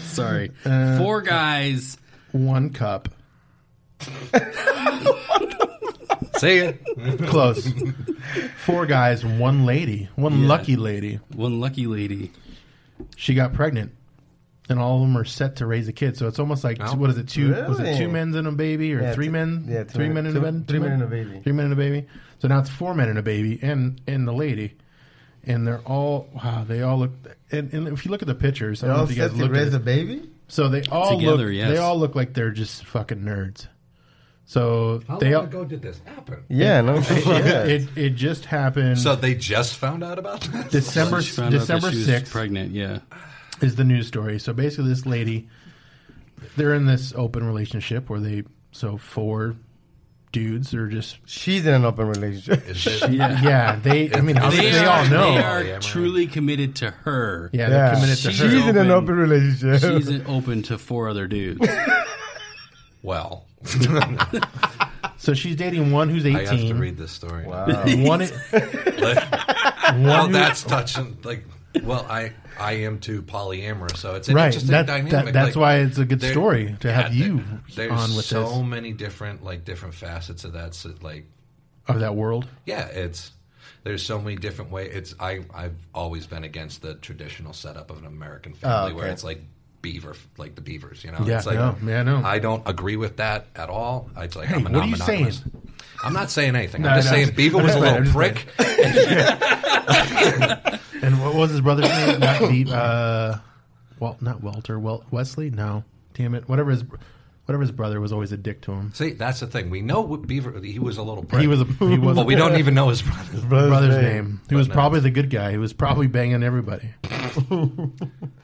[SPEAKER 3] Sorry.
[SPEAKER 4] Uh,
[SPEAKER 3] Four guys.
[SPEAKER 4] a- One cup.
[SPEAKER 6] See ya.
[SPEAKER 4] Close. Four guys, one lady, one
[SPEAKER 3] Yeah.
[SPEAKER 4] lucky lady.
[SPEAKER 3] One lucky lady.
[SPEAKER 4] She got pregnant, and all of them are set to raise a kid. So it's almost like
[SPEAKER 6] Wow.
[SPEAKER 4] what is it? Two was it
[SPEAKER 5] Oh, Really?
[SPEAKER 4] two men and a baby, or
[SPEAKER 5] Yeah,
[SPEAKER 4] three
[SPEAKER 5] two-
[SPEAKER 4] men?
[SPEAKER 5] yeah, two
[SPEAKER 4] three
[SPEAKER 5] men-
[SPEAKER 4] men and
[SPEAKER 5] two-
[SPEAKER 4] a baby.
[SPEAKER 5] three men and a baby.
[SPEAKER 4] Three men and a baby. So now it's four men and a baby, and and the lady. and they're all wow. They all look, and, and if you look at the pictures, I
[SPEAKER 5] They
[SPEAKER 4] don't know
[SPEAKER 5] all
[SPEAKER 4] if you guys
[SPEAKER 5] set to
[SPEAKER 4] looked at
[SPEAKER 5] raise
[SPEAKER 4] it.
[SPEAKER 5] a baby.
[SPEAKER 4] So they all
[SPEAKER 3] Together,
[SPEAKER 4] look,
[SPEAKER 3] yes.
[SPEAKER 4] they all look like they're just fucking nerds. So
[SPEAKER 6] How
[SPEAKER 4] they
[SPEAKER 6] long
[SPEAKER 4] all,
[SPEAKER 6] ago did this happen?
[SPEAKER 5] Yeah, no shit. Yeah.
[SPEAKER 4] it it just happened.
[SPEAKER 6] So they just found out about this.
[SPEAKER 4] December
[SPEAKER 3] She found out that
[SPEAKER 4] December
[SPEAKER 3] she was
[SPEAKER 4] sixth
[SPEAKER 3] pregnant. Yeah,
[SPEAKER 4] is the news story. So basically, this lady, they're in this open relationship where they so four dudes are just
[SPEAKER 5] She's in an open relationship.
[SPEAKER 6] Is this-
[SPEAKER 4] yeah, they. I mean,
[SPEAKER 6] They
[SPEAKER 4] they,
[SPEAKER 6] are-
[SPEAKER 4] all know.
[SPEAKER 3] They are
[SPEAKER 6] Yeah, man.
[SPEAKER 3] truly committed to her.
[SPEAKER 4] yeah, they're
[SPEAKER 5] Yeah.
[SPEAKER 4] committed to
[SPEAKER 3] She's
[SPEAKER 4] her.
[SPEAKER 5] She's in
[SPEAKER 3] open.
[SPEAKER 5] an open relationship.
[SPEAKER 3] She's open to four other dudes.
[SPEAKER 6] Well,
[SPEAKER 4] So she's dating one who's
[SPEAKER 6] I have to
[SPEAKER 4] eighteen. Uh,
[SPEAKER 6] read this story.
[SPEAKER 4] One,
[SPEAKER 6] well, that's touching. Like, well, I I am too polyamorous, so it's an
[SPEAKER 4] right?
[SPEAKER 6] interesting
[SPEAKER 4] That,
[SPEAKER 6] dynamic.
[SPEAKER 4] that, that's
[SPEAKER 6] Like,
[SPEAKER 4] why it's a good
[SPEAKER 6] there-
[SPEAKER 4] story to have
[SPEAKER 6] yeah,
[SPEAKER 4] you
[SPEAKER 6] there- There's
[SPEAKER 4] on with
[SPEAKER 6] so
[SPEAKER 4] this
[SPEAKER 6] many different like different facets of that. So, like,
[SPEAKER 4] of that world.
[SPEAKER 6] yeah, it's there's so many different ways. It's I I've always been against the traditional setup of an American family where
[SPEAKER 5] okay.
[SPEAKER 6] it's like beaver like the beavers you know
[SPEAKER 4] Oh, Yeah,
[SPEAKER 6] it's like
[SPEAKER 4] no, yeah, no.
[SPEAKER 6] i don't agree with that at all i like i'm a
[SPEAKER 4] what are you
[SPEAKER 6] non-monogamous.
[SPEAKER 4] saying?
[SPEAKER 6] i'm not saying anything
[SPEAKER 4] No,
[SPEAKER 6] i'm just
[SPEAKER 4] no,
[SPEAKER 6] saying beaver
[SPEAKER 4] I'm
[SPEAKER 6] was
[SPEAKER 4] just
[SPEAKER 6] a
[SPEAKER 4] playing, I'm
[SPEAKER 6] little
[SPEAKER 4] just
[SPEAKER 6] prick
[SPEAKER 4] And what was his brother's name? Not Deep. Uh, well, not Walter. Well, Wesley. No, damn it. Whatever his, whatever his brother was always a dick to him.
[SPEAKER 6] see that's the thing we know what beaver he was a little prick
[SPEAKER 4] He was a he was
[SPEAKER 6] but
[SPEAKER 4] a
[SPEAKER 6] we don't even know his brother
[SPEAKER 4] brother's name. He was
[SPEAKER 6] no.
[SPEAKER 4] probably the good guy. He was probably banging everybody.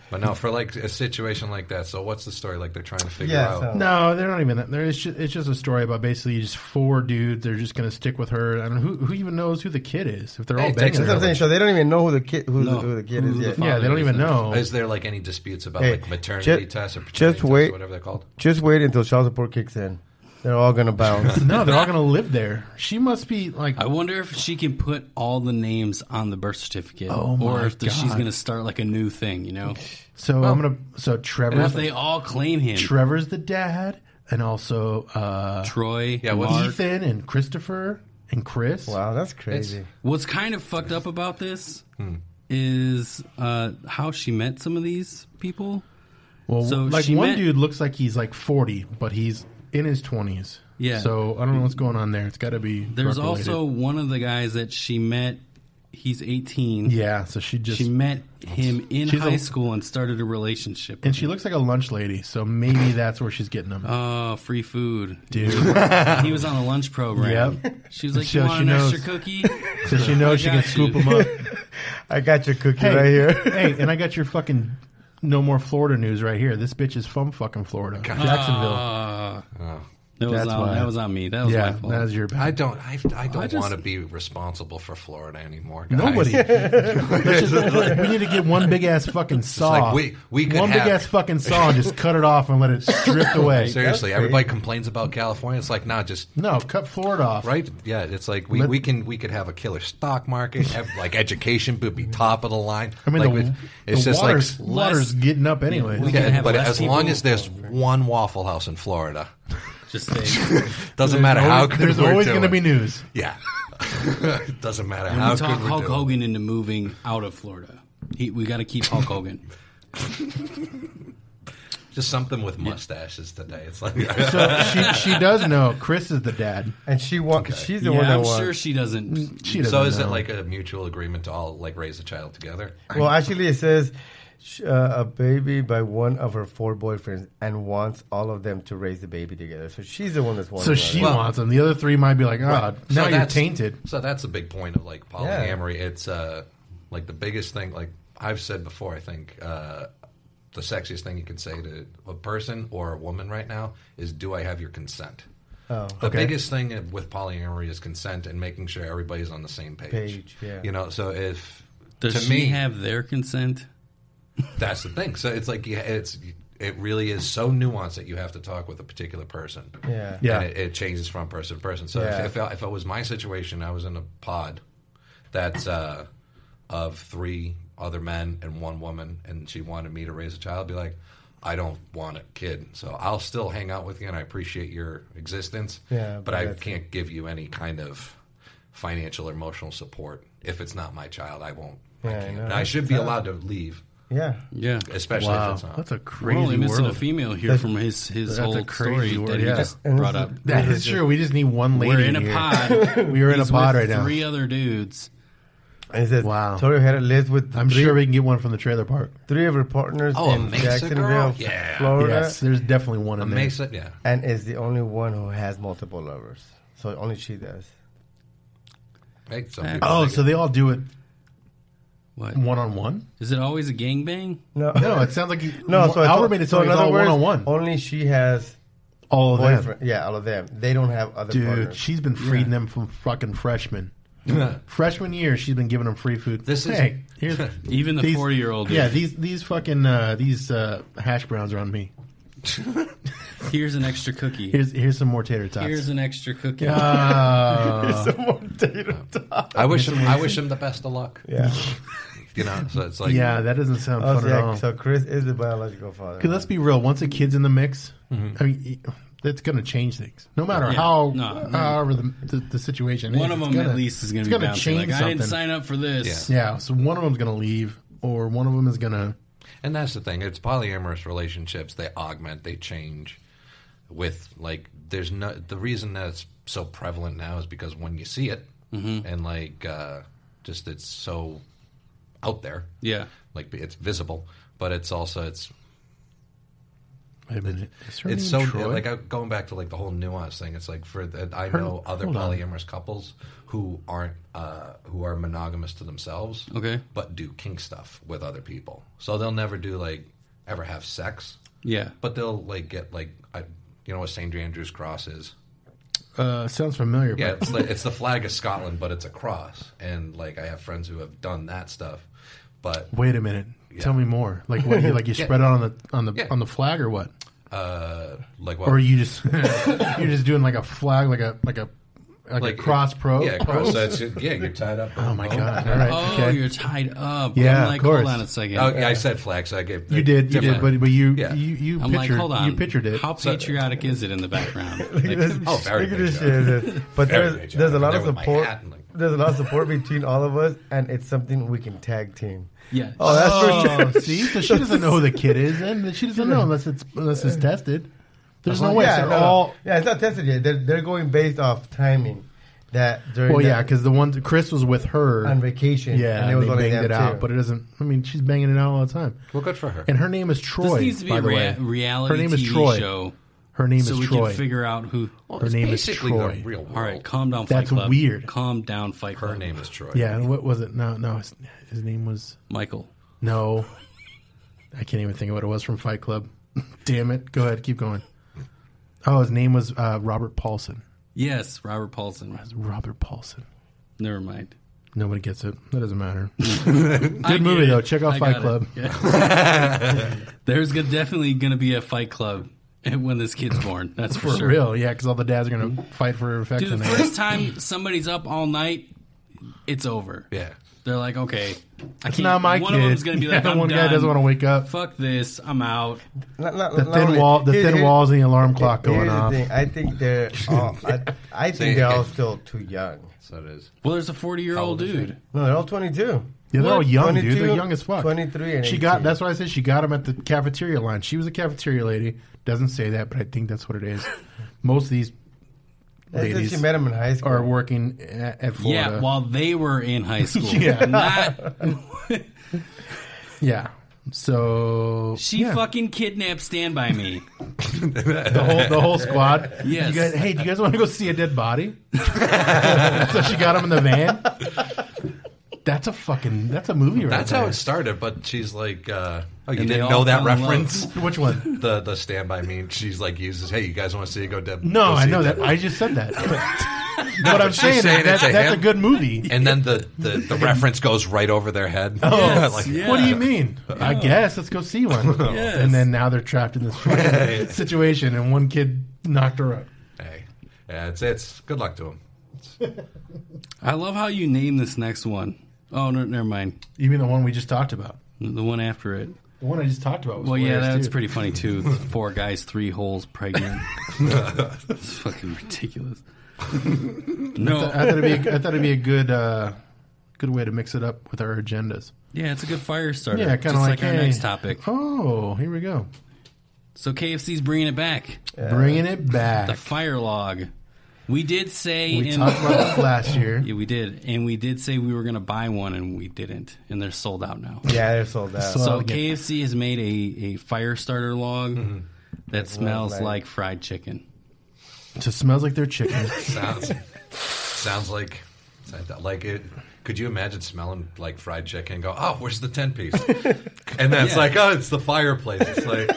[SPEAKER 6] But no, for like a situation like that. So what's the story? Like they're trying to figure
[SPEAKER 5] Yeah,
[SPEAKER 6] out.
[SPEAKER 5] so-
[SPEAKER 4] No, they're not even that. They're, it's, just, it's just a story about basically just four dudes. They're just going to stick with her. I don't know who, who even knows who the kid is if they're all
[SPEAKER 6] Hey, takes
[SPEAKER 4] banging.
[SPEAKER 5] That's what I'm
[SPEAKER 4] her.
[SPEAKER 5] saying. So they don't even know who the kid who,
[SPEAKER 3] No.
[SPEAKER 5] the, who the kid
[SPEAKER 3] Who
[SPEAKER 5] is
[SPEAKER 3] the
[SPEAKER 5] yet.
[SPEAKER 3] fuck-
[SPEAKER 4] Yeah, they don't even know.
[SPEAKER 6] Is there like any disputes about
[SPEAKER 5] Hey,
[SPEAKER 6] like maternity
[SPEAKER 5] ju-
[SPEAKER 6] tests or paternity
[SPEAKER 5] just
[SPEAKER 6] tests
[SPEAKER 5] wait.
[SPEAKER 6] or whatever they're called?
[SPEAKER 5] Just wait until child support kicks in. They're all gonna bounce.
[SPEAKER 4] No, they're all going to live there. She must be like.
[SPEAKER 3] I wonder if she can put all the names on the birth certificate,
[SPEAKER 4] Oh my
[SPEAKER 3] or if the- she's
[SPEAKER 4] God.
[SPEAKER 3] going to start like a new thing, you know?
[SPEAKER 4] So I'm going to. So
[SPEAKER 3] And
[SPEAKER 4] Trevor's
[SPEAKER 3] if they all claim him,
[SPEAKER 4] Trevor's the dad, and also uh,
[SPEAKER 3] Troy,
[SPEAKER 6] Yeah, what's-
[SPEAKER 3] Mark.
[SPEAKER 4] Ethan and Christopher and Chris.
[SPEAKER 5] wow, that's crazy.
[SPEAKER 3] What's kind of fucked up about this is uh, how she met some of these people.
[SPEAKER 4] Well,
[SPEAKER 3] So
[SPEAKER 4] like
[SPEAKER 3] she
[SPEAKER 4] one
[SPEAKER 3] met-
[SPEAKER 4] dude looks like he's like forty, but he's in his twenties.
[SPEAKER 3] Yeah.
[SPEAKER 4] So I don't know what's going on there. It's got to be.
[SPEAKER 3] There's
[SPEAKER 4] drug related.
[SPEAKER 3] also one of the guys that she met. He's 18.
[SPEAKER 4] yeah. So she just
[SPEAKER 3] She met him in
[SPEAKER 4] She's
[SPEAKER 3] high
[SPEAKER 4] a-
[SPEAKER 3] school and started a relationship.
[SPEAKER 4] and she looks like a lunch lady. So maybe that's where she's getting them.
[SPEAKER 3] Oh, free food.
[SPEAKER 4] Dude,
[SPEAKER 3] He was on a lunch program.
[SPEAKER 4] Yep.
[SPEAKER 3] She was like,
[SPEAKER 4] So
[SPEAKER 3] "You want
[SPEAKER 4] she
[SPEAKER 3] an
[SPEAKER 4] knows.
[SPEAKER 3] extra cookie?"
[SPEAKER 4] so she knows
[SPEAKER 3] I
[SPEAKER 4] she can
[SPEAKER 3] got
[SPEAKER 4] scoop
[SPEAKER 3] you.
[SPEAKER 4] them up.
[SPEAKER 5] I got your cookie right here.
[SPEAKER 4] hey, and I got your fucking no more Florida news right here. This bitch is from fucking Florida, Jacksonville.
[SPEAKER 3] Uh, that was
[SPEAKER 4] That's
[SPEAKER 3] on,
[SPEAKER 4] why.
[SPEAKER 3] that was on me. That was
[SPEAKER 4] Oh. yeah,
[SPEAKER 3] my fault.
[SPEAKER 4] that is your
[SPEAKER 6] I don't. I, I don't
[SPEAKER 3] I just-
[SPEAKER 6] want to be responsible for Florida anymore. Guys.
[SPEAKER 4] Nobody. Let's just- we need to get one big ass fucking saw.
[SPEAKER 6] like we- we could
[SPEAKER 4] one
[SPEAKER 6] have-
[SPEAKER 4] big ass fucking saw and just cut it off and let it drift away.
[SPEAKER 6] Seriously, everybody complains about California. It's like nah, just
[SPEAKER 4] No, cut Florida off.
[SPEAKER 6] right. Yeah, it's like we,
[SPEAKER 4] Let-
[SPEAKER 6] we can we could have a killer stock market. Have, like education would be top of the line.
[SPEAKER 4] I mean,
[SPEAKER 6] like
[SPEAKER 4] the,
[SPEAKER 6] it- it's
[SPEAKER 4] the
[SPEAKER 6] just
[SPEAKER 4] water's,
[SPEAKER 6] like.
[SPEAKER 4] water's getting up anyway.
[SPEAKER 3] we can
[SPEAKER 6] Yeah,
[SPEAKER 3] have
[SPEAKER 6] but
[SPEAKER 3] less
[SPEAKER 6] as long
[SPEAKER 3] people.
[SPEAKER 6] as there's one Waffle House in Florida,
[SPEAKER 3] Just say,
[SPEAKER 6] doesn't matter how
[SPEAKER 4] Always-
[SPEAKER 6] good
[SPEAKER 4] there's
[SPEAKER 6] we're
[SPEAKER 4] always
[SPEAKER 6] doing.
[SPEAKER 4] going to be news.
[SPEAKER 6] Yeah. it doesn't matter
[SPEAKER 3] when
[SPEAKER 6] how
[SPEAKER 3] we
[SPEAKER 6] good
[SPEAKER 3] talk
[SPEAKER 6] we're
[SPEAKER 3] Hulk
[SPEAKER 6] doing.
[SPEAKER 3] Hogan into moving out of Florida. He, we got to keep Hulk Hogan.
[SPEAKER 6] Just something with mustaches today. It's like
[SPEAKER 4] So she she does know Chris is the dad.
[SPEAKER 5] And she wants. She's the
[SPEAKER 3] yeah,
[SPEAKER 5] one that
[SPEAKER 3] I'm
[SPEAKER 5] wants.
[SPEAKER 3] sure she doesn't.
[SPEAKER 4] Mm, She doesn't
[SPEAKER 6] So is
[SPEAKER 4] know.
[SPEAKER 6] it like a mutual agreement to all like raise a child together?
[SPEAKER 5] well, actually, it says sh- uh, a baby by one of her four boyfriends, and wants all of them to raise the baby together. So she's the one that's wanting.
[SPEAKER 4] so
[SPEAKER 5] it.
[SPEAKER 4] she
[SPEAKER 6] Well-
[SPEAKER 4] wants him. The other three might be like, oh, now
[SPEAKER 6] so
[SPEAKER 4] you're
[SPEAKER 6] that's-
[SPEAKER 4] tainted.
[SPEAKER 6] So that's a big point of like polyamory. It's uh like the biggest thing like I've said before, I think uh the sexiest thing you can say to a person or a woman right now is do I have your consent?
[SPEAKER 5] Oh,
[SPEAKER 6] The biggest thing with polyamory is consent and making sure everybody's on the same page.
[SPEAKER 5] Page, yeah.
[SPEAKER 6] You know, so if
[SPEAKER 3] Does
[SPEAKER 6] to
[SPEAKER 3] she
[SPEAKER 6] me
[SPEAKER 3] have their consent?
[SPEAKER 6] That's the thing. So it's like yeah, it's it really is so nuanced that you have to talk with a particular person.
[SPEAKER 5] Yeah.
[SPEAKER 4] Yeah.
[SPEAKER 6] and it, it changes from person to person. So
[SPEAKER 5] Yeah.
[SPEAKER 6] if, if, I- if it was my situation, I was in a pod that's uh, of three other men and one woman, and she wanted me to raise a child. I'd be like, I don't want a kid, so I'll still hang out with you, and I appreciate your existence.
[SPEAKER 5] Yeah,
[SPEAKER 6] but,
[SPEAKER 5] but
[SPEAKER 6] I
[SPEAKER 5] that's-
[SPEAKER 6] can't give you any kind of financial or emotional support if it's not my child. I won't. I
[SPEAKER 5] Yeah, I
[SPEAKER 6] can't.
[SPEAKER 5] know.
[SPEAKER 6] and I should be allowed to leave
[SPEAKER 5] yeah.
[SPEAKER 3] Yeah.
[SPEAKER 6] especially if
[SPEAKER 4] Wow,
[SPEAKER 6] it's not.
[SPEAKER 4] that's a
[SPEAKER 3] We're
[SPEAKER 4] crazy
[SPEAKER 3] only missing
[SPEAKER 4] world.
[SPEAKER 3] a female here from his his
[SPEAKER 4] That's a
[SPEAKER 3] whole
[SPEAKER 4] crazy
[SPEAKER 3] story
[SPEAKER 4] world,
[SPEAKER 3] that he
[SPEAKER 4] yeah.
[SPEAKER 3] just
[SPEAKER 5] And
[SPEAKER 3] brought
[SPEAKER 5] this
[SPEAKER 3] up.
[SPEAKER 5] is-
[SPEAKER 4] That is true. We just need one lady.
[SPEAKER 3] We're in a
[SPEAKER 4] here.
[SPEAKER 3] pod.
[SPEAKER 4] We are in a
[SPEAKER 3] He's
[SPEAKER 4] pod
[SPEAKER 3] with
[SPEAKER 4] right now.
[SPEAKER 3] Three other dudes.
[SPEAKER 5] And he says,
[SPEAKER 4] Wow.
[SPEAKER 5] Tori O'Hara lives with
[SPEAKER 4] I'm
[SPEAKER 5] three,
[SPEAKER 4] sure we can get one from the trailer park.
[SPEAKER 5] three of her partners
[SPEAKER 6] Oh, a
[SPEAKER 5] in
[SPEAKER 6] Mesa girl?
[SPEAKER 5] Jacksonville,
[SPEAKER 6] Yeah.
[SPEAKER 5] Florida,
[SPEAKER 4] Yes, there's definitely one in there.
[SPEAKER 6] Mesa, yeah.
[SPEAKER 5] and is the only one who has multiple lovers. So only she does.
[SPEAKER 6] Hey, some
[SPEAKER 3] Eh.
[SPEAKER 6] people
[SPEAKER 4] Oh,
[SPEAKER 6] think
[SPEAKER 4] so they all do it
[SPEAKER 3] What
[SPEAKER 4] one on one?
[SPEAKER 3] is it? Always a gangbang?
[SPEAKER 5] No,
[SPEAKER 4] No, it sounds like you,
[SPEAKER 5] no. So
[SPEAKER 4] Albert made it
[SPEAKER 5] so
[SPEAKER 4] sound
[SPEAKER 5] in
[SPEAKER 4] like it's
[SPEAKER 5] other
[SPEAKER 4] all one
[SPEAKER 5] words,
[SPEAKER 4] on one.
[SPEAKER 5] only she has
[SPEAKER 4] All of them.
[SPEAKER 5] boyfriend. Yeah, all of them. They don't have other
[SPEAKER 4] Dude,
[SPEAKER 5] partners.
[SPEAKER 4] she's been freeing them from fucking freshmen. freshman year, she's been giving them free food.
[SPEAKER 6] This is-
[SPEAKER 4] hey, here's,
[SPEAKER 3] Even the
[SPEAKER 4] these-
[SPEAKER 3] forty-year-old.
[SPEAKER 4] Yeah, these these fucking uh, these uh, hash browns are on me.
[SPEAKER 3] Here's an extra cookie. Here's,
[SPEAKER 4] Here's here's some more tater tots.
[SPEAKER 3] an extra cookie.
[SPEAKER 4] Uh,
[SPEAKER 6] I wish him. I wish him the best of luck.
[SPEAKER 5] yeah.
[SPEAKER 6] You know, so it's like
[SPEAKER 4] yeah, that doesn't sound
[SPEAKER 5] Oh,
[SPEAKER 4] fun
[SPEAKER 5] so,
[SPEAKER 4] at
[SPEAKER 5] yeah,
[SPEAKER 4] all.
[SPEAKER 5] so Chris is the biological father.
[SPEAKER 4] 'Cause let's be real. Once a kid's in the mix, I mean, that's going to change things. No matter
[SPEAKER 3] Mm-hmm. Yeah.
[SPEAKER 4] how,
[SPEAKER 3] No.
[SPEAKER 4] however the, the, the situation is,
[SPEAKER 3] One of
[SPEAKER 4] it's
[SPEAKER 3] them
[SPEAKER 4] gonna-
[SPEAKER 3] at least is going
[SPEAKER 4] it's
[SPEAKER 3] to be
[SPEAKER 4] gonna
[SPEAKER 3] bouncing.
[SPEAKER 4] change
[SPEAKER 3] like, I
[SPEAKER 4] something.
[SPEAKER 3] didn't sign up for this.
[SPEAKER 4] yeah, so one of them's going to leave, or one of them is going to.
[SPEAKER 6] And that's the thing. It's polyamorous relationships. They augment, they change with like there's no the reason that it's so prevalent now is because when you see it and like uh just it's so out there.
[SPEAKER 3] Yeah.
[SPEAKER 6] Like it's visible, but it's also it's
[SPEAKER 4] Wait a minute. Is her
[SPEAKER 6] it's
[SPEAKER 4] name
[SPEAKER 6] so
[SPEAKER 4] Troy?
[SPEAKER 6] like I, going back to like the whole nuance thing. It's like for the, I know other
[SPEAKER 4] hold on.
[SPEAKER 6] polyamorous couples who aren't uh, who are monogamous to themselves,
[SPEAKER 3] Okay.
[SPEAKER 6] but do kink stuff with other people. So they'll never do like ever have sex,
[SPEAKER 3] Yeah.
[SPEAKER 6] but they'll like get like I, you know what St Andrew's cross is.
[SPEAKER 4] uh, sounds familiar.
[SPEAKER 6] Yeah,
[SPEAKER 4] but
[SPEAKER 6] it's the, it's the flag of Scotland, but it's a cross. And like I have friends who have done that stuff, but
[SPEAKER 4] Wait a minute. Tell me more. Like what? You, like you spread out on the on the
[SPEAKER 6] Yeah.
[SPEAKER 4] on the flag, or what?
[SPEAKER 6] uh, like what
[SPEAKER 4] Or are you just you're just doing like a flag, like a like a like, a cross pro?
[SPEAKER 6] Yeah,
[SPEAKER 4] pose?
[SPEAKER 6] cross. so it's- yeah, you're tied up.
[SPEAKER 4] Oh my god! All right.
[SPEAKER 3] Oh,
[SPEAKER 4] okay.
[SPEAKER 3] you're tied up.
[SPEAKER 4] Yeah,
[SPEAKER 3] I'm like,
[SPEAKER 4] of course.
[SPEAKER 3] hold on a second.
[SPEAKER 6] Oh, yeah, I said flag, so I gave
[SPEAKER 4] You did, you did,
[SPEAKER 6] different-
[SPEAKER 4] but but you
[SPEAKER 6] Yeah.
[SPEAKER 4] you you
[SPEAKER 3] I'm
[SPEAKER 4] pictured
[SPEAKER 3] like, hold on.
[SPEAKER 4] you pictured it.
[SPEAKER 3] How patriotic is it in the background? Like,
[SPEAKER 6] Oh, very
[SPEAKER 5] Look at
[SPEAKER 6] good
[SPEAKER 5] this
[SPEAKER 6] job.
[SPEAKER 5] shit, is it? But
[SPEAKER 6] Very
[SPEAKER 5] there's,
[SPEAKER 6] good job.
[SPEAKER 5] there's a
[SPEAKER 6] I've
[SPEAKER 5] lot
[SPEAKER 6] been
[SPEAKER 5] of
[SPEAKER 6] there with my
[SPEAKER 5] support.
[SPEAKER 6] hat and, like-
[SPEAKER 5] There's a lot of support between all of us, and it's something we can tag team.
[SPEAKER 3] yeah.
[SPEAKER 5] Oh, that's for sure.
[SPEAKER 4] Oh, see, so she doesn't know who the kid is, and she doesn't know unless it's unless it's tested. There's no way.
[SPEAKER 5] yeah,
[SPEAKER 4] so
[SPEAKER 5] no,
[SPEAKER 4] all,
[SPEAKER 5] yeah, it's not tested yet. They're, they're going based off timing. That during
[SPEAKER 4] well,
[SPEAKER 5] the-
[SPEAKER 4] yeah, because the one Chris was with her
[SPEAKER 5] on vacation,
[SPEAKER 4] Yeah,
[SPEAKER 5] and it was
[SPEAKER 4] they
[SPEAKER 5] only
[SPEAKER 4] banged it
[SPEAKER 5] them
[SPEAKER 4] out,
[SPEAKER 5] two.
[SPEAKER 4] but it doesn't. I mean, she's banging it out all the time.
[SPEAKER 6] Well, good for her.
[SPEAKER 4] And her name is Troy.
[SPEAKER 3] this needs to be
[SPEAKER 4] by
[SPEAKER 3] a
[SPEAKER 4] the
[SPEAKER 3] rea-
[SPEAKER 4] way.
[SPEAKER 3] reality
[SPEAKER 4] Her name
[SPEAKER 3] TV
[SPEAKER 4] is Troy.
[SPEAKER 3] show
[SPEAKER 4] Her name
[SPEAKER 3] so
[SPEAKER 4] is
[SPEAKER 3] we
[SPEAKER 4] Troy.
[SPEAKER 3] can figure out who.
[SPEAKER 4] her name is
[SPEAKER 6] Basically,
[SPEAKER 4] Troy.
[SPEAKER 6] the real world.
[SPEAKER 3] All right, calm down, Fight
[SPEAKER 4] That's
[SPEAKER 3] Club.
[SPEAKER 4] weird.
[SPEAKER 3] Calm down, Fight Club.
[SPEAKER 6] Her name is Troy.
[SPEAKER 4] Yeah, and what was it? No, no, his, his name was
[SPEAKER 3] Michael.
[SPEAKER 4] no. I can't even think of what it was from Fight Club. Damn it! Go ahead, keep going. Oh, his name was uh, Robert Paulson.
[SPEAKER 3] Yes, Robert Paulson.
[SPEAKER 4] It's Robert Paulson.
[SPEAKER 3] Never mind.
[SPEAKER 4] Nobody gets it. That doesn't matter.
[SPEAKER 3] Good
[SPEAKER 4] movie, though. Check out Fight Club.
[SPEAKER 3] There's go- definitely going to be a Fight Club when this kid's born. That's for,
[SPEAKER 4] For
[SPEAKER 3] sure.
[SPEAKER 4] real, yeah, because all the dads are gonna fight for
[SPEAKER 3] Dude,
[SPEAKER 4] affection.
[SPEAKER 3] the first time somebody's up all night, it's over.
[SPEAKER 6] Yeah.
[SPEAKER 3] They're like, okay, I can't.
[SPEAKER 4] not my
[SPEAKER 3] one
[SPEAKER 4] kid.
[SPEAKER 3] of them's going to be like,
[SPEAKER 4] Yeah,
[SPEAKER 3] I'm
[SPEAKER 4] one guy
[SPEAKER 3] done.
[SPEAKER 4] doesn't want to wake up.
[SPEAKER 3] Fuck this. I'm out.
[SPEAKER 5] Not- not-
[SPEAKER 4] The
[SPEAKER 5] not
[SPEAKER 4] thin
[SPEAKER 5] only-
[SPEAKER 4] wall, the
[SPEAKER 5] here-
[SPEAKER 4] thin
[SPEAKER 5] here-
[SPEAKER 4] walls, and the alarm clock
[SPEAKER 5] here's
[SPEAKER 4] going
[SPEAKER 5] the
[SPEAKER 4] off.
[SPEAKER 5] thing. I think they're all. I, I think they're all still too young.
[SPEAKER 6] So it is.
[SPEAKER 3] Well, there's a 40 year old
[SPEAKER 6] old is
[SPEAKER 3] dude.
[SPEAKER 5] No, they're all 22.
[SPEAKER 4] Yeah, they're all young, dude.
[SPEAKER 5] 22,
[SPEAKER 4] They're young as fuck.
[SPEAKER 5] 23 and
[SPEAKER 4] she got.
[SPEAKER 5] 18.
[SPEAKER 4] That's why I said she got him at the cafeteria line. She was a cafeteria lady. Doesn't say that, but I think that's what it is. Most of these
[SPEAKER 5] That's just
[SPEAKER 4] ladies
[SPEAKER 5] she met him in high school.
[SPEAKER 4] are working at, at Florida.
[SPEAKER 3] Yeah, while they were in high school.
[SPEAKER 4] Yeah.
[SPEAKER 3] Not,
[SPEAKER 4] Yeah. So
[SPEAKER 3] she
[SPEAKER 4] yeah.
[SPEAKER 3] fucking kidnapped Stand By Me.
[SPEAKER 4] the whole the whole squad.
[SPEAKER 3] Yes.
[SPEAKER 4] You guys, hey, do you guys want to go see a dead body? so she got him in the van. That's a fucking. That's a movie. Right
[SPEAKER 6] That's
[SPEAKER 4] there.
[SPEAKER 6] how it started, but she's like, uh, oh, you
[SPEAKER 3] And they
[SPEAKER 6] didn't
[SPEAKER 3] all
[SPEAKER 6] know that
[SPEAKER 3] fell in love.
[SPEAKER 6] reference?
[SPEAKER 4] Which one?
[SPEAKER 6] the the Stand By Me, she's like, uses, hey, you guys want to see it go dead?
[SPEAKER 4] No,
[SPEAKER 6] go
[SPEAKER 4] I
[SPEAKER 6] see
[SPEAKER 4] know
[SPEAKER 6] it
[SPEAKER 4] that.
[SPEAKER 6] dead?"
[SPEAKER 4] I just said that. what I'm
[SPEAKER 6] she's
[SPEAKER 4] saying is
[SPEAKER 6] saying it
[SPEAKER 4] that,
[SPEAKER 6] to
[SPEAKER 4] that's a
[SPEAKER 6] him.
[SPEAKER 4] good movie.
[SPEAKER 6] And then the, the, the reference goes right over their head. Oh,
[SPEAKER 3] Yes,
[SPEAKER 6] like,
[SPEAKER 3] yeah.
[SPEAKER 4] What do you mean? I guess let's go see one.
[SPEAKER 3] Yes.
[SPEAKER 4] And then now they're trapped in this fucking situation, and one kid knocked her up.
[SPEAKER 6] Hey, yeah, it's, it's good luck to him.
[SPEAKER 3] I love how you name this next one. Oh, no, never mind.
[SPEAKER 4] You mean the one we just talked about?
[SPEAKER 3] The one after it.
[SPEAKER 4] The one I just talked about. Was
[SPEAKER 3] Well, yeah,
[SPEAKER 4] hilarious,
[SPEAKER 3] that's
[SPEAKER 4] too.
[SPEAKER 3] pretty funny too. Four guys, three holes, pregnant. it's fucking ridiculous.
[SPEAKER 4] I
[SPEAKER 3] No,
[SPEAKER 4] thought it'd be. I thought it'd be a good, uh, good way to mix it up with our agendas.
[SPEAKER 3] yeah, it's a good fire starter.
[SPEAKER 4] Yeah, kinda
[SPEAKER 3] Just
[SPEAKER 4] like,
[SPEAKER 3] our
[SPEAKER 4] hey.
[SPEAKER 3] next topic.
[SPEAKER 4] Oh, here we go.
[SPEAKER 3] So KFC's bringing it back.
[SPEAKER 4] Bringing it back.
[SPEAKER 3] The fire log. We did say
[SPEAKER 4] We
[SPEAKER 3] in
[SPEAKER 4] talked about this last year.
[SPEAKER 3] yeah, we did, and we did say we were going to buy one, and we didn't, and they're sold out now.
[SPEAKER 5] Yeah, they're sold out.
[SPEAKER 4] So-
[SPEAKER 3] So
[SPEAKER 4] again.
[SPEAKER 3] KFC has made a, a fire starter log that smells
[SPEAKER 5] like-
[SPEAKER 3] like fried chicken.
[SPEAKER 4] It just smells like their chicken.
[SPEAKER 6] Sounds sounds like like it. Could you imagine smelling like fried chicken? and Go, oh, where's the ten piece? And that's like, oh, it's the fireplace. It's like,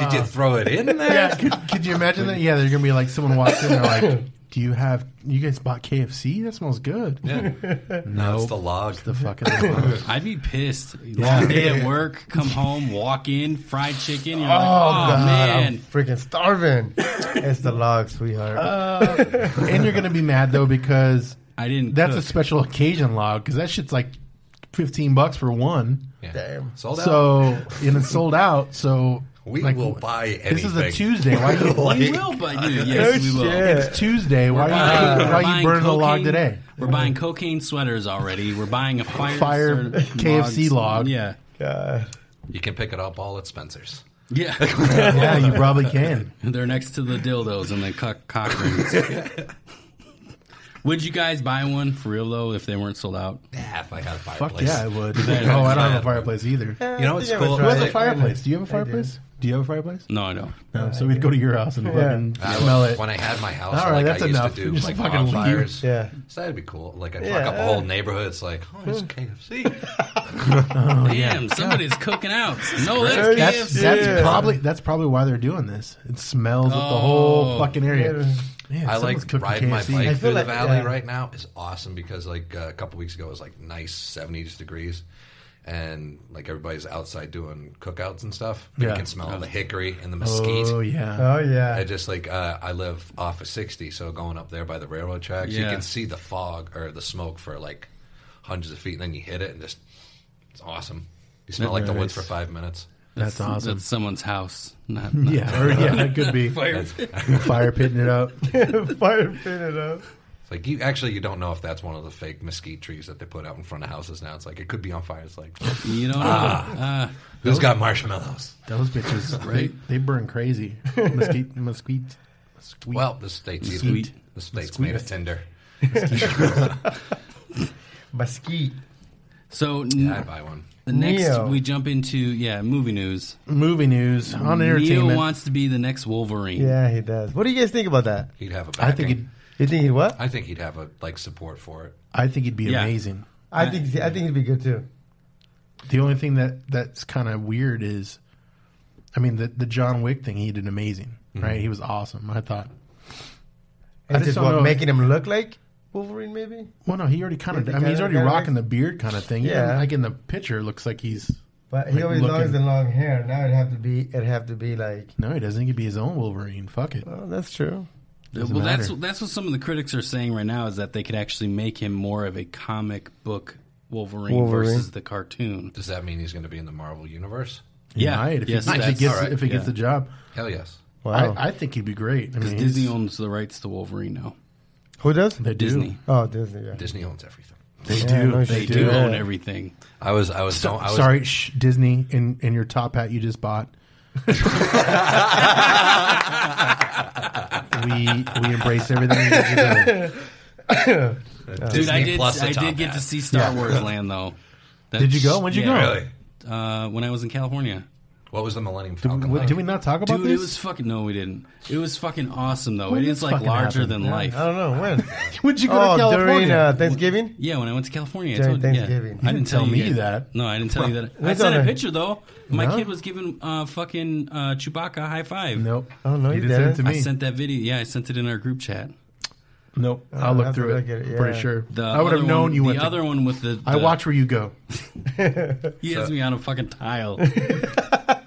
[SPEAKER 6] did you throw it in there?
[SPEAKER 4] Ah. yeah, could, could you imagine that? Yeah, they're gonna be like someone walks in, they're like, "Do you have? You guys bought KFC? That smells good."
[SPEAKER 6] Yeah. No, it's the log.
[SPEAKER 4] The fucking.
[SPEAKER 3] I'd be pissed. Long day at work, come home, walk in, fried chicken. You're like, oh,
[SPEAKER 5] God, I'm
[SPEAKER 3] man.
[SPEAKER 5] freaking starving. it's the log, sweetheart.
[SPEAKER 4] Uh, and you're gonna be mad though because
[SPEAKER 3] I didn't.
[SPEAKER 4] that's a
[SPEAKER 3] cook.
[SPEAKER 4] special occasion log because that shit's like fifteen bucks for one.
[SPEAKER 6] Yeah.
[SPEAKER 5] Damn.
[SPEAKER 6] Sold out.
[SPEAKER 4] So and it's sold out. So
[SPEAKER 6] we
[SPEAKER 4] like,
[SPEAKER 6] will buy anything.
[SPEAKER 4] This is a Tuesday. Why you,
[SPEAKER 3] we will, but you, yes, we will. Uh,
[SPEAKER 5] shit.
[SPEAKER 4] it's Tuesday. Why you,
[SPEAKER 3] We're
[SPEAKER 4] why
[SPEAKER 3] buying
[SPEAKER 4] you burn the log
[SPEAKER 3] cocaine-
[SPEAKER 4] today?
[SPEAKER 3] We're buying cocaine sweaters already. We're buying a fire,
[SPEAKER 4] Fire
[SPEAKER 3] starter
[SPEAKER 4] KFC log.
[SPEAKER 3] Yeah,
[SPEAKER 5] God.
[SPEAKER 6] You can pick it up all at Spencer's.
[SPEAKER 3] yeah.
[SPEAKER 4] Yeah, you probably can.
[SPEAKER 3] They're next to the dildos and the cock, cock rings. Would you guys buy one for real though if they weren't sold out?
[SPEAKER 6] Yeah, Ah, if I had a fireplace.
[SPEAKER 4] Fuck yeah, I would. oh, I don't have a fireplace either.
[SPEAKER 6] You know what's
[SPEAKER 5] Yeah,
[SPEAKER 6] cool?
[SPEAKER 5] that's
[SPEAKER 4] Who has a
[SPEAKER 5] right.
[SPEAKER 4] fireplace? Do you have a fireplace? Do you have a fireplace?
[SPEAKER 3] No, I don't.
[SPEAKER 4] No, so we'd go to your house and fucking
[SPEAKER 6] I was-
[SPEAKER 4] smell it.
[SPEAKER 6] When I had my house,
[SPEAKER 4] All right,
[SPEAKER 6] like
[SPEAKER 4] that's
[SPEAKER 6] I used
[SPEAKER 4] enough.
[SPEAKER 6] to do
[SPEAKER 4] Just
[SPEAKER 6] like
[SPEAKER 4] fucking leave.
[SPEAKER 6] bonfires.
[SPEAKER 5] Yeah.
[SPEAKER 6] So that'd be cool. Like I'd
[SPEAKER 5] Yeah.
[SPEAKER 6] fuck up a whole neighborhood. It's like, oh, it's KFC.
[SPEAKER 3] Damn, somebody's cooking out. No, that's
[SPEAKER 5] That's-
[SPEAKER 4] That's
[SPEAKER 3] KFC.
[SPEAKER 4] that's
[SPEAKER 5] Yeah.
[SPEAKER 4] probably that's probably why they're doing this. It smells up the
[SPEAKER 3] Oh.
[SPEAKER 4] whole fucking area.
[SPEAKER 5] Yeah.
[SPEAKER 4] Man,
[SPEAKER 6] I
[SPEAKER 4] someone's
[SPEAKER 6] like
[SPEAKER 4] cooking
[SPEAKER 6] riding my
[SPEAKER 4] KFC.
[SPEAKER 6] bike
[SPEAKER 5] feel
[SPEAKER 6] through
[SPEAKER 5] like-
[SPEAKER 6] the valley
[SPEAKER 5] yeah.
[SPEAKER 6] right now is awesome because like uh, a couple weeks ago it was like nice 70s degrees and like everybody's outside doing cookouts and stuff.
[SPEAKER 4] Yeah.
[SPEAKER 6] You can smell the hickory and the mesquite.
[SPEAKER 4] Oh yeah,
[SPEAKER 5] Oh yeah.
[SPEAKER 6] I just like uh, I live off of 60, so going up there by the railroad tracks,
[SPEAKER 3] Yeah.
[SPEAKER 6] you can see the fog or the smoke for like hundreds of feet, and then you hit it and just it's awesome. You smell like the woods for
[SPEAKER 4] Nice.
[SPEAKER 6] five minutes.
[SPEAKER 4] that's awesome.
[SPEAKER 3] That's someone's house. Not, not
[SPEAKER 4] yeah, or, yeah, that could be
[SPEAKER 3] fire.
[SPEAKER 4] fire pitting it up.
[SPEAKER 5] Fire pit it up.
[SPEAKER 6] It's like you actually you don't know if that's one of the fake mesquite trees that they put out in front of houses now. It's like it could be on fire. It's like
[SPEAKER 3] You don't know. Ah.
[SPEAKER 6] who's got marshmallows?
[SPEAKER 4] Those bitches,
[SPEAKER 3] Right.
[SPEAKER 4] They, they burn crazy. Mesquite, mesquite. mesquite.
[SPEAKER 6] Well, the state's either-
[SPEAKER 3] Sweet.
[SPEAKER 6] The state's made of tinder.
[SPEAKER 5] Mesquite.
[SPEAKER 3] so n-
[SPEAKER 6] Yeah, I buy one.
[SPEAKER 3] the next
[SPEAKER 5] Neo.
[SPEAKER 3] we jump into yeah movie news.
[SPEAKER 4] movie news on
[SPEAKER 3] Neo
[SPEAKER 4] entertainment.
[SPEAKER 3] wants to be the next Wolverine.
[SPEAKER 5] Yeah, he does. What do you guys think about that?
[SPEAKER 6] He'd have a backing.
[SPEAKER 4] I think it,
[SPEAKER 5] You think he what?
[SPEAKER 6] I think he'd have a like support for it.
[SPEAKER 4] I think it'd be
[SPEAKER 3] Yeah.
[SPEAKER 4] amazing.
[SPEAKER 5] I think I think he'd be good too.
[SPEAKER 4] The only thing that that's kind of weird is, I mean, the the John Wick thing. He did amazing, right? He was awesome. I thought.
[SPEAKER 5] And
[SPEAKER 4] just
[SPEAKER 5] just
[SPEAKER 4] don't
[SPEAKER 5] what,
[SPEAKER 4] know.
[SPEAKER 5] making him look like Wolverine, maybe.
[SPEAKER 4] Well, no, he already kind
[SPEAKER 5] Yeah,
[SPEAKER 4] of.
[SPEAKER 5] the
[SPEAKER 4] I mean, he's
[SPEAKER 5] guy-
[SPEAKER 4] already
[SPEAKER 5] guy
[SPEAKER 4] rocking
[SPEAKER 5] like-
[SPEAKER 4] the beard kind of thing. Even,
[SPEAKER 5] Yeah.
[SPEAKER 4] like in the picture, it looks like he's.
[SPEAKER 5] But he
[SPEAKER 4] Like,
[SPEAKER 5] always
[SPEAKER 4] looking-
[SPEAKER 5] loves the long hair. Now it'd have to be it'd have to be like.
[SPEAKER 4] No, he doesn't. He could be his own Wolverine. Fuck it.
[SPEAKER 5] Oh, that's true.
[SPEAKER 4] Doesn't
[SPEAKER 3] well, that's
[SPEAKER 4] matter.
[SPEAKER 3] that's what some of the critics are saying right now is that they could actually make him more of a comic book Wolverine,
[SPEAKER 5] Wolverine.
[SPEAKER 3] versus the cartoon.
[SPEAKER 6] Does that mean he's going to be in the Marvel universe?
[SPEAKER 4] He
[SPEAKER 3] Yeah.
[SPEAKER 4] might, if,
[SPEAKER 3] Yes,
[SPEAKER 4] he, if he
[SPEAKER 3] that's-
[SPEAKER 4] gets
[SPEAKER 6] all right,
[SPEAKER 4] if he
[SPEAKER 3] yeah.
[SPEAKER 4] gets the job,
[SPEAKER 6] Hell yes.
[SPEAKER 5] Wow.
[SPEAKER 4] I, I think he'd be great. I mean, he's-
[SPEAKER 3] Disney owns the rights to Wolverine now.
[SPEAKER 5] Who does?
[SPEAKER 4] they do.
[SPEAKER 3] Disney.
[SPEAKER 5] Oh, Disney. Yeah.
[SPEAKER 6] Disney owns everything.
[SPEAKER 4] They
[SPEAKER 5] Yeah,
[SPEAKER 4] do.
[SPEAKER 5] no
[SPEAKER 4] they
[SPEAKER 5] shit.
[SPEAKER 3] They do
[SPEAKER 4] do.
[SPEAKER 5] Yeah.
[SPEAKER 3] own everything.
[SPEAKER 6] I was I was don't- I was
[SPEAKER 4] Sorry, shh, Disney, and and your top hat you just bought. we we embrace everything that you're doing.
[SPEAKER 6] Disney
[SPEAKER 3] Dude, I did.
[SPEAKER 6] plus a
[SPEAKER 3] I
[SPEAKER 6] top
[SPEAKER 3] did get
[SPEAKER 6] hat.
[SPEAKER 3] to see Star Wars Land though. That
[SPEAKER 4] Did you go?
[SPEAKER 3] sh-
[SPEAKER 4] When'd you
[SPEAKER 3] yeah,
[SPEAKER 4] go?
[SPEAKER 6] Really?
[SPEAKER 3] Uh, when I was in California.
[SPEAKER 6] What was the Millennium Falcon?
[SPEAKER 4] What,
[SPEAKER 6] like?
[SPEAKER 4] did we not talk about
[SPEAKER 3] Dude,
[SPEAKER 4] this?
[SPEAKER 3] it was fucking. No, we didn't. It was fucking awesome though.
[SPEAKER 4] When
[SPEAKER 3] it
[SPEAKER 4] did
[SPEAKER 3] is
[SPEAKER 4] this
[SPEAKER 3] like
[SPEAKER 4] fucking
[SPEAKER 3] larger
[SPEAKER 4] happen?
[SPEAKER 3] than
[SPEAKER 4] Yeah,
[SPEAKER 3] life.
[SPEAKER 5] I don't know when.
[SPEAKER 4] Would you go
[SPEAKER 5] oh,
[SPEAKER 4] to California?
[SPEAKER 5] during uh, Thanksgiving.
[SPEAKER 3] Yeah, when I went to California, I
[SPEAKER 5] During
[SPEAKER 3] told, yeah.
[SPEAKER 5] Thanksgiving. You
[SPEAKER 3] I
[SPEAKER 4] didn't
[SPEAKER 3] didn't tell
[SPEAKER 4] tell
[SPEAKER 3] you
[SPEAKER 4] me
[SPEAKER 3] guys-
[SPEAKER 4] that.
[SPEAKER 3] No, I didn't tell you that. I
[SPEAKER 5] That's
[SPEAKER 3] sent a
[SPEAKER 5] all right.
[SPEAKER 3] picture though. My
[SPEAKER 4] No?
[SPEAKER 3] kid was giving uh, fucking uh, Chewbacca a high five.
[SPEAKER 4] Nope.
[SPEAKER 5] Oh, no, you
[SPEAKER 4] didn't send it
[SPEAKER 5] didn't.
[SPEAKER 4] to
[SPEAKER 3] I
[SPEAKER 4] me.
[SPEAKER 3] sent that video. Yeah, I sent it in our group chat.
[SPEAKER 4] Nope.
[SPEAKER 5] I'll
[SPEAKER 4] I'll look
[SPEAKER 5] have to
[SPEAKER 4] through it.
[SPEAKER 5] look at it,
[SPEAKER 4] Pretty
[SPEAKER 5] yeah.
[SPEAKER 4] sure.
[SPEAKER 3] The
[SPEAKER 4] I would
[SPEAKER 3] other
[SPEAKER 4] have known
[SPEAKER 3] one,
[SPEAKER 4] you
[SPEAKER 3] the
[SPEAKER 4] went. to-
[SPEAKER 3] other one with the,
[SPEAKER 4] I
[SPEAKER 3] the-
[SPEAKER 4] watch where you go.
[SPEAKER 3] He has me on a fucking tile.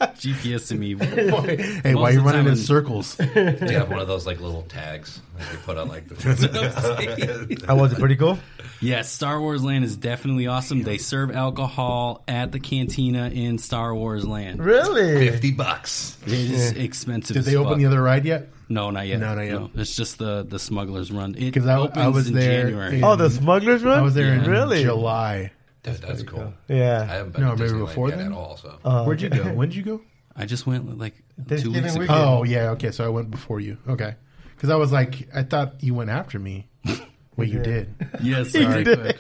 [SPEAKER 3] GPSing me.
[SPEAKER 4] hey,
[SPEAKER 3] Most
[SPEAKER 4] why
[SPEAKER 3] of the
[SPEAKER 4] you running
[SPEAKER 3] time
[SPEAKER 4] in
[SPEAKER 3] I'm-
[SPEAKER 4] circles?
[SPEAKER 6] Do you have one of those like little tags that you put on like the?
[SPEAKER 5] I was it pretty cool.
[SPEAKER 3] Yes, Star Wars Land is definitely awesome. They serve alcohol at the cantina in Star Wars Land.
[SPEAKER 5] Really?
[SPEAKER 6] Fifty bucks.
[SPEAKER 3] It is expensive.
[SPEAKER 4] Did
[SPEAKER 3] as
[SPEAKER 4] they open
[SPEAKER 3] fuck.
[SPEAKER 4] the other ride yet?
[SPEAKER 3] No, not yet.
[SPEAKER 4] No, not yet.
[SPEAKER 3] It's just the the smugglers run. It
[SPEAKER 4] 'Cause I- I
[SPEAKER 3] opens
[SPEAKER 4] was
[SPEAKER 3] in
[SPEAKER 4] there
[SPEAKER 3] January.
[SPEAKER 4] in-
[SPEAKER 5] Oh, the smugglers one.
[SPEAKER 4] I was there in
[SPEAKER 5] really?
[SPEAKER 4] July.
[SPEAKER 6] Dude, that's cool.
[SPEAKER 5] Yeah.
[SPEAKER 6] I haven't been
[SPEAKER 4] No,
[SPEAKER 6] to
[SPEAKER 4] maybe
[SPEAKER 6] Disneyland
[SPEAKER 4] before
[SPEAKER 6] yet
[SPEAKER 4] then? Uh,
[SPEAKER 6] at all. So
[SPEAKER 4] Where'd you go? When'd you go?
[SPEAKER 3] I just went like two
[SPEAKER 5] Thanksgiving
[SPEAKER 3] weeks ago.
[SPEAKER 5] weekend.
[SPEAKER 4] Oh yeah, okay. So I went before you. Okay, Because I was like, I thought you went after me. Well, you did.
[SPEAKER 3] Yes,
[SPEAKER 4] Sorry.
[SPEAKER 3] sorry.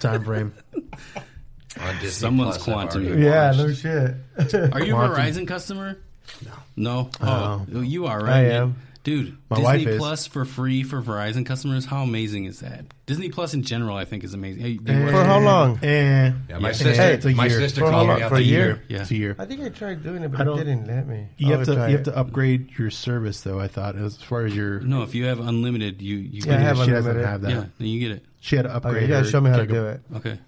[SPEAKER 4] Time frame.
[SPEAKER 6] on Disney
[SPEAKER 3] Someone's
[SPEAKER 6] Plus, I've
[SPEAKER 3] quantum.
[SPEAKER 6] already-
[SPEAKER 5] Yeah, no shit.
[SPEAKER 3] Are you a
[SPEAKER 4] Quantum.
[SPEAKER 3] Verizon customer? No. No? Oh, you are, right?
[SPEAKER 5] I
[SPEAKER 3] man?
[SPEAKER 5] am.
[SPEAKER 3] Dude,
[SPEAKER 4] My
[SPEAKER 3] Disney
[SPEAKER 4] wife is.
[SPEAKER 3] Plus for free for Verizon customers, how amazing is that? Disney Plus in general, I think, is amazing. Hey, they
[SPEAKER 5] For
[SPEAKER 3] were-
[SPEAKER 5] how long?
[SPEAKER 4] Eh.
[SPEAKER 6] Yeah, my
[SPEAKER 4] Eh,
[SPEAKER 6] sister-
[SPEAKER 4] it's a
[SPEAKER 6] my
[SPEAKER 4] year.
[SPEAKER 6] sister
[SPEAKER 4] For how
[SPEAKER 6] called me
[SPEAKER 4] long?
[SPEAKER 6] out
[SPEAKER 4] for a
[SPEAKER 6] the
[SPEAKER 4] year.
[SPEAKER 6] year.
[SPEAKER 3] Yeah.
[SPEAKER 4] It's a year.
[SPEAKER 5] I think I tried doing it,
[SPEAKER 4] I
[SPEAKER 5] but it
[SPEAKER 4] don't-
[SPEAKER 5] didn't let me.
[SPEAKER 4] You
[SPEAKER 5] I'll
[SPEAKER 4] have to
[SPEAKER 5] try
[SPEAKER 4] you
[SPEAKER 5] it.
[SPEAKER 4] have to upgrade your service though. I thought as far as your
[SPEAKER 3] No, if you have unlimited, you, you
[SPEAKER 4] Yeah,
[SPEAKER 5] I
[SPEAKER 3] get
[SPEAKER 5] have
[SPEAKER 4] she doesn't
[SPEAKER 5] unlimited.
[SPEAKER 4] have that.
[SPEAKER 3] it. Yeah, then you get it.
[SPEAKER 4] She had to upgrade.
[SPEAKER 5] Okay, you gotta
[SPEAKER 4] her
[SPEAKER 5] show me how to
[SPEAKER 4] gig-
[SPEAKER 5] do it.
[SPEAKER 3] Okay.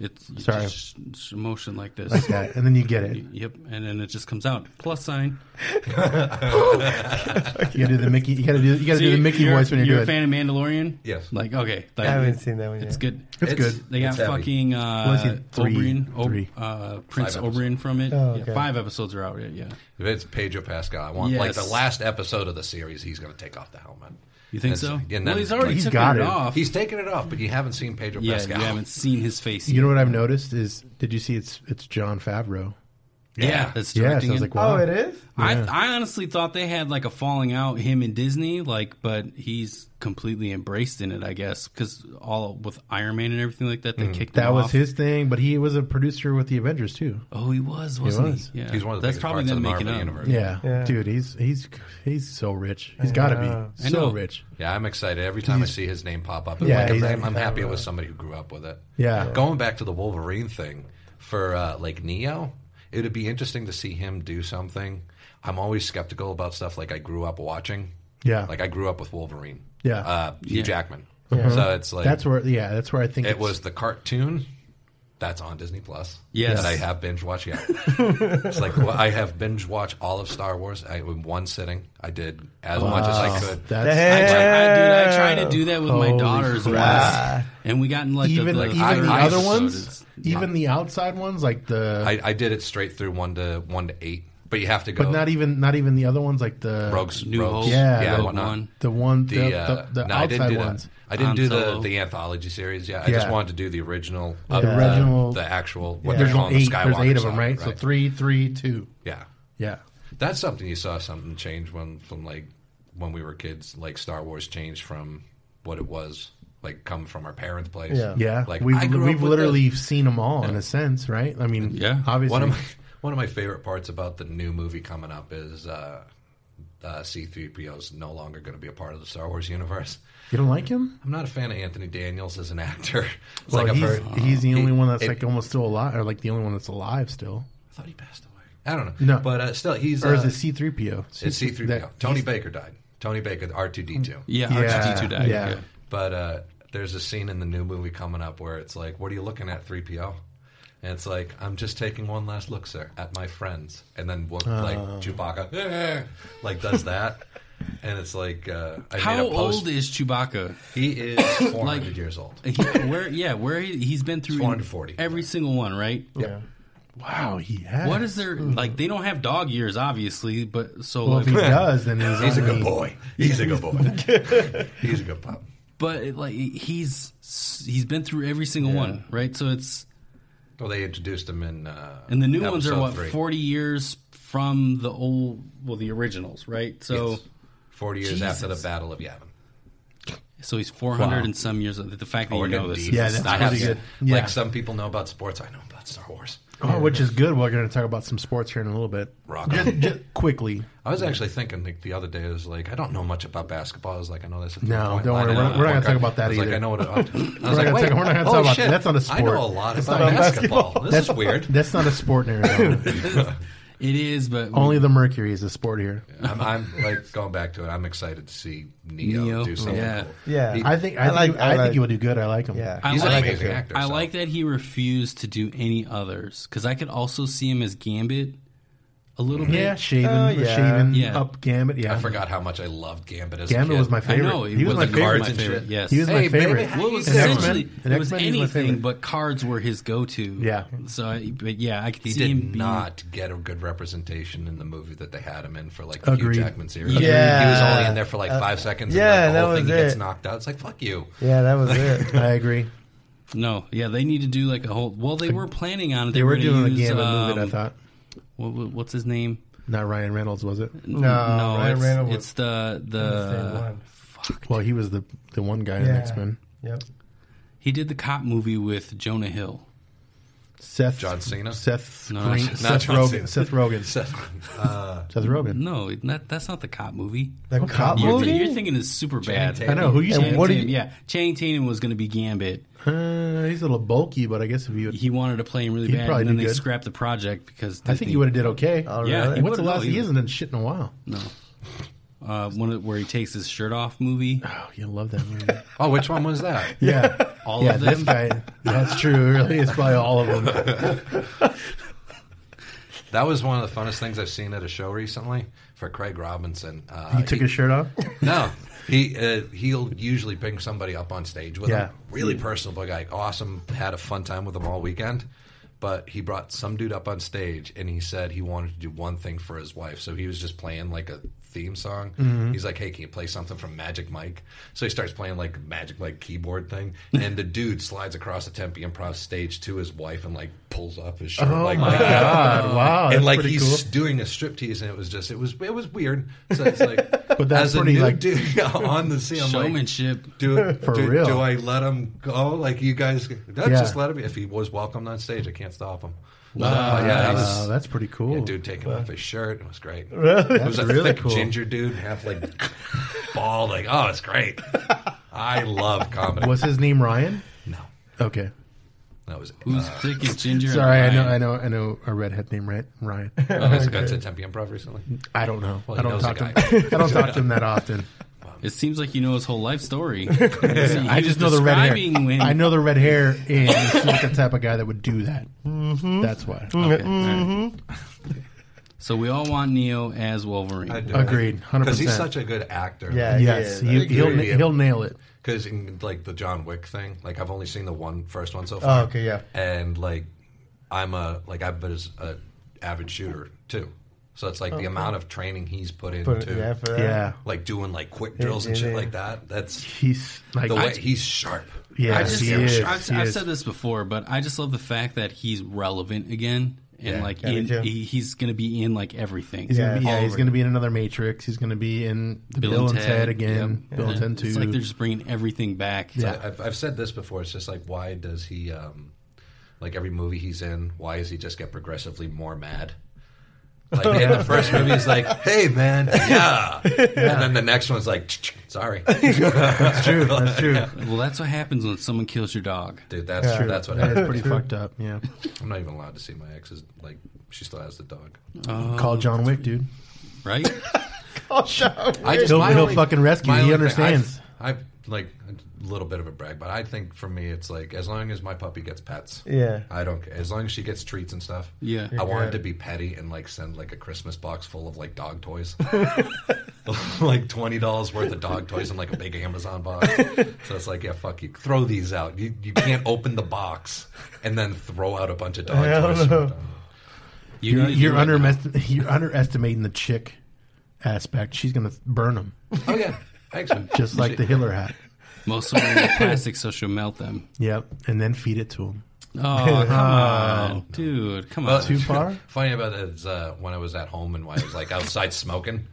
[SPEAKER 3] It's you
[SPEAKER 4] Sorry.
[SPEAKER 3] just sh- motion like this.
[SPEAKER 4] like that, and then you get it.
[SPEAKER 3] Yep, and then it just comes out. Plus sign.
[SPEAKER 4] You gotta do the Mickey. You gotta do. You gotta do the Mickey
[SPEAKER 3] you're,
[SPEAKER 4] voice when
[SPEAKER 3] you're
[SPEAKER 4] you're
[SPEAKER 3] a
[SPEAKER 4] doing it.
[SPEAKER 3] fan of Mandalorian.
[SPEAKER 6] Yes.
[SPEAKER 3] Like okay, like,
[SPEAKER 5] I haven't seen that one yet.
[SPEAKER 3] It's good.
[SPEAKER 4] It's good.
[SPEAKER 3] They got
[SPEAKER 6] it's heavy.
[SPEAKER 3] fucking uh,
[SPEAKER 4] Let's get three-
[SPEAKER 3] Oberyn, Ob-
[SPEAKER 4] three.
[SPEAKER 3] uh, Prince
[SPEAKER 6] episodes.
[SPEAKER 3] Oberyn from it.
[SPEAKER 5] Oh,
[SPEAKER 3] Yeah,
[SPEAKER 5] okay.
[SPEAKER 3] five episodes are out yet. Yeah,
[SPEAKER 6] If it's Pedro Pascal, I want like
[SPEAKER 3] Yes.
[SPEAKER 6] the last episode of the series. He's going to take off the helmet.
[SPEAKER 3] you think
[SPEAKER 6] And
[SPEAKER 3] so?
[SPEAKER 6] and then-
[SPEAKER 3] well, he's already
[SPEAKER 4] He's
[SPEAKER 3] took
[SPEAKER 4] got
[SPEAKER 3] it,
[SPEAKER 4] it.
[SPEAKER 3] off.
[SPEAKER 6] he's taken it off, but you haven't seen Pedro
[SPEAKER 3] yeah,
[SPEAKER 6] Pascal.
[SPEAKER 3] you haven't seen his face.
[SPEAKER 4] You
[SPEAKER 3] yet.
[SPEAKER 4] know what I've noticed is, did you see it's it's John Favreau?
[SPEAKER 3] yeah. that's
[SPEAKER 4] Yeah, so
[SPEAKER 3] directing
[SPEAKER 4] I was
[SPEAKER 3] it.
[SPEAKER 4] like, wow.
[SPEAKER 5] Oh, it is.
[SPEAKER 3] I, I honestly thought they had like a falling out him and Disney like but he's completely embraced in it I guess because all with Iron Man and everything like that they kicked
[SPEAKER 4] Mm. that
[SPEAKER 3] him
[SPEAKER 4] was
[SPEAKER 3] off.
[SPEAKER 4] his thing, but he was a producer with the Avengers too.
[SPEAKER 3] oh he was wasn't he,
[SPEAKER 4] was.
[SPEAKER 3] yeah
[SPEAKER 6] He's one of the
[SPEAKER 3] that's
[SPEAKER 6] biggest
[SPEAKER 3] probably
[SPEAKER 6] parts
[SPEAKER 3] them
[SPEAKER 6] of the
[SPEAKER 3] making
[SPEAKER 6] Marvel
[SPEAKER 3] up
[SPEAKER 6] universe.
[SPEAKER 4] Yeah.
[SPEAKER 5] Yeah.
[SPEAKER 4] dude, he's he's he's so rich. He's got to
[SPEAKER 5] know.
[SPEAKER 4] be
[SPEAKER 3] I
[SPEAKER 4] so
[SPEAKER 3] know.
[SPEAKER 4] rich.
[SPEAKER 6] Yeah, I'm excited every time I see his name pop up. I'm,
[SPEAKER 4] Yeah,
[SPEAKER 6] like,
[SPEAKER 4] he's-
[SPEAKER 6] I'm, I'm happy with somebody who grew up with it.
[SPEAKER 4] Yeah. Yeah.
[SPEAKER 6] going back to the Wolverine thing for uh, like Neo, it'd be interesting to see him do something. I'm always skeptical about stuff like I grew up watching.
[SPEAKER 4] Yeah.
[SPEAKER 6] like I grew up with Wolverine.
[SPEAKER 4] Yeah. Mm-hmm.
[SPEAKER 6] uh, Hugh
[SPEAKER 3] Yeah.
[SPEAKER 6] Jackman. So it's like
[SPEAKER 4] That's where yeah, that's where I think
[SPEAKER 6] it
[SPEAKER 4] it's-
[SPEAKER 6] was the cartoon that's on Disney Plus.
[SPEAKER 3] Yes.
[SPEAKER 6] that I have binge watched. Yeah, it's like well, I have binge watched all of Star Wars I, in one sitting. I did as much as I could.
[SPEAKER 4] That's
[SPEAKER 3] I,
[SPEAKER 5] Damn.
[SPEAKER 3] tried, I, dude, I tried to do that with my
[SPEAKER 4] Holy
[SPEAKER 3] daughters
[SPEAKER 4] crap.
[SPEAKER 3] once, and we got in like
[SPEAKER 4] even
[SPEAKER 3] the, the
[SPEAKER 4] even
[SPEAKER 6] I-
[SPEAKER 4] the
[SPEAKER 6] I
[SPEAKER 4] other
[SPEAKER 6] episode
[SPEAKER 4] ones,
[SPEAKER 3] is-
[SPEAKER 4] even the outside ones, like the
[SPEAKER 6] I, I did it straight through one to one to eight, but you have to go.
[SPEAKER 4] but not even not even the other ones, like the
[SPEAKER 6] Rogues,
[SPEAKER 3] New
[SPEAKER 6] Rogues,
[SPEAKER 3] Hope,
[SPEAKER 4] Yeah,
[SPEAKER 6] yeah,
[SPEAKER 4] Rogue
[SPEAKER 6] whatnot.
[SPEAKER 3] One.
[SPEAKER 4] the one
[SPEAKER 6] The,
[SPEAKER 4] the
[SPEAKER 6] uh,
[SPEAKER 4] the, the
[SPEAKER 6] no, I
[SPEAKER 4] outside
[SPEAKER 6] didn't do
[SPEAKER 4] ones.
[SPEAKER 6] that. I didn't
[SPEAKER 3] Han
[SPEAKER 6] do
[SPEAKER 3] Solo.
[SPEAKER 6] the, the anthology series. Yeah, I just
[SPEAKER 4] Yeah.
[SPEAKER 6] wanted to do the original, of
[SPEAKER 4] The original-
[SPEAKER 6] the actual. What
[SPEAKER 4] There's
[SPEAKER 6] they're calling
[SPEAKER 4] eight.
[SPEAKER 6] the Skywalker
[SPEAKER 4] there's eight of them,
[SPEAKER 6] saga,
[SPEAKER 4] right? So three, three, two.
[SPEAKER 6] Yeah,
[SPEAKER 4] Yeah.
[SPEAKER 6] that's something you saw something change when from like when we were kids. Like Star Wars changed from what it was like come from our parents' place.
[SPEAKER 5] Yeah.
[SPEAKER 4] Yeah,
[SPEAKER 6] like
[SPEAKER 4] we've,
[SPEAKER 6] I grew up
[SPEAKER 4] we've
[SPEAKER 6] with
[SPEAKER 4] literally seen them all in a sense, right? I mean,
[SPEAKER 3] Yeah.
[SPEAKER 4] obviously,
[SPEAKER 6] One of my one of my favorite parts about the new movie coming up is uh, uh, C-3PO is no longer going to be a part of the Star Wars universe.
[SPEAKER 4] you don't like him.
[SPEAKER 6] I'm not a fan of Anthony Daniels as an actor. It's
[SPEAKER 4] Well,
[SPEAKER 6] like I've
[SPEAKER 4] he's,
[SPEAKER 6] heard,
[SPEAKER 4] he's the only
[SPEAKER 6] He-
[SPEAKER 4] one that's
[SPEAKER 6] it-
[SPEAKER 4] like almost still alive, or like the only one that's alive still.
[SPEAKER 6] I thought he passed away. I don't know.
[SPEAKER 4] No.
[SPEAKER 6] but uh, still, he's
[SPEAKER 4] Or is
[SPEAKER 6] uh,
[SPEAKER 4] it C three PO?
[SPEAKER 6] it's C-3PO. Tony Baker died. Tony Baker, R2D2.
[SPEAKER 4] Hmm.
[SPEAKER 3] yeah,
[SPEAKER 4] Yeah,
[SPEAKER 3] R2D2 died.
[SPEAKER 4] yeah.
[SPEAKER 3] Yeah.
[SPEAKER 6] But uh, there's a scene in the new movie coming up where it's like, "What are you looking at, 3PO?" And it's like, "I'm just taking one last look, sir, at my friends." And then what, like Chewbacca, "Eh," like does that, and it's like, uh, I
[SPEAKER 3] How
[SPEAKER 6] made a post.
[SPEAKER 3] old is Chewbacca?
[SPEAKER 6] he is 400
[SPEAKER 3] Like-
[SPEAKER 6] years old.
[SPEAKER 3] He, where, yeah, where he, he's been through
[SPEAKER 6] 440.
[SPEAKER 3] every single one, right?
[SPEAKER 5] Yeah.
[SPEAKER 4] Wow, he has.
[SPEAKER 3] What is their like? They don't have dog years, obviously, but so
[SPEAKER 4] Well,
[SPEAKER 3] like,
[SPEAKER 4] if he does, then he's,
[SPEAKER 6] He's a
[SPEAKER 4] only-
[SPEAKER 6] good boy. He's a good boy. He's a good pup.
[SPEAKER 3] but it, like he's he's been through every single one, right? So it's
[SPEAKER 6] Well, they introduced him in uh,
[SPEAKER 3] and the new ones are
[SPEAKER 6] episode
[SPEAKER 3] what
[SPEAKER 6] three.
[SPEAKER 3] forty years from the old, well, the originals, right? So
[SPEAKER 6] Yes. 40 years after the
[SPEAKER 3] Jesus.
[SPEAKER 6] Battle of Yavin.
[SPEAKER 3] so he's four hundred and some years. old. The
[SPEAKER 6] Oh,
[SPEAKER 3] fact that you know this, is-
[SPEAKER 4] Yeah, that's
[SPEAKER 6] I have
[SPEAKER 4] pretty
[SPEAKER 6] to-
[SPEAKER 4] good. Yeah.
[SPEAKER 6] Like some people know about sports, I know about Star Wars.
[SPEAKER 4] Oh, which is good. We're going to talk about some sports here in a little bit.
[SPEAKER 6] Rock
[SPEAKER 4] Just,
[SPEAKER 6] on.
[SPEAKER 4] just quickly.
[SPEAKER 6] I was actually thinking like the other day, I was like, I don't know much about basketball. I was like, I know that's a
[SPEAKER 4] No,
[SPEAKER 6] three-point
[SPEAKER 4] don't
[SPEAKER 6] line.
[SPEAKER 4] worry.
[SPEAKER 6] I know
[SPEAKER 4] We're-
[SPEAKER 6] that
[SPEAKER 4] we're not gonna talk
[SPEAKER 6] point guard-
[SPEAKER 4] about that
[SPEAKER 6] I was
[SPEAKER 4] either.
[SPEAKER 6] Like, I know what. I was
[SPEAKER 4] not
[SPEAKER 6] like,
[SPEAKER 4] gonna
[SPEAKER 6] wait,
[SPEAKER 4] talk- we're not gonna talk
[SPEAKER 6] oh,
[SPEAKER 4] about-
[SPEAKER 6] shit,
[SPEAKER 4] that's not a
[SPEAKER 6] I
[SPEAKER 4] sport.
[SPEAKER 6] know a lot
[SPEAKER 4] That's
[SPEAKER 6] about
[SPEAKER 4] not a
[SPEAKER 6] basketball.
[SPEAKER 4] basketball.
[SPEAKER 6] This is weird.
[SPEAKER 4] That's not a sport in Arizona.
[SPEAKER 3] it is. But
[SPEAKER 4] Only the Mercury is a sport here.
[SPEAKER 6] I'm, I'm like going back to it. I'm excited to see Neo,
[SPEAKER 3] Neo,
[SPEAKER 6] do something.
[SPEAKER 3] yeah.
[SPEAKER 6] Cool.
[SPEAKER 5] Yeah.
[SPEAKER 4] I think I,
[SPEAKER 5] I
[SPEAKER 4] like,
[SPEAKER 5] like-
[SPEAKER 4] think,
[SPEAKER 5] I
[SPEAKER 4] I, think
[SPEAKER 5] like-
[SPEAKER 4] he would do good. I like him.
[SPEAKER 5] Yeah.
[SPEAKER 3] I
[SPEAKER 6] He's an
[SPEAKER 3] like,
[SPEAKER 6] amazing actor,
[SPEAKER 3] I
[SPEAKER 6] so.
[SPEAKER 3] like that he refused to do any others because I could also see him as Gambit a little bit.
[SPEAKER 4] Yeah, shaven,
[SPEAKER 5] Oh, yeah.
[SPEAKER 4] shaven,
[SPEAKER 3] Yeah.
[SPEAKER 4] up gambit. Yeah,
[SPEAKER 6] I forgot how much I loved Gambit as a
[SPEAKER 4] Gambit
[SPEAKER 6] kid.
[SPEAKER 4] was my
[SPEAKER 3] I
[SPEAKER 4] favorite.
[SPEAKER 3] know
[SPEAKER 4] he was my
[SPEAKER 3] the cards
[SPEAKER 4] favorite.
[SPEAKER 6] and shit.
[SPEAKER 3] Yes,
[SPEAKER 4] He was my
[SPEAKER 6] Hey, baby,
[SPEAKER 4] favorite.
[SPEAKER 6] how
[SPEAKER 3] Well, it was
[SPEAKER 6] you doing?
[SPEAKER 3] essentially
[SPEAKER 4] And
[SPEAKER 3] it was
[SPEAKER 4] X-Men is my
[SPEAKER 3] anything
[SPEAKER 4] favorite.
[SPEAKER 3] but cards were his go-to.
[SPEAKER 4] Yeah.
[SPEAKER 3] So, I, but yeah, I could
[SPEAKER 6] He
[SPEAKER 3] see him
[SPEAKER 6] did
[SPEAKER 3] being-
[SPEAKER 6] not get a good representation in the movie that they had him in for like the
[SPEAKER 4] Agreed.
[SPEAKER 6] Hugh Jackman series.
[SPEAKER 5] Yeah.
[SPEAKER 6] he was only in there for like five seconds.
[SPEAKER 5] yeah,
[SPEAKER 6] and like, the whole
[SPEAKER 5] that
[SPEAKER 6] thing
[SPEAKER 5] was
[SPEAKER 6] he gets
[SPEAKER 5] it.
[SPEAKER 6] knocked out. It's like fuck you.
[SPEAKER 5] Yeah, that was it.
[SPEAKER 4] I agree.
[SPEAKER 3] No, yeah, they need to do like a whole. Well, they were planning on. it.
[SPEAKER 4] They were
[SPEAKER 3] gonna
[SPEAKER 4] doing a
[SPEAKER 3] use,
[SPEAKER 4] gambit movie.
[SPEAKER 3] um,
[SPEAKER 4] I thought
[SPEAKER 3] what- what- what's his name?
[SPEAKER 4] Not Ryan Reynolds, was it?
[SPEAKER 5] No,
[SPEAKER 3] no,
[SPEAKER 5] Ryan
[SPEAKER 3] it's,
[SPEAKER 5] Reynolds.
[SPEAKER 3] it's the
[SPEAKER 5] the same
[SPEAKER 3] the
[SPEAKER 5] one.
[SPEAKER 3] fuck.
[SPEAKER 4] Well, he was the the one guy in
[SPEAKER 5] Yeah.
[SPEAKER 4] X Men.
[SPEAKER 5] Yep.
[SPEAKER 3] He did the cop movie with Jonah Hill.
[SPEAKER 4] Seth
[SPEAKER 6] John Cena?
[SPEAKER 4] Seth
[SPEAKER 3] No,
[SPEAKER 4] Green,
[SPEAKER 3] not
[SPEAKER 4] Seth,
[SPEAKER 6] John
[SPEAKER 4] Rogen,
[SPEAKER 6] Cena.
[SPEAKER 4] Seth Rogen. Seth Rogen.
[SPEAKER 3] No, not, that's not the cop movie.
[SPEAKER 5] The cop
[SPEAKER 3] You're,
[SPEAKER 5] movie?
[SPEAKER 3] you're thinking it's super bad.
[SPEAKER 4] I know who you.
[SPEAKER 3] Channing
[SPEAKER 4] And what do
[SPEAKER 3] Tatum-
[SPEAKER 4] you?
[SPEAKER 3] yeah, Channing Tatum was going to be Gambit.
[SPEAKER 4] Uh, he's a little bulky, but I guess if you,
[SPEAKER 3] He wanted to play him really
[SPEAKER 4] He'd
[SPEAKER 3] bad,
[SPEAKER 4] probably
[SPEAKER 3] and then
[SPEAKER 4] do
[SPEAKER 3] they
[SPEAKER 4] good.
[SPEAKER 3] scrapped the project because
[SPEAKER 4] I think he would have did okay.
[SPEAKER 3] Yeah,
[SPEAKER 5] Oh, really?
[SPEAKER 3] he
[SPEAKER 4] What's the
[SPEAKER 3] would've-
[SPEAKER 4] last?
[SPEAKER 3] no,
[SPEAKER 4] he hasn't done shit in a while.
[SPEAKER 3] No, uh, one of, where he takes his shirt off movie.
[SPEAKER 4] Oh, you love that movie.
[SPEAKER 6] Oh, which one was that?
[SPEAKER 4] yeah,
[SPEAKER 3] All
[SPEAKER 4] yeah.
[SPEAKER 3] of
[SPEAKER 4] This
[SPEAKER 3] them?
[SPEAKER 4] guy. That's true. Really, it's probably all of them.
[SPEAKER 6] That was one of the funnest things I've seen at a show recently for Craig Robinson. Uh,
[SPEAKER 4] He took his shirt off.
[SPEAKER 6] No, he uh, he'll usually bring somebody up on stage with
[SPEAKER 4] Yeah.
[SPEAKER 6] him. Really personable guy, awesome. Had a fun time with him all weekend. But he brought some dude up on stage and he said he wanted to do one thing for his wife. So he was just playing like a theme song. He's like, "Hey, can you play something from Magic Mike?" So he starts playing like Magic Mike keyboard thing, and the dude slides across the Tempe Improv stage to his wife and like pulls up his shirt. like, that
[SPEAKER 4] God, wow.
[SPEAKER 6] and
[SPEAKER 4] Oh, that's
[SPEAKER 6] like
[SPEAKER 4] pretty
[SPEAKER 6] he's
[SPEAKER 4] cool.
[SPEAKER 6] doing a striptease, and it was just it was it was weird. So it's like, but
[SPEAKER 4] that's
[SPEAKER 6] as a
[SPEAKER 4] pretty,
[SPEAKER 6] new
[SPEAKER 4] like-
[SPEAKER 6] dude on the scene, I'm like,
[SPEAKER 3] Showmanship.
[SPEAKER 6] do,
[SPEAKER 4] For
[SPEAKER 6] do,
[SPEAKER 4] real.
[SPEAKER 6] do I let him go? Like you guys, no,
[SPEAKER 4] Yeah.
[SPEAKER 6] just let him. If he was welcomed on stage, I can't stop him. But yeah,
[SPEAKER 4] Wow,
[SPEAKER 6] he's,
[SPEAKER 4] that's pretty cool.
[SPEAKER 6] yeah, dude, taking off his shirt, it was great.
[SPEAKER 4] That's
[SPEAKER 6] It was a
[SPEAKER 4] really
[SPEAKER 6] thick
[SPEAKER 4] cool.
[SPEAKER 6] ginger dude, half like bald. Like, oh, it's great. I love comedy.
[SPEAKER 4] Was his name Ryan?
[SPEAKER 6] no,
[SPEAKER 4] Okay.
[SPEAKER 6] that was.
[SPEAKER 3] Who's
[SPEAKER 6] Uh,
[SPEAKER 3] thick as ginger?
[SPEAKER 4] Sorry, I
[SPEAKER 3] and
[SPEAKER 4] know,
[SPEAKER 3] Ryan?
[SPEAKER 4] I know, I know a redhead named Ryan. Ryan.
[SPEAKER 6] I was got to Tempe Improv recently.
[SPEAKER 4] I don't know.
[SPEAKER 6] Well,
[SPEAKER 4] I
[SPEAKER 6] he
[SPEAKER 4] don't
[SPEAKER 6] knows
[SPEAKER 4] talk to
[SPEAKER 6] the
[SPEAKER 4] him. I don't talk to him that often.
[SPEAKER 3] It seems like you know his whole life story.
[SPEAKER 4] I just know the red hair.
[SPEAKER 3] When,
[SPEAKER 4] I know the red hair, and he's not the type of guy that would do that. That's why.
[SPEAKER 3] Okay,
[SPEAKER 5] Mm-hmm.
[SPEAKER 3] all right.
[SPEAKER 4] Mm-hmm.
[SPEAKER 3] So we all want Neo as Wolverine.
[SPEAKER 6] I do.
[SPEAKER 4] Agreed, hundred
[SPEAKER 6] Because he's
[SPEAKER 4] percent.
[SPEAKER 6] such a good actor.
[SPEAKER 5] Yeah, he
[SPEAKER 4] Yes,
[SPEAKER 5] is.
[SPEAKER 4] he,
[SPEAKER 6] agree
[SPEAKER 4] he'll
[SPEAKER 6] with you.
[SPEAKER 4] he'll nail it.
[SPEAKER 6] Because in like the John Wick thing, like I've only seen the one first one so far.
[SPEAKER 5] Oh, okay, yeah.
[SPEAKER 6] And like I'm a like I've been as a avid shooter too, so it's like the amount of training he's put
[SPEAKER 5] But,
[SPEAKER 6] into,
[SPEAKER 5] yeah, for that.
[SPEAKER 4] Yeah,
[SPEAKER 6] like doing like quick drills and
[SPEAKER 5] yeah,
[SPEAKER 6] shit
[SPEAKER 5] yeah.
[SPEAKER 6] like that. That's
[SPEAKER 4] he's like
[SPEAKER 6] the way he's sharp.
[SPEAKER 4] Yeah,
[SPEAKER 3] I just,
[SPEAKER 4] he
[SPEAKER 3] I'm
[SPEAKER 4] is.
[SPEAKER 3] sure- I've,
[SPEAKER 4] he
[SPEAKER 3] I've
[SPEAKER 4] is.
[SPEAKER 3] said this before, but I just love the fact that he's relevant again, and
[SPEAKER 6] Yeah.
[SPEAKER 3] like
[SPEAKER 5] Yeah, me
[SPEAKER 3] in,
[SPEAKER 5] too.
[SPEAKER 3] he, he's going to be in like everything.
[SPEAKER 4] He's gonna be,
[SPEAKER 5] Yeah.
[SPEAKER 4] yeah, he's going to be in another Matrix. He's going to be in the Bill, and Ted, again.
[SPEAKER 3] Yep.
[SPEAKER 4] Bill
[SPEAKER 3] Yeah.
[SPEAKER 4] and Ted
[SPEAKER 3] It's like they're
[SPEAKER 4] Two.
[SPEAKER 3] just bringing everything back.
[SPEAKER 4] Yeah.
[SPEAKER 6] I- I've, I've said this before. It's just like why does he um like every movie he's in? Why does he just get progressively more mad? Like in the first movie, he's like, "Hey man, yeah," and then the next one's like, "Sorry."
[SPEAKER 4] That's true. That's true.
[SPEAKER 3] Well, that's what happens when someone kills your dog.
[SPEAKER 6] Dude, that's that's what
[SPEAKER 4] That's
[SPEAKER 6] happened.
[SPEAKER 4] pretty fucked up. Yeah.
[SPEAKER 6] I'm not even allowed to see my ex's. Like, she still has the dog. Oh,
[SPEAKER 4] Call John Wick, dude.
[SPEAKER 3] Right?
[SPEAKER 5] Oh, show.
[SPEAKER 6] I just
[SPEAKER 4] He'll-
[SPEAKER 6] my
[SPEAKER 4] he'll fucking rescue.
[SPEAKER 6] my
[SPEAKER 4] He
[SPEAKER 6] only thing-
[SPEAKER 4] understands.
[SPEAKER 6] I've, I've, like a little bit of a brag, but I think for me, it's like as long as my puppy gets pets,
[SPEAKER 5] Yeah.
[SPEAKER 6] I don't care. As long as she gets treats and stuff,
[SPEAKER 3] Yeah.
[SPEAKER 6] I wanted to
[SPEAKER 5] good.
[SPEAKER 6] be petty and like send like a Christmas box full of like dog toys, like twenty dollars worth of dog toys in like a big Amazon box. so it's like, yeah, fuck you, throw these out. You you can't open the box and then throw out a bunch of dog
[SPEAKER 5] Hell
[SPEAKER 6] toys.
[SPEAKER 5] no.
[SPEAKER 3] You
[SPEAKER 4] You're,
[SPEAKER 3] need to
[SPEAKER 4] you're,
[SPEAKER 3] do it now.
[SPEAKER 4] underest- you're underestimating the chick aspect. She's going to burn him,
[SPEAKER 6] Oh yeah, excellent.
[SPEAKER 4] just like the Hitler hat.
[SPEAKER 3] Most of them are plastic, so she'll melt them.
[SPEAKER 4] Yep. And then feed it to him.
[SPEAKER 3] Oh, come
[SPEAKER 4] Oh.
[SPEAKER 3] on, dude, come on.
[SPEAKER 4] Too far?
[SPEAKER 6] Funny about it is uh, when I was at home and when I was like outside smoking,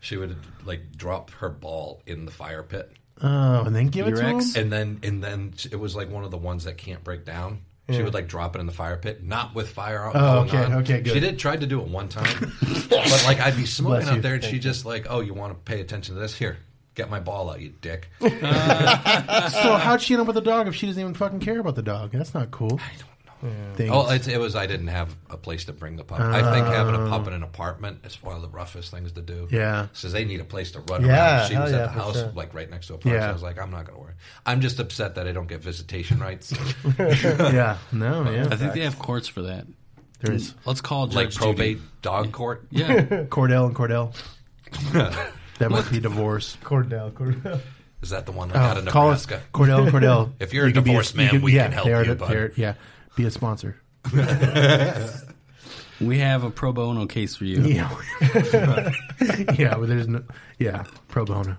[SPEAKER 6] she would like drop her ball in the fire pit,
[SPEAKER 4] Oh, and then give it
[SPEAKER 3] Your
[SPEAKER 4] to
[SPEAKER 3] ex?
[SPEAKER 4] him?
[SPEAKER 6] and then and then it was like one of the ones that can't break down. She would like drop it in the fire pit, not with fire out.
[SPEAKER 4] Oh,
[SPEAKER 6] going
[SPEAKER 4] okay,
[SPEAKER 6] on.
[SPEAKER 4] okay, good.
[SPEAKER 6] She did tried to do it one time, but like I'd be smoking
[SPEAKER 4] Bless you.
[SPEAKER 6] out there, and she just like, oh, you want to pay attention to this? Here, get my ball out, you dick. I don't
[SPEAKER 4] So Oh, how'd she end up with the dog if she doesn't even fucking care about the dog? That's not cool.
[SPEAKER 6] know.
[SPEAKER 4] Things.
[SPEAKER 6] Oh, it's, it was I didn't have a place to bring the pup. I think having a pup in an apartment is one of the roughest things to do.
[SPEAKER 4] Ah. Yeah.
[SPEAKER 6] So they need a place to run
[SPEAKER 5] Yeah,
[SPEAKER 6] around. She was
[SPEAKER 5] hell
[SPEAKER 6] at
[SPEAKER 5] yeah,
[SPEAKER 6] the
[SPEAKER 5] for
[SPEAKER 6] house,
[SPEAKER 5] sure.
[SPEAKER 6] like right next to a park.
[SPEAKER 4] Yeah.
[SPEAKER 6] I was like, I'm not going to worry. I'm just upset that I don't get visitation rights, uh,
[SPEAKER 4] yeah. No,
[SPEAKER 3] I
[SPEAKER 4] yeah.
[SPEAKER 3] think they have courts for that.
[SPEAKER 4] There is
[SPEAKER 3] Let's call Judge
[SPEAKER 6] like probate
[SPEAKER 3] Judy.
[SPEAKER 6] dog court.
[SPEAKER 3] Yeah,
[SPEAKER 4] Cordell and Cordell. That might be divorce.
[SPEAKER 5] Cordell, Cordell.
[SPEAKER 6] Is that the one that
[SPEAKER 4] Oh,
[SPEAKER 6] got in
[SPEAKER 4] call us
[SPEAKER 6] Nebraska?
[SPEAKER 4] Cordell and Cordell.
[SPEAKER 6] If you're a
[SPEAKER 4] could be
[SPEAKER 6] divorced man,
[SPEAKER 4] could-
[SPEAKER 6] we can help
[SPEAKER 4] they are-
[SPEAKER 6] you, bud.
[SPEAKER 4] they're- Yeah, be a sponsor.
[SPEAKER 3] we have a pro bono case for you.
[SPEAKER 4] Yeah, yeah. Well, there's no. Yeah, pro bono.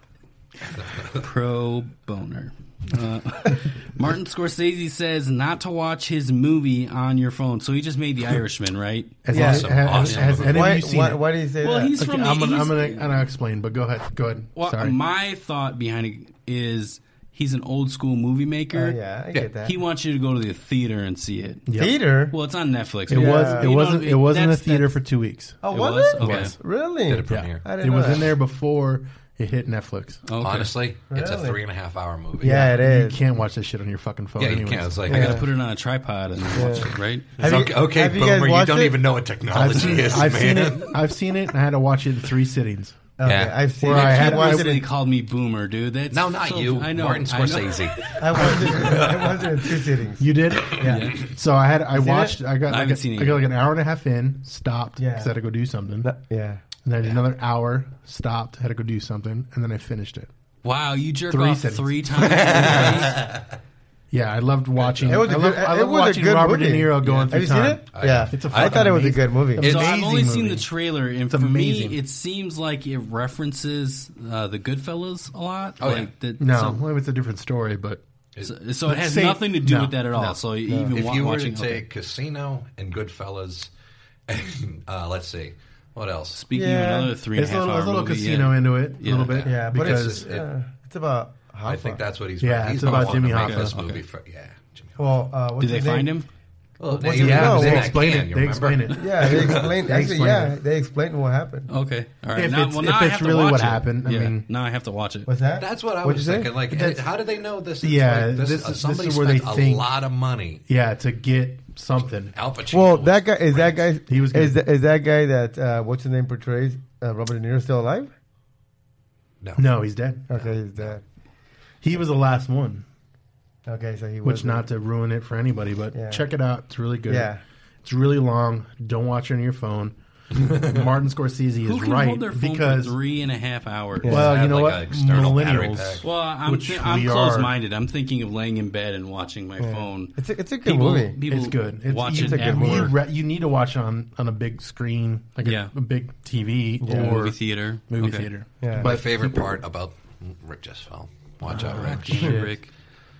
[SPEAKER 3] Pro boner. Uh, Martin Scorsese says not to watch his movie on your phone. So he just made The Irishman, right?
[SPEAKER 4] Has,
[SPEAKER 5] Yeah.
[SPEAKER 4] any-
[SPEAKER 5] Awesome,
[SPEAKER 4] has-
[SPEAKER 6] awesome
[SPEAKER 4] has
[SPEAKER 6] movie.
[SPEAKER 4] any
[SPEAKER 5] Why,
[SPEAKER 4] of you seen
[SPEAKER 5] why,
[SPEAKER 4] it?
[SPEAKER 5] why do you say
[SPEAKER 3] Well,
[SPEAKER 5] that?
[SPEAKER 3] he's
[SPEAKER 4] Okay,
[SPEAKER 3] from the
[SPEAKER 4] I'm gonna,
[SPEAKER 3] he's,
[SPEAKER 4] I'm gonna, I'm gonna explain, but go ahead, go ahead.
[SPEAKER 3] Well,
[SPEAKER 4] Sorry.
[SPEAKER 3] my thought behind it is he's an old school movie maker.
[SPEAKER 5] Oh, yeah, I get that.
[SPEAKER 3] He wants you to go to the theater and see it.
[SPEAKER 4] Yep.
[SPEAKER 5] Peter?
[SPEAKER 3] Well, it's on Netflix.
[SPEAKER 4] It
[SPEAKER 3] but-
[SPEAKER 4] was. It
[SPEAKER 3] You know
[SPEAKER 4] wasn't.
[SPEAKER 3] what I
[SPEAKER 4] It
[SPEAKER 3] mean?
[SPEAKER 4] wasn't a
[SPEAKER 3] That's-
[SPEAKER 4] theater
[SPEAKER 3] that's-
[SPEAKER 4] for two weeks.
[SPEAKER 5] oh,
[SPEAKER 3] it
[SPEAKER 5] was,
[SPEAKER 3] was?
[SPEAKER 5] it?
[SPEAKER 3] Okay.
[SPEAKER 5] Really?
[SPEAKER 6] Did a premiere.
[SPEAKER 5] I didn't
[SPEAKER 4] It
[SPEAKER 5] know
[SPEAKER 4] was
[SPEAKER 5] that.
[SPEAKER 4] in there before it hit Netflix.
[SPEAKER 3] Okay.
[SPEAKER 6] Honestly, it's a
[SPEAKER 5] Really?
[SPEAKER 6] three and a half hour movie.
[SPEAKER 5] Yeah, it
[SPEAKER 4] You
[SPEAKER 5] Oh, is.
[SPEAKER 4] can't watch this shit on your fucking phone.
[SPEAKER 6] yeah, you
[SPEAKER 4] anyways.
[SPEAKER 6] can't. It's like
[SPEAKER 3] I gotta put it on a tripod and watch it, right?
[SPEAKER 5] Have you-
[SPEAKER 6] okay, okay
[SPEAKER 5] have you guys
[SPEAKER 6] boomer, you
[SPEAKER 5] watched
[SPEAKER 6] don't
[SPEAKER 5] it?
[SPEAKER 6] even know what
[SPEAKER 4] I've,
[SPEAKER 6] technology
[SPEAKER 4] seen,
[SPEAKER 6] is,
[SPEAKER 4] I've
[SPEAKER 6] man.
[SPEAKER 4] seen it. I've seen it, and I had to watch it in three sittings.
[SPEAKER 5] Okay,
[SPEAKER 6] Yeah.
[SPEAKER 5] I've seen
[SPEAKER 4] Where
[SPEAKER 5] it.
[SPEAKER 4] I had-
[SPEAKER 5] watched it
[SPEAKER 3] Recently
[SPEAKER 5] in-
[SPEAKER 3] called me boomer, dude. That's
[SPEAKER 6] No, not
[SPEAKER 3] so-
[SPEAKER 6] you.
[SPEAKER 3] I know
[SPEAKER 6] Martin
[SPEAKER 3] I know.
[SPEAKER 6] Scorsese.
[SPEAKER 5] I watched it. I watched it in two sittings.
[SPEAKER 4] You did,
[SPEAKER 5] Yeah.
[SPEAKER 4] So I had. I
[SPEAKER 5] it?
[SPEAKER 4] watched. I got.
[SPEAKER 3] I
[SPEAKER 4] like
[SPEAKER 3] haven't
[SPEAKER 4] a-
[SPEAKER 3] seen it
[SPEAKER 4] I got like
[SPEAKER 3] yet.
[SPEAKER 4] an hour and a half in. Stopped.
[SPEAKER 5] Yeah.
[SPEAKER 4] Because I had to go do something.
[SPEAKER 5] That- Yeah.
[SPEAKER 4] And then another hour. Stopped. Had to go do something, and then I finished it.
[SPEAKER 3] Wow, you jerk
[SPEAKER 4] Three
[SPEAKER 3] off
[SPEAKER 4] settings.
[SPEAKER 3] three times.
[SPEAKER 4] Yeah, I loved watching.
[SPEAKER 5] It was a
[SPEAKER 4] I loved,
[SPEAKER 5] good-
[SPEAKER 4] I
[SPEAKER 5] it
[SPEAKER 4] loved
[SPEAKER 5] was a
[SPEAKER 4] watching
[SPEAKER 5] good
[SPEAKER 4] Robert De
[SPEAKER 5] movie.
[SPEAKER 4] Niro going
[SPEAKER 5] Have
[SPEAKER 4] through
[SPEAKER 5] you seen
[SPEAKER 4] time.
[SPEAKER 5] it? Yeah.
[SPEAKER 4] It's a
[SPEAKER 5] I thought it was a
[SPEAKER 4] fucking
[SPEAKER 5] good movie.
[SPEAKER 3] so
[SPEAKER 4] amazing-
[SPEAKER 3] I've only
[SPEAKER 4] amazing
[SPEAKER 3] seen the
[SPEAKER 4] movie.
[SPEAKER 3] trailer, and
[SPEAKER 4] It's
[SPEAKER 3] for
[SPEAKER 4] amazing.
[SPEAKER 3] me, it seems like it references uh, the Goodfellas a lot.
[SPEAKER 6] Oh,
[SPEAKER 3] like that,
[SPEAKER 4] No,
[SPEAKER 3] so-
[SPEAKER 4] well, it's a different story, but
[SPEAKER 3] So, so it has
[SPEAKER 4] Say-
[SPEAKER 3] nothing to do
[SPEAKER 4] no,
[SPEAKER 3] with that at all.
[SPEAKER 4] no,
[SPEAKER 3] so even
[SPEAKER 6] if
[SPEAKER 3] wa-
[SPEAKER 6] you were
[SPEAKER 3] watching,
[SPEAKER 6] to
[SPEAKER 3] okay.
[SPEAKER 6] take Casino and Goodfellas, and uh, let's see, what else?
[SPEAKER 3] speaking
[SPEAKER 5] Yeah.
[SPEAKER 3] of another three and a
[SPEAKER 4] it's a
[SPEAKER 3] half
[SPEAKER 4] little,
[SPEAKER 3] hour
[SPEAKER 4] there's a little
[SPEAKER 3] movie,
[SPEAKER 4] casino
[SPEAKER 3] yeah.
[SPEAKER 4] into it a
[SPEAKER 3] Yeah.
[SPEAKER 4] little bit.
[SPEAKER 5] Yeah, but
[SPEAKER 4] because
[SPEAKER 6] it's-
[SPEAKER 5] it's, uh, it's about how
[SPEAKER 6] I think that's what he's.
[SPEAKER 4] Yeah,
[SPEAKER 6] he's
[SPEAKER 4] it's
[SPEAKER 6] been
[SPEAKER 4] about
[SPEAKER 6] wanting
[SPEAKER 4] Jimmy
[SPEAKER 6] to make
[SPEAKER 4] Hoffa.
[SPEAKER 6] This
[SPEAKER 3] Okay.
[SPEAKER 6] movie for, yeah, Jimmy. Hoffa.
[SPEAKER 5] Well, uh, what's
[SPEAKER 3] Did they
[SPEAKER 5] his
[SPEAKER 3] find
[SPEAKER 5] name?
[SPEAKER 3] him?
[SPEAKER 6] Well,
[SPEAKER 5] was
[SPEAKER 6] yeah,
[SPEAKER 5] it- no,
[SPEAKER 6] because
[SPEAKER 5] well,
[SPEAKER 6] they
[SPEAKER 5] they
[SPEAKER 4] explain
[SPEAKER 6] can,
[SPEAKER 4] it.
[SPEAKER 6] you
[SPEAKER 4] They
[SPEAKER 6] remember?
[SPEAKER 4] explain it.
[SPEAKER 5] Yeah, they explained.
[SPEAKER 4] They
[SPEAKER 5] actually,
[SPEAKER 4] explained
[SPEAKER 5] yeah,
[SPEAKER 4] it.
[SPEAKER 5] they explained what happened.
[SPEAKER 3] Okay, all right.
[SPEAKER 4] If
[SPEAKER 3] now,
[SPEAKER 4] it's-
[SPEAKER 3] well,
[SPEAKER 4] if
[SPEAKER 3] now I
[SPEAKER 4] it's
[SPEAKER 3] have to
[SPEAKER 4] really what
[SPEAKER 3] watch it.
[SPEAKER 4] happened, I
[SPEAKER 3] Yeah,
[SPEAKER 4] mean-
[SPEAKER 3] now I have to watch it.
[SPEAKER 5] What's that?
[SPEAKER 6] That's what I
[SPEAKER 5] What'd
[SPEAKER 6] was
[SPEAKER 5] you say?
[SPEAKER 6] thinking. Like,
[SPEAKER 4] That's-
[SPEAKER 6] how do they know this? is
[SPEAKER 4] Yeah,
[SPEAKER 6] like,
[SPEAKER 4] this
[SPEAKER 6] uh,
[SPEAKER 4] is-
[SPEAKER 6] somebody
[SPEAKER 4] this is where they
[SPEAKER 6] spent
[SPEAKER 4] think-
[SPEAKER 6] a lot of money.
[SPEAKER 4] yeah, to get something.
[SPEAKER 6] Al Pacino.
[SPEAKER 5] Well,
[SPEAKER 6] was
[SPEAKER 5] that guy is that
[SPEAKER 6] great.
[SPEAKER 5] guy.
[SPEAKER 4] He was good.
[SPEAKER 5] is, that, is that guy that uh, what's his name portrays uh, Robert De Niro still alive?
[SPEAKER 4] No, he's dead.
[SPEAKER 5] Okay, he's dead.
[SPEAKER 4] He was the last one,
[SPEAKER 5] Okay, so he was
[SPEAKER 4] which not to ruin it for anybody, but
[SPEAKER 5] Yeah.
[SPEAKER 4] check it out. It's really good.
[SPEAKER 5] Yeah.
[SPEAKER 4] it's really long. Don't watch it on your phone. Martin Scorsese
[SPEAKER 3] Who
[SPEAKER 4] is
[SPEAKER 3] can
[SPEAKER 4] right
[SPEAKER 3] hold their phone
[SPEAKER 4] because
[SPEAKER 3] for three and a half hours?
[SPEAKER 5] Yeah.
[SPEAKER 4] well, you
[SPEAKER 6] Have
[SPEAKER 4] know
[SPEAKER 6] like a
[SPEAKER 4] what,
[SPEAKER 6] external battery
[SPEAKER 4] millennials.
[SPEAKER 6] pack.
[SPEAKER 3] Well, I'm
[SPEAKER 4] Which
[SPEAKER 3] thi- I'm
[SPEAKER 4] we are-
[SPEAKER 3] closed-minded. I'm thinking of laying in bed and watching my phone.
[SPEAKER 5] It's a, it's a good
[SPEAKER 3] People,
[SPEAKER 5] movie.
[SPEAKER 3] people
[SPEAKER 4] it's good. It's,
[SPEAKER 3] watch
[SPEAKER 4] you,
[SPEAKER 3] it
[SPEAKER 5] a good
[SPEAKER 3] at
[SPEAKER 5] movie.
[SPEAKER 4] you,
[SPEAKER 3] work,
[SPEAKER 4] re- you need to watch it on on a big screen, like a,
[SPEAKER 3] Yeah.
[SPEAKER 4] a big TV
[SPEAKER 3] at
[SPEAKER 4] or
[SPEAKER 3] movie theater,
[SPEAKER 4] movie
[SPEAKER 3] Okay.
[SPEAKER 4] theater.
[SPEAKER 5] Yeah.
[SPEAKER 6] My favorite part about Rick just fell. Watch out,
[SPEAKER 4] Ah,
[SPEAKER 6] Rick.
[SPEAKER 3] Damn, Rick.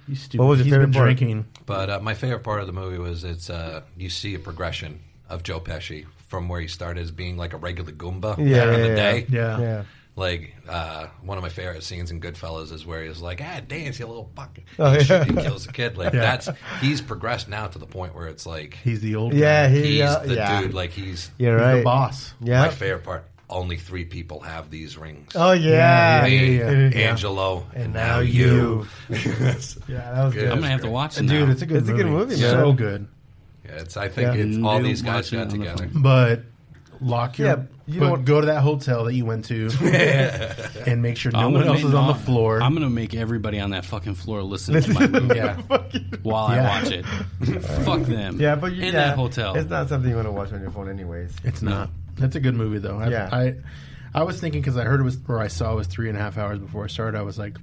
[SPEAKER 4] You stupid.
[SPEAKER 5] What was your
[SPEAKER 4] He's
[SPEAKER 5] favorite
[SPEAKER 4] been
[SPEAKER 5] part?
[SPEAKER 4] drinking.
[SPEAKER 6] But uh, my favorite part of the movie was it's uh, you see a progression of Joe Pesci from where he started as being like a regular Goomba
[SPEAKER 5] Yeah,
[SPEAKER 6] back in the
[SPEAKER 5] yeah,
[SPEAKER 6] day.
[SPEAKER 4] Yeah.
[SPEAKER 5] yeah.
[SPEAKER 6] Like uh, one of my favorite scenes in Goodfellas is where he's like, "Ah, dance, you little fucker!"
[SPEAKER 5] Oh,
[SPEAKER 6] he,
[SPEAKER 5] yeah.
[SPEAKER 6] shoot- he kills the kid. Like
[SPEAKER 4] Yeah.
[SPEAKER 6] that's he's progressed now to the point where it's like
[SPEAKER 4] He's the old
[SPEAKER 5] Yeah,
[SPEAKER 4] guy.
[SPEAKER 5] he,
[SPEAKER 6] he's
[SPEAKER 5] yeah,
[SPEAKER 6] the
[SPEAKER 5] yeah.
[SPEAKER 6] dude. Like he's
[SPEAKER 5] You're
[SPEAKER 4] He's
[SPEAKER 5] right.
[SPEAKER 4] the boss.
[SPEAKER 5] Yeah.
[SPEAKER 6] my favorite part. Only three people have these rings.
[SPEAKER 5] Oh yeah.
[SPEAKER 4] Yeah,
[SPEAKER 5] Yeah,
[SPEAKER 4] yeah, yeah, yeah.
[SPEAKER 6] Angelo, and, now,
[SPEAKER 5] now
[SPEAKER 6] you.
[SPEAKER 5] that was
[SPEAKER 6] Good.
[SPEAKER 5] good.
[SPEAKER 6] That's
[SPEAKER 3] I'm gonna have to
[SPEAKER 6] great.
[SPEAKER 3] watch it now.
[SPEAKER 4] Dude, it's a good
[SPEAKER 5] It's a
[SPEAKER 4] movie.
[SPEAKER 5] good movie, man.
[SPEAKER 4] So good.
[SPEAKER 6] Yeah, it's, I think
[SPEAKER 5] Yeah.
[SPEAKER 6] it's all
[SPEAKER 3] Dude,
[SPEAKER 6] these guys
[SPEAKER 3] watch it
[SPEAKER 6] got
[SPEAKER 3] on the
[SPEAKER 6] together.
[SPEAKER 4] But lock your.
[SPEAKER 5] Yeah, you
[SPEAKER 4] but
[SPEAKER 5] don't-
[SPEAKER 4] go to that hotel that you went to and make sure no
[SPEAKER 3] I'm
[SPEAKER 4] one
[SPEAKER 3] gonna
[SPEAKER 4] else
[SPEAKER 3] make-
[SPEAKER 4] is on the
[SPEAKER 3] no,
[SPEAKER 4] floor.
[SPEAKER 3] I'm gonna make everybody on that fucking floor listen to my movie
[SPEAKER 4] yeah.
[SPEAKER 3] while
[SPEAKER 4] Yeah.
[SPEAKER 3] I watch it. Fuck them.
[SPEAKER 5] Yeah, but you,
[SPEAKER 3] in
[SPEAKER 5] yeah,
[SPEAKER 3] that hotel.
[SPEAKER 5] it's not something you want to watch on your phone, anyways.
[SPEAKER 4] It's not. That's a good movie though. I,
[SPEAKER 5] Yeah.
[SPEAKER 4] I I was thinking because I heard it was or I saw it was three and a half hours before it started. I was like,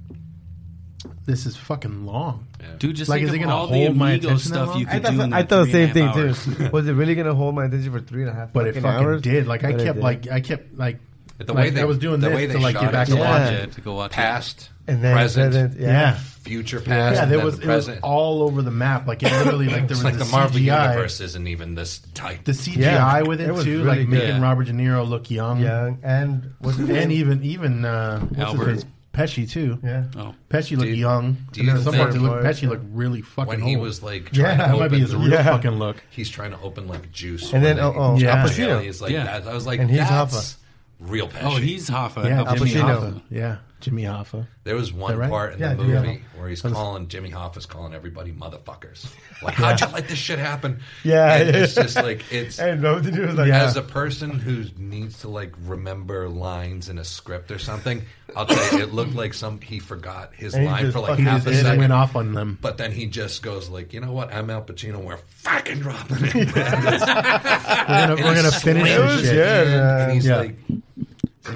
[SPEAKER 4] this is fucking long.
[SPEAKER 3] Dude, just
[SPEAKER 4] Like,
[SPEAKER 3] think
[SPEAKER 4] is it
[SPEAKER 3] of
[SPEAKER 4] gonna
[SPEAKER 3] all the
[SPEAKER 4] hold my
[SPEAKER 3] Amigo
[SPEAKER 4] attention that
[SPEAKER 3] stuff
[SPEAKER 4] long?
[SPEAKER 3] you
[SPEAKER 4] I
[SPEAKER 5] I
[SPEAKER 3] could
[SPEAKER 5] thought,
[SPEAKER 3] do in
[SPEAKER 5] I
[SPEAKER 3] that
[SPEAKER 5] thought the
[SPEAKER 3] three and a
[SPEAKER 5] same thing
[SPEAKER 3] half hours.
[SPEAKER 5] too. Was it really gonna hold my attention for three and a half?
[SPEAKER 4] But it
[SPEAKER 5] fucking
[SPEAKER 4] fucking
[SPEAKER 5] hours?
[SPEAKER 4] did. Like I
[SPEAKER 5] But it
[SPEAKER 4] kept
[SPEAKER 5] did.
[SPEAKER 4] like I kept like
[SPEAKER 6] The
[SPEAKER 4] like,
[SPEAKER 6] way they,
[SPEAKER 4] I was doing
[SPEAKER 6] the
[SPEAKER 4] this
[SPEAKER 6] way they
[SPEAKER 4] to like
[SPEAKER 6] shot
[SPEAKER 4] get back
[SPEAKER 6] it,
[SPEAKER 4] to
[SPEAKER 5] Yeah.
[SPEAKER 4] watch
[SPEAKER 3] Yeah,
[SPEAKER 4] it.
[SPEAKER 3] to go watch it.
[SPEAKER 6] past,
[SPEAKER 5] and then
[SPEAKER 6] present,
[SPEAKER 5] present, yeah.
[SPEAKER 4] Yeah.
[SPEAKER 6] future past.
[SPEAKER 4] Yeah,
[SPEAKER 6] and
[SPEAKER 4] there
[SPEAKER 6] then
[SPEAKER 4] was
[SPEAKER 6] the
[SPEAKER 4] it was
[SPEAKER 6] present.
[SPEAKER 4] all over the map. Like it literally like there
[SPEAKER 6] It's
[SPEAKER 4] was
[SPEAKER 6] like
[SPEAKER 4] the,
[SPEAKER 6] the Marvel
[SPEAKER 4] CGI.
[SPEAKER 6] universe isn't even this tight.
[SPEAKER 4] The CGI
[SPEAKER 5] Yeah.
[SPEAKER 4] with it,
[SPEAKER 5] It was
[SPEAKER 4] too,
[SPEAKER 5] really
[SPEAKER 4] like
[SPEAKER 5] good.
[SPEAKER 4] making
[SPEAKER 3] Yeah.
[SPEAKER 4] Robert De Niro look young.
[SPEAKER 5] young and what's his
[SPEAKER 4] And
[SPEAKER 5] name?
[SPEAKER 4] even even uh what's his
[SPEAKER 3] Albert.
[SPEAKER 4] name? Pesci too.
[SPEAKER 5] Yeah.
[SPEAKER 3] Oh,
[SPEAKER 4] Pesci looked
[SPEAKER 6] Do-
[SPEAKER 4] young. and
[SPEAKER 6] do you
[SPEAKER 4] then at some point
[SPEAKER 6] think-
[SPEAKER 4] looked, Pesci looked really fucking
[SPEAKER 6] when he
[SPEAKER 4] old.
[SPEAKER 6] was like
[SPEAKER 5] Yeah,
[SPEAKER 6] trying to
[SPEAKER 4] that
[SPEAKER 6] open,
[SPEAKER 4] might be his real
[SPEAKER 5] Yeah.
[SPEAKER 4] fucking look.
[SPEAKER 6] he's trying to open like juice,
[SPEAKER 5] And then,
[SPEAKER 6] when they-
[SPEAKER 5] oh, oh,
[SPEAKER 4] Yeah.
[SPEAKER 5] Al
[SPEAKER 6] Jelly
[SPEAKER 5] Pacino.
[SPEAKER 6] is like
[SPEAKER 3] Yeah.
[SPEAKER 6] that. I was like,
[SPEAKER 5] And he's
[SPEAKER 6] that's
[SPEAKER 5] Hoffa.
[SPEAKER 6] real passion.
[SPEAKER 3] oh, he's Hoffa.
[SPEAKER 4] Yeah,
[SPEAKER 3] Al
[SPEAKER 4] Jimmy
[SPEAKER 3] Pacino.
[SPEAKER 4] Hoffa. Yeah, Jimmy Hoffa.
[SPEAKER 6] There was one
[SPEAKER 4] that right?
[SPEAKER 6] part in
[SPEAKER 5] Yeah,
[SPEAKER 6] the
[SPEAKER 5] Jimmy
[SPEAKER 6] movie where he's calling Jimmy Hoffa's calling everybody motherfuckers. Like, how'd you let this shit happen?
[SPEAKER 5] Yeah,
[SPEAKER 6] And
[SPEAKER 5] yeah.
[SPEAKER 6] it's just like it's
[SPEAKER 5] And Robert De Niro's like, "Ah,
[SPEAKER 6] as a person who needs to like remember lines in a script or something, I'll tell you, it looked like some he forgot his
[SPEAKER 5] And he
[SPEAKER 6] line
[SPEAKER 5] just
[SPEAKER 6] for like
[SPEAKER 5] fucking
[SPEAKER 4] He
[SPEAKER 6] half
[SPEAKER 4] just
[SPEAKER 6] a
[SPEAKER 4] did and
[SPEAKER 6] second.
[SPEAKER 4] went off on them.
[SPEAKER 6] But then he just goes like, you know what? I'm Al Pacino. We're fucking dropping it.
[SPEAKER 4] We're gonna, we're gonna finish this shit.
[SPEAKER 5] yeah,
[SPEAKER 6] And he's
[SPEAKER 4] yeah.
[SPEAKER 6] like,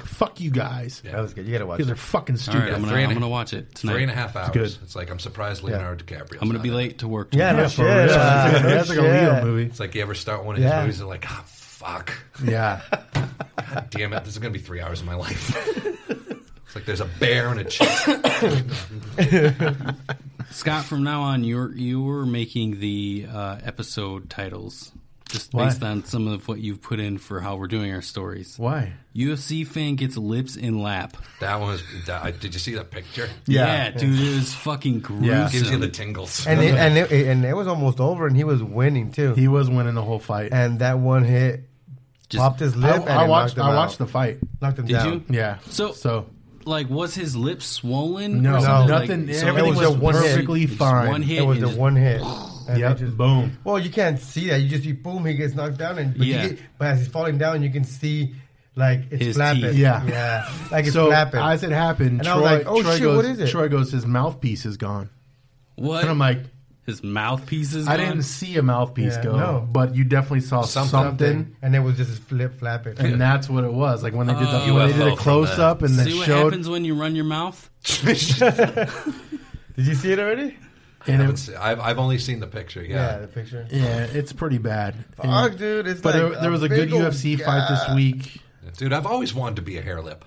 [SPEAKER 4] Fuck you guys.
[SPEAKER 5] that was good. You gotta watch.
[SPEAKER 4] You guys are
[SPEAKER 5] it.
[SPEAKER 4] fucking
[SPEAKER 3] All right,
[SPEAKER 4] stupid.
[SPEAKER 3] I'm gonna,
[SPEAKER 6] three
[SPEAKER 3] I'm
[SPEAKER 6] and a-
[SPEAKER 3] gonna watch it tonight.
[SPEAKER 6] three and a half hours.
[SPEAKER 4] good.
[SPEAKER 6] It's like I'm surprised Leonardo DiCaprio.
[SPEAKER 3] I'm gonna be late to work.
[SPEAKER 5] Yeah,
[SPEAKER 3] Tomorrow.
[SPEAKER 5] no
[SPEAKER 4] yeah, for
[SPEAKER 5] shit.
[SPEAKER 4] real.
[SPEAKER 5] uh, no
[SPEAKER 4] That's like a
[SPEAKER 5] shit.
[SPEAKER 4] real movie.
[SPEAKER 6] It's like you ever start one of his
[SPEAKER 5] Yeah.
[SPEAKER 6] movies and like, ah, fuck,
[SPEAKER 4] Yeah,
[SPEAKER 6] damn it, this is gonna be three hours of my life. It's like there's a bear and a chick.
[SPEAKER 3] Scott, from now on, you're you're making the uh, episode titles just
[SPEAKER 4] Why?
[SPEAKER 3] based on some of what you've put in for how we're doing our stories.
[SPEAKER 4] Why?
[SPEAKER 3] UFC fan gets lips in lap.
[SPEAKER 6] that one was. That, I- did you see that picture?
[SPEAKER 4] Yeah.
[SPEAKER 3] dude, it was fucking gruesome.
[SPEAKER 4] Yeah.
[SPEAKER 6] Gives you the tingles.
[SPEAKER 5] And it, and it, and it was almost over, and he was winning too.
[SPEAKER 4] He was winning the whole fight.
[SPEAKER 5] and that one hit
[SPEAKER 3] Just-
[SPEAKER 5] popped his
[SPEAKER 4] I,
[SPEAKER 5] lip. and
[SPEAKER 4] I
[SPEAKER 5] it
[SPEAKER 4] watched.
[SPEAKER 5] knocked him
[SPEAKER 4] I watched
[SPEAKER 5] out.
[SPEAKER 4] the fight.
[SPEAKER 5] knocked him
[SPEAKER 3] Did
[SPEAKER 5] down.
[SPEAKER 3] you?
[SPEAKER 4] Yeah.
[SPEAKER 3] So-
[SPEAKER 4] so
[SPEAKER 3] like was his lips swollen?
[SPEAKER 4] No,
[SPEAKER 3] or something?
[SPEAKER 4] no,
[SPEAKER 3] Like,
[SPEAKER 4] nothing-
[SPEAKER 3] so
[SPEAKER 4] everything
[SPEAKER 3] it
[SPEAKER 5] was one hit.
[SPEAKER 4] perfectly
[SPEAKER 3] just
[SPEAKER 4] fine.
[SPEAKER 3] One hit
[SPEAKER 5] It was
[SPEAKER 3] and
[SPEAKER 5] the
[SPEAKER 3] just-
[SPEAKER 5] one hit. And
[SPEAKER 4] yep.
[SPEAKER 5] it just-
[SPEAKER 4] boom.
[SPEAKER 5] Well, you can't see that. You just see boom, he gets knocked down, and but, you
[SPEAKER 3] Yeah.
[SPEAKER 5] get- but as he's falling down, you can see like it's
[SPEAKER 3] His
[SPEAKER 5] flapping.
[SPEAKER 3] teeth.
[SPEAKER 4] Yeah.
[SPEAKER 5] yeah, like it's
[SPEAKER 4] so
[SPEAKER 5] flapping.
[SPEAKER 4] as it happened,
[SPEAKER 5] And
[SPEAKER 4] Troy,
[SPEAKER 5] I was like, oh,
[SPEAKER 4] Troy
[SPEAKER 5] shit,
[SPEAKER 4] goes,
[SPEAKER 5] what is it?
[SPEAKER 4] Troy goes, his mouthpiece is gone,
[SPEAKER 3] What?
[SPEAKER 4] and I'm like,
[SPEAKER 3] his mouthpiece is.
[SPEAKER 4] I
[SPEAKER 3] gone?
[SPEAKER 4] didn't see a mouthpiece
[SPEAKER 5] Yeah,
[SPEAKER 4] go,
[SPEAKER 5] no.
[SPEAKER 4] but you definitely saw
[SPEAKER 6] Something.
[SPEAKER 4] something,
[SPEAKER 5] and it was just flip flapping.
[SPEAKER 4] and that's what it was. Like when they did the
[SPEAKER 6] Oh.
[SPEAKER 4] when they did
[SPEAKER 6] UFO
[SPEAKER 4] a
[SPEAKER 6] from
[SPEAKER 4] close up and then
[SPEAKER 3] See what
[SPEAKER 4] showed,
[SPEAKER 3] happens when you run your mouth?
[SPEAKER 5] Did you see it already?
[SPEAKER 4] and it,
[SPEAKER 6] It's- I've, I've only seen the picture.
[SPEAKER 5] Yeah,
[SPEAKER 6] Yeah.
[SPEAKER 5] the picture.
[SPEAKER 4] yeah, it's pretty bad.
[SPEAKER 5] Fuck, dude, it's
[SPEAKER 4] but
[SPEAKER 5] like
[SPEAKER 4] there, there was a good
[SPEAKER 5] big old
[SPEAKER 4] UFC fight this
[SPEAKER 5] guy.
[SPEAKER 4] week.
[SPEAKER 6] dude, I've always wanted to be a hair lip.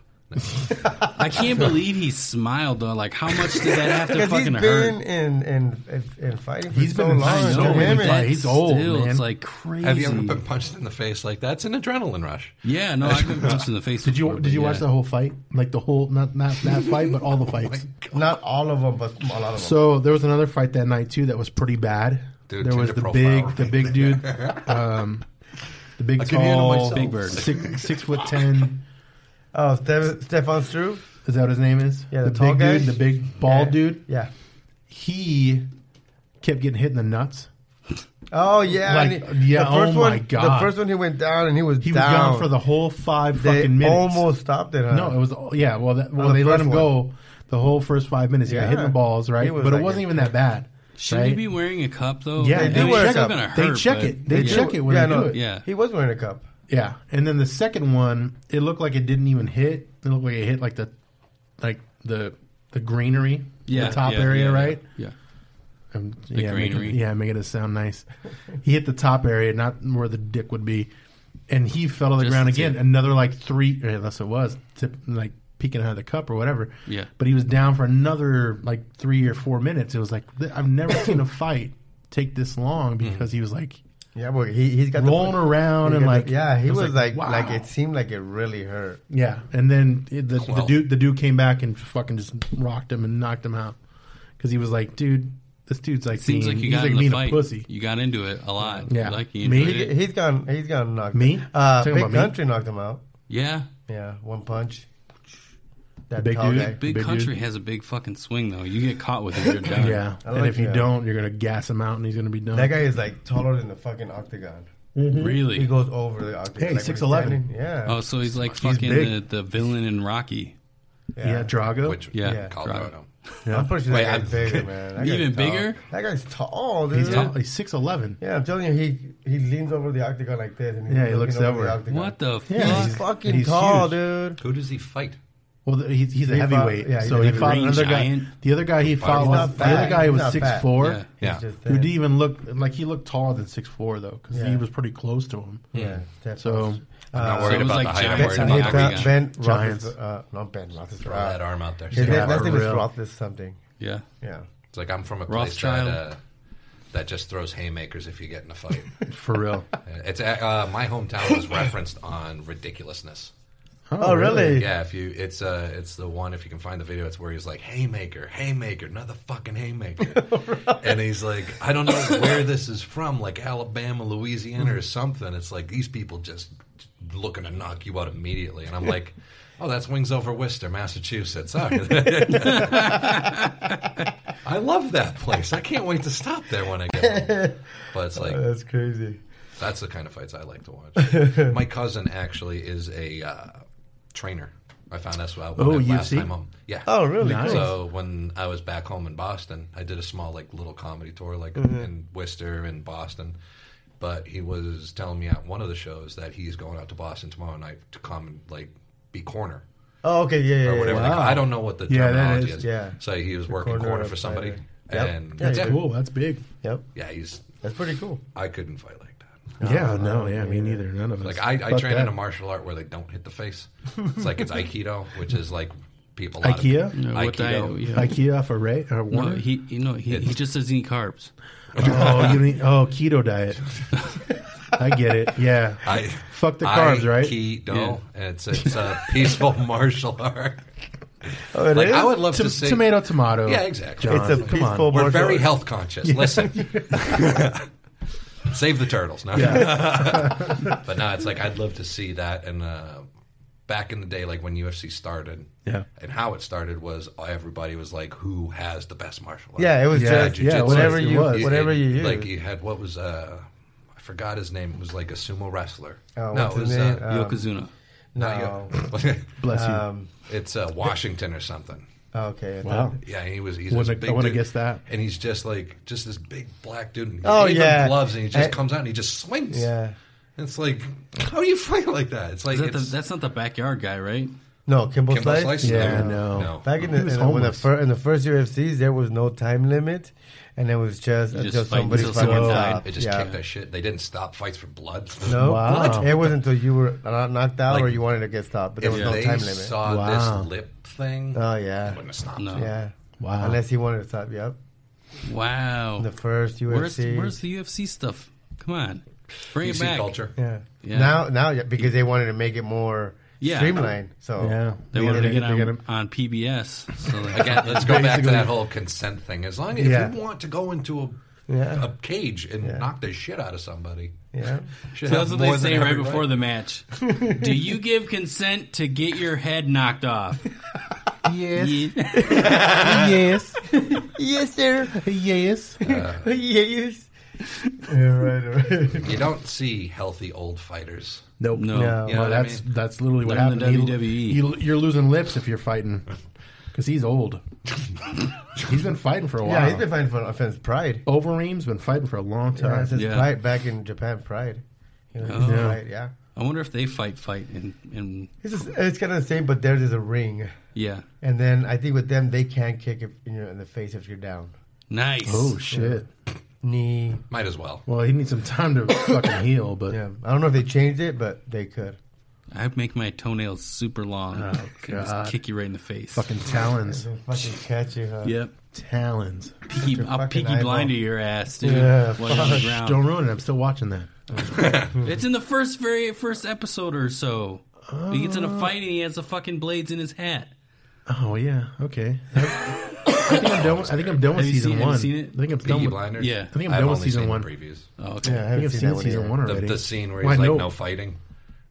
[SPEAKER 3] I can't believe he smiled though. Like how much did that have to
[SPEAKER 5] Because he's
[SPEAKER 3] fucking
[SPEAKER 5] been
[SPEAKER 3] hurt?
[SPEAKER 5] in, in in in fighting for
[SPEAKER 4] He's
[SPEAKER 5] so
[SPEAKER 4] been in
[SPEAKER 5] long.
[SPEAKER 4] fighting
[SPEAKER 5] it's
[SPEAKER 4] so many
[SPEAKER 5] damaged.
[SPEAKER 4] fights. He's old,
[SPEAKER 3] still,
[SPEAKER 4] man.
[SPEAKER 3] It's like crazy.
[SPEAKER 6] Have you ever been punched in the face like that? It's an adrenaline rush.
[SPEAKER 3] Yeah, no, I've been punched in the face.
[SPEAKER 4] Did you did you watch the whole fight? Like the whole not not that fight, but all the fights.
[SPEAKER 5] Not all of them, but a lot of them.
[SPEAKER 4] So there was another fight that night too that was pretty bad.
[SPEAKER 6] Dude,
[SPEAKER 4] there was
[SPEAKER 6] ginger
[SPEAKER 4] the
[SPEAKER 6] profile.
[SPEAKER 4] big the big dude, um, the big
[SPEAKER 6] can hear it
[SPEAKER 4] tall
[SPEAKER 6] myself.
[SPEAKER 3] Big Bird.
[SPEAKER 4] six, six foot ten.
[SPEAKER 5] oh, Ste- Stefan Struve,
[SPEAKER 4] Is that what his name is?
[SPEAKER 5] Yeah, the
[SPEAKER 4] big
[SPEAKER 5] tall guy?
[SPEAKER 4] dude, the big bald
[SPEAKER 5] Yeah.
[SPEAKER 4] dude.
[SPEAKER 5] Yeah.
[SPEAKER 4] He kept getting hit in the nuts.
[SPEAKER 5] Oh yeah,
[SPEAKER 4] Like,
[SPEAKER 5] and
[SPEAKER 4] yeah, oh my
[SPEAKER 5] one,
[SPEAKER 4] God.
[SPEAKER 5] The first one he went down and he was
[SPEAKER 4] He was
[SPEAKER 5] down.
[SPEAKER 4] gone for the whole five
[SPEAKER 5] they
[SPEAKER 4] fucking minutes.
[SPEAKER 5] almost stopped it. Huh?
[SPEAKER 4] No, it was yeah. Well, that, well
[SPEAKER 5] the
[SPEAKER 4] they let
[SPEAKER 5] first
[SPEAKER 4] him go the whole first five minutes. He got hit in
[SPEAKER 5] Yeah.
[SPEAKER 4] the balls, right?
[SPEAKER 5] He was
[SPEAKER 4] but it
[SPEAKER 5] like
[SPEAKER 4] wasn't
[SPEAKER 5] a-
[SPEAKER 4] even that bad.
[SPEAKER 3] Should he
[SPEAKER 4] right?
[SPEAKER 3] be wearing a cup though?
[SPEAKER 4] Yeah,
[SPEAKER 3] I
[SPEAKER 4] they
[SPEAKER 3] mean,
[SPEAKER 5] wear
[SPEAKER 3] it's
[SPEAKER 5] a
[SPEAKER 3] not
[SPEAKER 5] cup.
[SPEAKER 3] gonna
[SPEAKER 4] They
[SPEAKER 3] hurt,
[SPEAKER 4] check
[SPEAKER 3] but-
[SPEAKER 4] it. They
[SPEAKER 5] Yeah.
[SPEAKER 4] check it when
[SPEAKER 5] yeah,
[SPEAKER 4] they
[SPEAKER 5] no,
[SPEAKER 4] do it.
[SPEAKER 3] Yeah.
[SPEAKER 5] he was wearing a cup.
[SPEAKER 4] Yeah, and then the second one, it looked like it didn't even hit. It looked like it hit like the, like the the greenery,
[SPEAKER 3] Yeah,
[SPEAKER 4] the top
[SPEAKER 3] yeah,
[SPEAKER 4] area,
[SPEAKER 3] yeah,
[SPEAKER 4] right?
[SPEAKER 3] Yeah.
[SPEAKER 4] Um, yeah,
[SPEAKER 3] greenery.
[SPEAKER 4] Making, yeah, making it sound nice. he hit the top area, not where the dick would be, and he fell to the
[SPEAKER 3] Just
[SPEAKER 4] ground
[SPEAKER 3] the
[SPEAKER 4] again.
[SPEAKER 3] tip.
[SPEAKER 4] Another like three, or unless it was tip, like peeking out of the cup or whatever.
[SPEAKER 3] Yeah.
[SPEAKER 4] but he was down for another like three or four minutes. It was like th- I've never seen a fight take this long
[SPEAKER 3] Mm-hmm.
[SPEAKER 4] because he was like
[SPEAKER 5] Yeah, but he he's got
[SPEAKER 4] rolling
[SPEAKER 5] the,
[SPEAKER 4] around
[SPEAKER 5] he
[SPEAKER 4] and
[SPEAKER 5] got the-
[SPEAKER 4] like
[SPEAKER 5] yeah, he
[SPEAKER 4] it
[SPEAKER 5] was, like
[SPEAKER 4] wow.
[SPEAKER 5] like it seemed like it really hurt.
[SPEAKER 4] Yeah, and then it- the, the
[SPEAKER 6] Well-
[SPEAKER 4] dude the dude came back and fucking just rocked him and knocked him out because he was like, dude, this dude's like
[SPEAKER 3] Seems
[SPEAKER 4] being,
[SPEAKER 3] like you
[SPEAKER 4] he's
[SPEAKER 3] got
[SPEAKER 4] like
[SPEAKER 3] in the
[SPEAKER 4] being
[SPEAKER 3] fight.
[SPEAKER 4] a pussy.
[SPEAKER 3] You got into it a lot.
[SPEAKER 4] Yeah.
[SPEAKER 3] Like you
[SPEAKER 4] Me?
[SPEAKER 3] enjoyed
[SPEAKER 5] He,
[SPEAKER 3] it.
[SPEAKER 5] he's gone. He's gone knocked.
[SPEAKER 4] Me?
[SPEAKER 5] Uh,
[SPEAKER 4] Talking
[SPEAKER 5] big
[SPEAKER 4] about me?
[SPEAKER 5] country knocked him out.
[SPEAKER 3] Yeah.
[SPEAKER 5] Yeah, one punch. That
[SPEAKER 4] big
[SPEAKER 5] tall
[SPEAKER 4] dude?
[SPEAKER 5] guy.
[SPEAKER 3] Big,
[SPEAKER 4] Big
[SPEAKER 3] country
[SPEAKER 4] dude.
[SPEAKER 3] has a big fucking swing though. You get caught with it, you're done.
[SPEAKER 4] Yeah,
[SPEAKER 5] I
[SPEAKER 4] and
[SPEAKER 5] like
[SPEAKER 4] if you
[SPEAKER 5] that.
[SPEAKER 4] don't, you're gonna gas him out and he's gonna be done.
[SPEAKER 5] That guy is like taller than the fucking octagon. He
[SPEAKER 3] Really?
[SPEAKER 5] goes over the octagon.
[SPEAKER 4] Hey,
[SPEAKER 5] like, when he's
[SPEAKER 4] 6'11".
[SPEAKER 5] standing. Yeah.
[SPEAKER 3] Oh, so he's like fucking the,
[SPEAKER 4] big.
[SPEAKER 3] the villain in Rocky.
[SPEAKER 4] yeah. Drago.
[SPEAKER 6] Which
[SPEAKER 3] Yeah.
[SPEAKER 5] Yeah.
[SPEAKER 6] called
[SPEAKER 3] Right.
[SPEAKER 6] out him.
[SPEAKER 5] I'm pretty sure
[SPEAKER 6] Wait,
[SPEAKER 5] that
[SPEAKER 6] I'm-
[SPEAKER 5] guy's bigger, man. That guy's
[SPEAKER 3] Even
[SPEAKER 5] tall.
[SPEAKER 3] bigger?
[SPEAKER 5] That guy's tall, dude.
[SPEAKER 4] he's tall. He's six eleven.
[SPEAKER 5] Yeah, I'm telling you, he he leans over the octagon like this. And he's
[SPEAKER 4] Yeah, he looks
[SPEAKER 5] looking
[SPEAKER 4] over.
[SPEAKER 5] the octagon.
[SPEAKER 3] What the fuck?
[SPEAKER 4] Yeah,
[SPEAKER 5] He's
[SPEAKER 4] he's-
[SPEAKER 5] fucking
[SPEAKER 4] and he's
[SPEAKER 5] tall, dude.
[SPEAKER 6] Who does he fight?
[SPEAKER 4] Well, the, he's, he's a
[SPEAKER 5] He fought-
[SPEAKER 4] heavyweight,
[SPEAKER 5] yeah, he's
[SPEAKER 4] so
[SPEAKER 5] a
[SPEAKER 4] he fought
[SPEAKER 3] heavyweight.
[SPEAKER 4] another
[SPEAKER 3] Giant.
[SPEAKER 4] guy. The other guy he fought
[SPEAKER 6] He's
[SPEAKER 4] was
[SPEAKER 5] not
[SPEAKER 4] the other
[SPEAKER 5] fat.
[SPEAKER 4] guy who
[SPEAKER 5] He's
[SPEAKER 4] was
[SPEAKER 5] not
[SPEAKER 4] six
[SPEAKER 5] fat.
[SPEAKER 4] four,
[SPEAKER 3] Yeah.
[SPEAKER 6] Yeah.
[SPEAKER 5] He's just
[SPEAKER 4] who
[SPEAKER 5] thin.
[SPEAKER 4] didn't even look like he looked taller than six four though, because he
[SPEAKER 5] Yeah.
[SPEAKER 4] was pretty close to him.
[SPEAKER 5] Yeah. definitely.
[SPEAKER 4] So
[SPEAKER 6] I'm not worried
[SPEAKER 5] Uh,
[SPEAKER 3] so it was
[SPEAKER 6] about
[SPEAKER 3] like
[SPEAKER 6] the height. I'm
[SPEAKER 3] John
[SPEAKER 6] worried
[SPEAKER 5] Ben,
[SPEAKER 3] Cena.
[SPEAKER 6] about the
[SPEAKER 5] ben,
[SPEAKER 6] reach.
[SPEAKER 5] ben
[SPEAKER 4] Giants.
[SPEAKER 5] Roethlis- uh, not Ben
[SPEAKER 6] Throw that
[SPEAKER 5] Roethlisberger.
[SPEAKER 6] arm out there.
[SPEAKER 5] His name-
[SPEAKER 4] Yeah,
[SPEAKER 5] Last name is
[SPEAKER 4] real.
[SPEAKER 5] Roethlis something.
[SPEAKER 3] Yeah.
[SPEAKER 5] Yeah.
[SPEAKER 6] It's like I'm from a place that,
[SPEAKER 3] Rothschild.
[SPEAKER 6] uh, that just throws haymakers if you get in a fight.
[SPEAKER 4] for real.
[SPEAKER 6] it's uh, uh, my hometown was referenced on ridiculousness.
[SPEAKER 5] Oh, really?
[SPEAKER 6] Yeah, if you, it's uh, it's the one if you can find the video. It's where he's like haymaker, haymaker, another fucking haymaker, and he's like, I don't know where this is from, like Alabama, Louisiana, or something. It's like these people just looking to knock you out immediately, and I'm like, oh, that's Wings Over Worcester, Massachusetts. Oh. I love that place. I can't wait to stop there when I get home. But it's like
[SPEAKER 5] Oh, That's crazy.
[SPEAKER 6] that's the kind of fights I like to watch. My cousin actually is a uh, trainer. I found this out when
[SPEAKER 4] Oh,
[SPEAKER 6] I- last
[SPEAKER 4] UFC?
[SPEAKER 6] time. I'm, yeah.
[SPEAKER 5] Oh, really?
[SPEAKER 4] Nice.
[SPEAKER 5] Cool.
[SPEAKER 6] So when I was back home in Boston, I did a small like little comedy tour like
[SPEAKER 5] Mm-hmm.
[SPEAKER 6] in Worcester and Boston. But he was telling me at one of the shows that he's going out to Boston tomorrow night to come and like be corner
[SPEAKER 5] Oh, okay. Yeah, yeah,
[SPEAKER 6] or
[SPEAKER 5] yeah,
[SPEAKER 6] whatever.
[SPEAKER 5] yeah.
[SPEAKER 6] they- I don't know what the
[SPEAKER 4] Yeah, that
[SPEAKER 6] terminology
[SPEAKER 4] is-
[SPEAKER 6] is.
[SPEAKER 5] yeah.
[SPEAKER 6] So he was working
[SPEAKER 5] corner
[SPEAKER 6] corner
[SPEAKER 5] of
[SPEAKER 6] for somebody,
[SPEAKER 5] fighter. Yep.
[SPEAKER 6] and
[SPEAKER 5] Yeah,
[SPEAKER 6] that's
[SPEAKER 5] yeah.
[SPEAKER 6] it.
[SPEAKER 4] Cool. That's big.
[SPEAKER 5] Yep.
[SPEAKER 6] Yeah, he's.
[SPEAKER 5] That's pretty cool.
[SPEAKER 6] I couldn't fight like that.
[SPEAKER 4] Yeah, no, yeah, me neither. None of us.
[SPEAKER 6] Like I, I
[SPEAKER 4] Fuck
[SPEAKER 6] train
[SPEAKER 4] that.
[SPEAKER 6] in a martial art where they don't hit the face. It's like it's aikido, which is like people. A lot of
[SPEAKER 4] Ikea?
[SPEAKER 6] people-
[SPEAKER 4] No,
[SPEAKER 3] what
[SPEAKER 6] Aikido.
[SPEAKER 3] diet- yeah.
[SPEAKER 4] IKEA off a rate or
[SPEAKER 3] No,
[SPEAKER 4] Warner?
[SPEAKER 3] he, you know, he, he just doesn't eat carbs.
[SPEAKER 4] oh, you mean oh keto diet? I get it. Yeah,
[SPEAKER 6] I,
[SPEAKER 4] fuck the carbs, right?
[SPEAKER 6] Aikido. It's it's a peaceful martial art.
[SPEAKER 5] Oh, it
[SPEAKER 6] Like
[SPEAKER 5] is?
[SPEAKER 6] I would love
[SPEAKER 4] Tom-
[SPEAKER 6] to see
[SPEAKER 4] tomato, tomato.
[SPEAKER 6] Yeah, exactly.
[SPEAKER 5] it's a
[SPEAKER 4] John, come on.
[SPEAKER 5] peaceful.
[SPEAKER 6] We're
[SPEAKER 5] martial
[SPEAKER 6] very
[SPEAKER 5] art.
[SPEAKER 6] health conscious. Listen, save the turtles. No. but no, it's like I'd love to see that. And uh, back in the day, like when UFC started,
[SPEAKER 4] Yeah.
[SPEAKER 6] and how it started was uh, everybody was like, "Who has the best martial art?"
[SPEAKER 5] Yeah, it was
[SPEAKER 4] Yeah,
[SPEAKER 5] just
[SPEAKER 4] yeah,
[SPEAKER 5] whatever
[SPEAKER 4] it
[SPEAKER 5] you
[SPEAKER 4] was.
[SPEAKER 5] whatever you use.
[SPEAKER 6] Like you had what was uh, I forgot his name. It was like a sumo wrestler.
[SPEAKER 5] Oh,
[SPEAKER 6] no,
[SPEAKER 5] what's
[SPEAKER 6] it was
[SPEAKER 5] his name? Oh.
[SPEAKER 6] Uh,
[SPEAKER 5] Um,
[SPEAKER 3] Yokozuna.
[SPEAKER 6] not you.
[SPEAKER 4] Bless you.
[SPEAKER 6] it's uh, Washington or something.
[SPEAKER 5] okay.
[SPEAKER 4] wow.
[SPEAKER 6] Yeah, and he was. He's
[SPEAKER 4] Wouldn't-
[SPEAKER 6] this big
[SPEAKER 4] I wouldn't
[SPEAKER 6] dude,
[SPEAKER 4] guess that.
[SPEAKER 6] And he's just like just this big black dude. And he
[SPEAKER 5] Oh,
[SPEAKER 6] gave him
[SPEAKER 5] yeah.
[SPEAKER 6] gloves, and he just
[SPEAKER 5] I-
[SPEAKER 6] comes out and he just swings.
[SPEAKER 5] Yeah.
[SPEAKER 6] And it's like how do you fight like that? It's like
[SPEAKER 3] Is that the,
[SPEAKER 6] it's
[SPEAKER 3] that's not the backyard guy, right?
[SPEAKER 5] No, Kimbo
[SPEAKER 6] Kimbo
[SPEAKER 5] Slice.
[SPEAKER 6] Slice?
[SPEAKER 4] Yeah,
[SPEAKER 6] no,
[SPEAKER 4] no.
[SPEAKER 6] no.
[SPEAKER 5] Back in the,
[SPEAKER 4] He was
[SPEAKER 5] in the- when the
[SPEAKER 4] homeless.
[SPEAKER 5] fir- in the first UFCs, there was no time limit, and it was just
[SPEAKER 3] You just
[SPEAKER 5] until
[SPEAKER 3] fight
[SPEAKER 5] somebody
[SPEAKER 3] until
[SPEAKER 5] fucking
[SPEAKER 3] someone died.
[SPEAKER 5] stopped.
[SPEAKER 6] They just
[SPEAKER 5] yeah.
[SPEAKER 6] kicked that shit. They didn't stop fights for blood.
[SPEAKER 5] No,
[SPEAKER 4] Wow.
[SPEAKER 5] it wasn't until you were not- knocked out
[SPEAKER 6] Like,
[SPEAKER 5] or you wanted to get stopped, but there
[SPEAKER 6] If
[SPEAKER 5] was no
[SPEAKER 6] they
[SPEAKER 5] time limit.
[SPEAKER 6] saw
[SPEAKER 4] Wow.
[SPEAKER 6] this lip thing,
[SPEAKER 5] oh
[SPEAKER 6] they
[SPEAKER 5] yeah,
[SPEAKER 3] uh,
[SPEAKER 6] wouldn't have stopped.
[SPEAKER 3] No.
[SPEAKER 5] yeah.
[SPEAKER 4] Wow.
[SPEAKER 5] Unless he wanted to stop. Yep.
[SPEAKER 3] Wow.
[SPEAKER 5] The first UFC.
[SPEAKER 3] Where's, where's the UFC stuff? Come on. Bring it
[SPEAKER 6] UFC
[SPEAKER 3] back.
[SPEAKER 6] culture.
[SPEAKER 5] yeah.
[SPEAKER 3] Yeah.
[SPEAKER 5] Now, now, yeah, because they wanted to make it more
[SPEAKER 3] Yeah.
[SPEAKER 5] streamlined. So
[SPEAKER 4] Yeah.
[SPEAKER 3] They
[SPEAKER 4] We
[SPEAKER 3] wanted to
[SPEAKER 4] gotta-
[SPEAKER 3] get
[SPEAKER 4] we
[SPEAKER 3] on,
[SPEAKER 4] gotta-
[SPEAKER 3] on PBS. So they-
[SPEAKER 6] Again, let's go back to
[SPEAKER 4] Basically-
[SPEAKER 6] that whole consent thing. As long as
[SPEAKER 5] Yeah.
[SPEAKER 6] if you want to go into a
[SPEAKER 5] Yeah.
[SPEAKER 6] a cage and
[SPEAKER 5] Yeah.
[SPEAKER 6] knock the shit out of somebody,
[SPEAKER 5] yeah.
[SPEAKER 6] you should
[SPEAKER 3] So
[SPEAKER 6] have
[SPEAKER 3] that's what
[SPEAKER 6] more
[SPEAKER 3] they
[SPEAKER 6] than
[SPEAKER 3] say right
[SPEAKER 6] every
[SPEAKER 3] before the match. Do you give consent to get your head knocked off?
[SPEAKER 4] Yes.
[SPEAKER 3] Yeah.
[SPEAKER 4] yes.
[SPEAKER 5] yes, sir.
[SPEAKER 4] Yes.
[SPEAKER 5] yes. Yeah, right, right.
[SPEAKER 6] You don't see healthy old fighters.
[SPEAKER 4] Nope.
[SPEAKER 3] No.
[SPEAKER 5] No.
[SPEAKER 6] You know
[SPEAKER 4] Well,
[SPEAKER 6] what I
[SPEAKER 4] that's
[SPEAKER 6] mean?
[SPEAKER 4] that's literally what
[SPEAKER 3] Not in
[SPEAKER 4] happened.
[SPEAKER 3] the
[SPEAKER 6] E.
[SPEAKER 3] WWE.
[SPEAKER 4] You, you're losing lips if you're fighting because he's old. he's been fighting for a while.
[SPEAKER 5] Yeah, he's been fighting for offense Pride.
[SPEAKER 4] Overeem's been fighting for a long
[SPEAKER 5] Yeah,
[SPEAKER 4] time.
[SPEAKER 5] it's just
[SPEAKER 3] Yeah.
[SPEAKER 5] Pride back in Japan. Pride. You know, it's
[SPEAKER 3] Oh.
[SPEAKER 5] Pride, yeah.
[SPEAKER 3] I wonder if they fight fight and, and
[SPEAKER 5] It's just, it's kind of the same, but theirs is a ring.
[SPEAKER 3] yeah.
[SPEAKER 5] And then I think with them, they can kick if you know in the face if you're down.
[SPEAKER 3] Nice.
[SPEAKER 4] Oh shit!
[SPEAKER 5] Knee.
[SPEAKER 6] Might as well.
[SPEAKER 4] Well, he needs some time to fucking heal, but
[SPEAKER 5] Yeah, I don't know if they changed it, but they could.
[SPEAKER 3] I make my toenails super long.
[SPEAKER 4] Oh,
[SPEAKER 3] Can just
[SPEAKER 4] God.
[SPEAKER 3] kick you right in the face.
[SPEAKER 4] fucking talons,
[SPEAKER 5] They'll fucking catch you, huh?
[SPEAKER 3] Yep.
[SPEAKER 4] talons.
[SPEAKER 3] Peaky,
[SPEAKER 5] your
[SPEAKER 3] I'll
[SPEAKER 5] fucking
[SPEAKER 3] peaky blind
[SPEAKER 5] eyeball.
[SPEAKER 3] to your ass, dude.
[SPEAKER 5] Yeah,
[SPEAKER 3] while you're on the ground.
[SPEAKER 4] Don't ruin it. I'm still watching that.
[SPEAKER 3] It's in the first very first episode or so. He gets in a fight and he has the fucking blades in his hat.
[SPEAKER 4] Oh yeah. Okay. I think I'm done. With, I think I'm done with
[SPEAKER 3] Have you
[SPEAKER 4] season
[SPEAKER 3] seen- have you
[SPEAKER 4] one.
[SPEAKER 3] seen it?
[SPEAKER 4] I think I'm done
[SPEAKER 6] Peaky
[SPEAKER 4] with.
[SPEAKER 6] Blinders.
[SPEAKER 3] yeah.
[SPEAKER 4] I think I'm
[SPEAKER 6] I've
[SPEAKER 4] done with
[SPEAKER 6] only
[SPEAKER 4] season
[SPEAKER 6] seen
[SPEAKER 4] one.
[SPEAKER 6] Previews.
[SPEAKER 3] Oh, okay.
[SPEAKER 5] Yeah, I
[SPEAKER 4] I
[SPEAKER 5] haven't
[SPEAKER 4] think I've
[SPEAKER 5] seen
[SPEAKER 4] seen
[SPEAKER 5] that one
[SPEAKER 4] season
[SPEAKER 5] either.
[SPEAKER 4] one
[SPEAKER 6] The,
[SPEAKER 4] already.
[SPEAKER 6] the scene where
[SPEAKER 4] Well,
[SPEAKER 6] he's
[SPEAKER 4] I
[SPEAKER 6] like,
[SPEAKER 4] know-
[SPEAKER 6] "No fighting,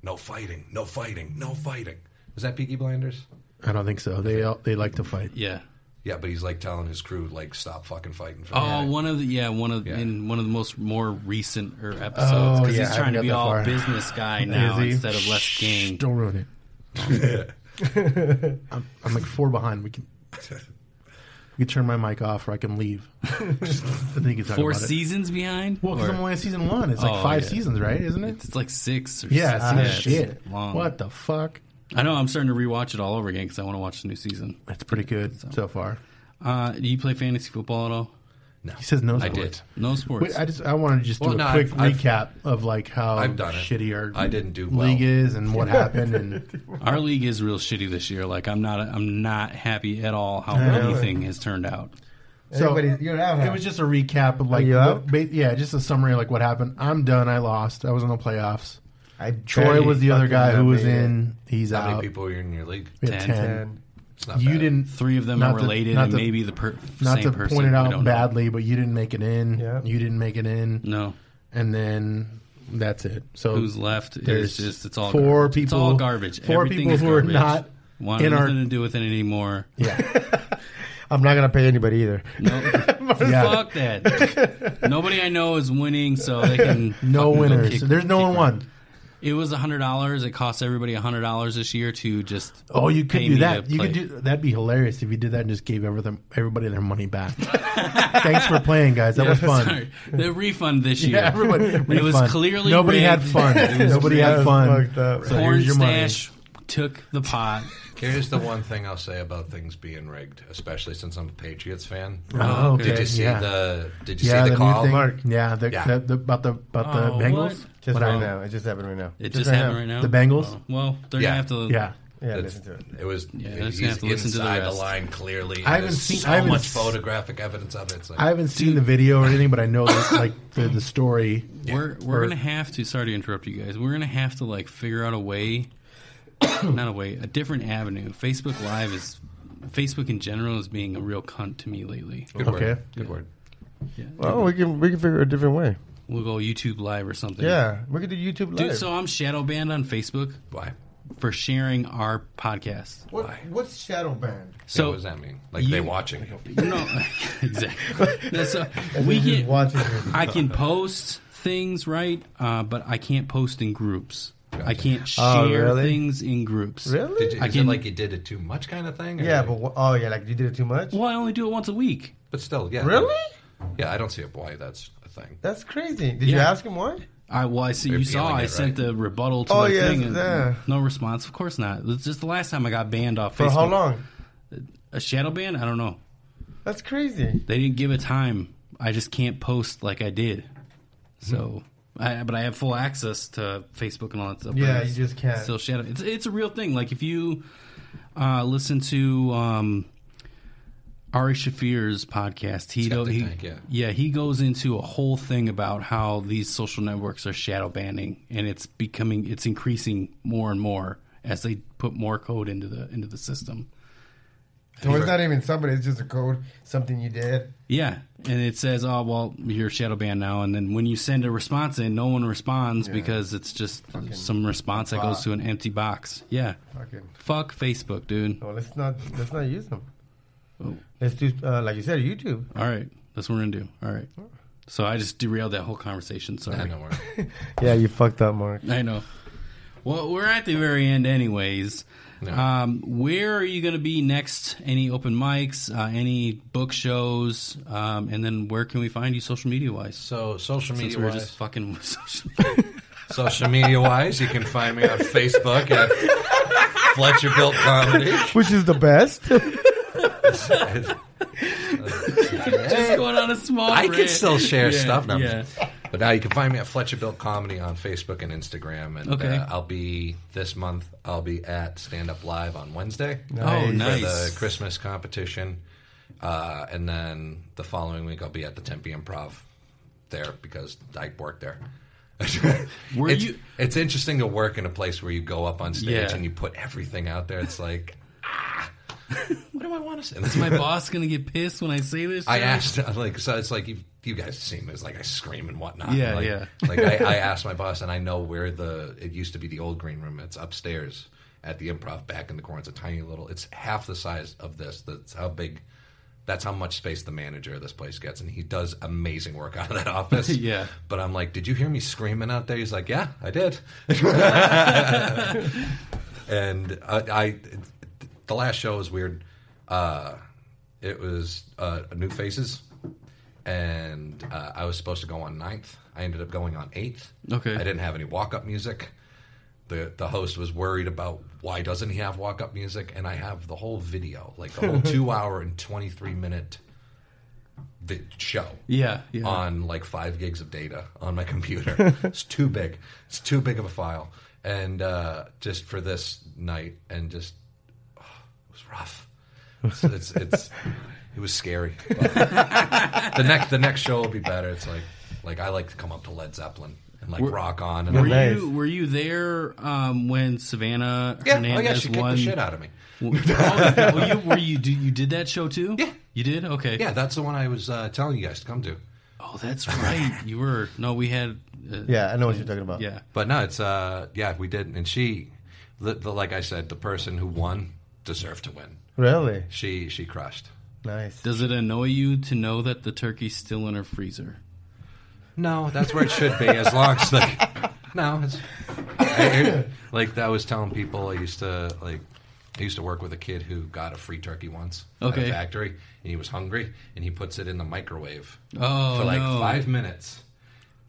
[SPEAKER 6] no fighting, no fighting, no fighting." Is that Peaky Blinders?
[SPEAKER 4] I don't think so. They all, they like to fight.
[SPEAKER 3] Yeah.
[SPEAKER 6] Yeah, but he's like telling his crew, "Like, stop fucking fighting." For
[SPEAKER 3] Oh,
[SPEAKER 6] a minute.
[SPEAKER 3] one of the yeah, one of
[SPEAKER 6] Yeah.
[SPEAKER 3] in one of the most more recent er, episodes
[SPEAKER 4] Oh,
[SPEAKER 3] because
[SPEAKER 4] yeah, I
[SPEAKER 3] he's
[SPEAKER 4] haven't
[SPEAKER 3] trying to
[SPEAKER 4] got
[SPEAKER 3] be
[SPEAKER 4] that
[SPEAKER 3] all
[SPEAKER 4] far.
[SPEAKER 3] business guy now
[SPEAKER 4] Is he?
[SPEAKER 3] instead of less gang.
[SPEAKER 4] Don't ruin it. I'm, I'm like four behind. We can we can turn my mic off, or I can leave. I think it's
[SPEAKER 3] Four
[SPEAKER 4] about it.
[SPEAKER 3] seasons behind.
[SPEAKER 4] Well, because
[SPEAKER 3] Or-
[SPEAKER 4] I'm only on season one. It's like
[SPEAKER 3] Oh,
[SPEAKER 4] five
[SPEAKER 3] yeah.
[SPEAKER 4] seasons, right? Isn't it?
[SPEAKER 3] it's like six. Or
[SPEAKER 4] Yeah.
[SPEAKER 3] six.
[SPEAKER 4] it's
[SPEAKER 3] yeah,
[SPEAKER 4] like
[SPEAKER 3] it's
[SPEAKER 4] shit.
[SPEAKER 3] Long.
[SPEAKER 4] What the fuck?
[SPEAKER 3] I know. I'm starting to rewatch it all over again because I want to watch the new season.
[SPEAKER 4] That's pretty good so, far.
[SPEAKER 3] Uh, do you play fantasy football at all?
[SPEAKER 6] no.
[SPEAKER 4] He says no.
[SPEAKER 6] I
[SPEAKER 4] to it.
[SPEAKER 6] did.
[SPEAKER 3] No sports.
[SPEAKER 4] Wait, I just I wanted to just
[SPEAKER 6] Well,
[SPEAKER 4] do a
[SPEAKER 6] no,
[SPEAKER 4] quick
[SPEAKER 6] I've- I've-
[SPEAKER 4] recap of like how
[SPEAKER 6] I've done it.
[SPEAKER 4] shitty our
[SPEAKER 6] I didn't do well.
[SPEAKER 4] league is and what happened and
[SPEAKER 3] Our league is real shitty this year. Like I'm not. I'm not happy at all how
[SPEAKER 4] know.
[SPEAKER 3] anything has turned out.
[SPEAKER 4] so
[SPEAKER 5] Everybody- you're out.
[SPEAKER 4] it was just a recap of like
[SPEAKER 5] you
[SPEAKER 4] what,
[SPEAKER 5] out?
[SPEAKER 4] ba- yeah just a summary of like what happened. I'm done. I lost. I was in the playoffs.
[SPEAKER 5] I
[SPEAKER 4] Troy
[SPEAKER 5] barely
[SPEAKER 4] was the other
[SPEAKER 5] fucking
[SPEAKER 4] guy who
[SPEAKER 5] made
[SPEAKER 4] was
[SPEAKER 5] it.
[SPEAKER 4] in. He's
[SPEAKER 6] How many
[SPEAKER 4] out.
[SPEAKER 6] people are in your league?
[SPEAKER 4] We had
[SPEAKER 3] Ten.
[SPEAKER 4] ten.
[SPEAKER 5] And
[SPEAKER 6] It's not
[SPEAKER 4] You
[SPEAKER 6] bad.
[SPEAKER 4] didn't.
[SPEAKER 3] Three of them
[SPEAKER 4] not
[SPEAKER 3] are
[SPEAKER 4] to-
[SPEAKER 3] related,
[SPEAKER 4] not
[SPEAKER 3] and
[SPEAKER 4] to-
[SPEAKER 3] maybe the per,
[SPEAKER 4] Not
[SPEAKER 3] same
[SPEAKER 4] to
[SPEAKER 3] person.
[SPEAKER 4] point it
[SPEAKER 3] We don't
[SPEAKER 4] out
[SPEAKER 3] know.
[SPEAKER 4] badly, but you didn't make it in.
[SPEAKER 5] Yeah.
[SPEAKER 4] You didn't make it in.
[SPEAKER 3] No.
[SPEAKER 4] And then that's it. So
[SPEAKER 3] Who's left is
[SPEAKER 4] There's
[SPEAKER 3] just it's all
[SPEAKER 4] four
[SPEAKER 3] garbage. It's
[SPEAKER 4] people-
[SPEAKER 3] all garbage.
[SPEAKER 4] four
[SPEAKER 3] Everything
[SPEAKER 4] people
[SPEAKER 3] is
[SPEAKER 4] who are
[SPEAKER 3] garbage.
[SPEAKER 4] not
[SPEAKER 3] Want
[SPEAKER 4] in our-
[SPEAKER 3] nothing to do with it anymore.
[SPEAKER 4] Yeah.
[SPEAKER 5] I'm not gonna pay anybody either.
[SPEAKER 3] No,
[SPEAKER 4] yeah.
[SPEAKER 3] fuck that. Nobody I know is winning, so they can
[SPEAKER 4] No
[SPEAKER 3] fucking go
[SPEAKER 4] winners.
[SPEAKER 3] kick-
[SPEAKER 4] There's no
[SPEAKER 3] kick
[SPEAKER 4] one
[SPEAKER 3] rock.
[SPEAKER 4] won.
[SPEAKER 3] It was hundred dollars. It cost everybody hundred dollars this year to just.
[SPEAKER 4] Oh, you could
[SPEAKER 3] pay
[SPEAKER 4] do
[SPEAKER 3] me
[SPEAKER 4] that.
[SPEAKER 3] to
[SPEAKER 4] You could
[SPEAKER 3] play.
[SPEAKER 4] do that'd be hilarious if you did that and just gave everything, everybody their money back. Thanks for playing, guys. That was fun.
[SPEAKER 3] Sorry. The refund this year.
[SPEAKER 4] Yeah, everybody.
[SPEAKER 3] It was
[SPEAKER 4] fun.
[SPEAKER 3] clearly
[SPEAKER 4] nobody had
[SPEAKER 3] rigged.
[SPEAKER 4] fun. Nobody
[SPEAKER 5] That
[SPEAKER 4] had
[SPEAKER 5] was
[SPEAKER 4] fun.
[SPEAKER 5] fucked up.
[SPEAKER 4] So
[SPEAKER 3] Porn
[SPEAKER 4] here's your money.
[SPEAKER 3] stash took the pot.
[SPEAKER 6] Here's the one thing I'll say about things being rigged, especially since I'm a Patriots fan.
[SPEAKER 4] Oh, okay.
[SPEAKER 6] Did you see
[SPEAKER 4] yeah.
[SPEAKER 6] the? Did you
[SPEAKER 4] yeah,
[SPEAKER 6] see the,
[SPEAKER 4] the,
[SPEAKER 6] call?
[SPEAKER 4] new thing.
[SPEAKER 5] Mark.
[SPEAKER 4] Yeah, the,
[SPEAKER 6] Yeah.
[SPEAKER 4] The, the, about the about the
[SPEAKER 3] Oh,
[SPEAKER 4] Bengals.
[SPEAKER 3] what?
[SPEAKER 5] Just
[SPEAKER 4] What
[SPEAKER 5] right
[SPEAKER 4] happened?
[SPEAKER 5] now, it just happened right now.
[SPEAKER 3] It just happened right now. Oh,
[SPEAKER 4] The Bengals?
[SPEAKER 3] Well, they're
[SPEAKER 6] Yeah.
[SPEAKER 3] gonna have to.
[SPEAKER 4] Yeah,
[SPEAKER 5] Yeah,
[SPEAKER 6] That's-
[SPEAKER 5] listen to it.
[SPEAKER 6] It was
[SPEAKER 3] Yeah,
[SPEAKER 6] he's
[SPEAKER 3] that's gonna have to listen to the
[SPEAKER 6] inside the,
[SPEAKER 3] rest.
[SPEAKER 6] line clearly.
[SPEAKER 4] I
[SPEAKER 6] and
[SPEAKER 4] haven't
[SPEAKER 6] there's
[SPEAKER 4] seen-
[SPEAKER 6] so
[SPEAKER 4] I haven't
[SPEAKER 6] much
[SPEAKER 4] s-
[SPEAKER 6] photographic evidence of it. It's like,
[SPEAKER 4] I haven't seen the video or anything, but I know that, like the, the story.
[SPEAKER 3] We're we're
[SPEAKER 4] Or-
[SPEAKER 3] gonna have to. Sorry to interrupt you guys. We're gonna have to like figure out a way, not a way, a different avenue. Facebook Live is Facebook in general is being a real cunt to me lately.
[SPEAKER 6] good
[SPEAKER 4] Okay.
[SPEAKER 6] word. Good word.
[SPEAKER 5] Well, we can we can figure a different way.
[SPEAKER 3] We'll go YouTube Live or something.
[SPEAKER 5] Yeah, we can do YouTube live.
[SPEAKER 3] Dude, so I'm shadow banned on Facebook
[SPEAKER 6] Why?
[SPEAKER 3] for sharing our podcast.
[SPEAKER 5] what,
[SPEAKER 6] why?
[SPEAKER 5] what's shadow band?
[SPEAKER 6] So
[SPEAKER 3] So
[SPEAKER 6] what does that mean? Like
[SPEAKER 3] you-
[SPEAKER 6] they watching?
[SPEAKER 3] no, exactly. No, so we
[SPEAKER 5] Just
[SPEAKER 3] can
[SPEAKER 5] watching it.
[SPEAKER 3] I can post things, right? Uh, but I can't post in groups. I can't share
[SPEAKER 5] Oh, really?
[SPEAKER 3] things in groups.
[SPEAKER 5] Really?
[SPEAKER 6] Did you,
[SPEAKER 3] I
[SPEAKER 6] is
[SPEAKER 3] can-
[SPEAKER 6] it like you did it too much kind of thing? or
[SPEAKER 5] Yeah,
[SPEAKER 6] like-
[SPEAKER 5] but wha- oh yeah, like you did it too much.
[SPEAKER 3] Well, I only do it once a week.
[SPEAKER 6] but still, yeah.
[SPEAKER 5] Really?
[SPEAKER 6] Yeah, I don't see why that's a thing.
[SPEAKER 5] That's crazy. Did you
[SPEAKER 3] Yeah.
[SPEAKER 5] ask him why?
[SPEAKER 3] I well, I see
[SPEAKER 6] They're
[SPEAKER 3] you saw
[SPEAKER 6] feeling
[SPEAKER 3] I
[SPEAKER 6] it,
[SPEAKER 3] sent
[SPEAKER 6] right?
[SPEAKER 3] the rebuttal to
[SPEAKER 5] Oh,
[SPEAKER 3] my
[SPEAKER 5] yeah,
[SPEAKER 3] thing, and
[SPEAKER 5] yeah.
[SPEAKER 3] no response. Of course not. It's just the last time I got banned off
[SPEAKER 5] For
[SPEAKER 3] Facebook.
[SPEAKER 5] how long?
[SPEAKER 3] A shadow ban? I don't know.
[SPEAKER 5] That's crazy.
[SPEAKER 3] They didn't give a time. I just can't post like I did. So, I, but I have full access to Facebook and all that stuff. but
[SPEAKER 5] Yeah,
[SPEAKER 3] it's
[SPEAKER 5] you just can't.
[SPEAKER 3] Still shadow. It's it's a real thing. Like if you uh, listen to. Um, Ari Shafir's podcast. He,
[SPEAKER 6] Scott
[SPEAKER 3] go,
[SPEAKER 6] the
[SPEAKER 3] he
[SPEAKER 6] Tank, yeah.
[SPEAKER 3] he goes into a whole thing about how these social networks are shadow banning, and it's becoming it's increasing more and more as they put more code into the into the system.
[SPEAKER 5] So it's not even somebody. It's just a code, something you did.
[SPEAKER 3] Yeah, and it says, "Oh, well, you're shadow banned now." And then when you send a response in, no one responds because it's just some response that goes to an empty box. Yeah,
[SPEAKER 5] Fucking.
[SPEAKER 3] fuck Facebook, dude.
[SPEAKER 5] No, let's not let's not use them.
[SPEAKER 3] Oh.
[SPEAKER 5] Let's do uh, like you said, YouTube.
[SPEAKER 3] All right, that's what we're gonna do. All right. So I just derailed that whole conversation. Sorry.
[SPEAKER 6] I know where.
[SPEAKER 5] Yeah, you fucked up, Mark.
[SPEAKER 3] I know. Well, we're at the very end, anyways. Um, where are you going to be next? Any open mics? Uh, any book shows? Um, and then where can we find you social media wise?
[SPEAKER 6] So social media
[SPEAKER 3] Since we're
[SPEAKER 6] wise,
[SPEAKER 3] just fucking with social
[SPEAKER 6] social media wise, you can find me on Facebook at Fletcher Built Comedy.
[SPEAKER 5] Which is the best?
[SPEAKER 3] just going on a small.
[SPEAKER 6] I can
[SPEAKER 3] rant.
[SPEAKER 6] still share
[SPEAKER 3] Yeah,
[SPEAKER 6] stuff. No, I'm
[SPEAKER 3] yeah.
[SPEAKER 6] just- But now you can find me at Fletcher Built Comedy on Facebook and Instagram. And
[SPEAKER 3] Okay.
[SPEAKER 6] uh, I'll be this month. I'll be at Stand Up Live on Wednesday.
[SPEAKER 3] Oh,
[SPEAKER 6] for the
[SPEAKER 3] nice.
[SPEAKER 6] Christmas competition. Uh, and then the following week, I'll be at the Tempe Improv there because I work there.
[SPEAKER 3] Were
[SPEAKER 6] it's,
[SPEAKER 3] you-
[SPEAKER 6] it's interesting to work in a place where you go up on stage
[SPEAKER 3] Yeah.
[SPEAKER 6] and you put everything out there. It's like, ah, what do I want to say?
[SPEAKER 3] Is my boss going to get pissed when I say this?
[SPEAKER 6] I
[SPEAKER 3] Joe?
[SPEAKER 6] asked, I'm like, so it's like you, you guys see me as like I scream and whatnot.
[SPEAKER 3] Yeah,
[SPEAKER 6] like,
[SPEAKER 3] yeah.
[SPEAKER 6] like I, I asked my boss, and I know where the it used to be the old green room. It's upstairs at the improv, back in the corner. It's a tiny little. It's half the size of this. That's how big. That's how much space the manager of this place gets, and he does amazing work out of that office.
[SPEAKER 3] Yeah.
[SPEAKER 6] But I'm like, did you hear me screaming out there? He's like, yeah, I did. and I, I the last show was weird. Uh, it was uh, New Faces, and uh, I was supposed to go on 9th. I ended up going on eighth.
[SPEAKER 3] Okay.
[SPEAKER 6] I didn't have any walk up music. The the host was worried about why doesn't he have walk up music, and I have the whole video, like the whole two hour and twenty three minute vi- show
[SPEAKER 3] Yeah, yeah.
[SPEAKER 6] on like five gigs of data on my computer. it's too big. It's too big of a file. And uh, just for this night, and just oh, it was rough. It's, it's, it's it was scary. But the next the next show will be better. It's like like I like to come up to Led Zeppelin and like rock on. And
[SPEAKER 3] were
[SPEAKER 6] I'm like,
[SPEAKER 5] Nice.
[SPEAKER 3] you were you there um, when Savannah
[SPEAKER 6] yeah, oh yeah,
[SPEAKER 3] Hernandez
[SPEAKER 6] she kicked
[SPEAKER 3] won?
[SPEAKER 6] the shit out of me.
[SPEAKER 3] oh, were you, were you, do, you did that show too?
[SPEAKER 6] Yeah.
[SPEAKER 3] you did. Okay.
[SPEAKER 6] Yeah, that's the one I was uh, telling you guys to come to.
[SPEAKER 3] Oh, that's right. You were no, we had. Uh,
[SPEAKER 5] yeah, I know what you're talking about.
[SPEAKER 3] yeah.
[SPEAKER 6] But no, it's uh yeah, we did, and she, the, the, like I said, the person who won deserved to win.
[SPEAKER 5] Really?
[SPEAKER 6] She she crushed.
[SPEAKER 5] Nice.
[SPEAKER 3] Does it annoy you to know that the turkey's still in her freezer?
[SPEAKER 6] No, that's where it should be. As long as like, no, it's I- I- like I was telling people, I used to like, I used to work with a kid who got a free turkey once at
[SPEAKER 3] Okay.
[SPEAKER 6] a factory, and he was hungry, and he puts it in the microwave
[SPEAKER 3] Oh,
[SPEAKER 6] for like
[SPEAKER 3] no. Uh-huh.
[SPEAKER 6] five minutes,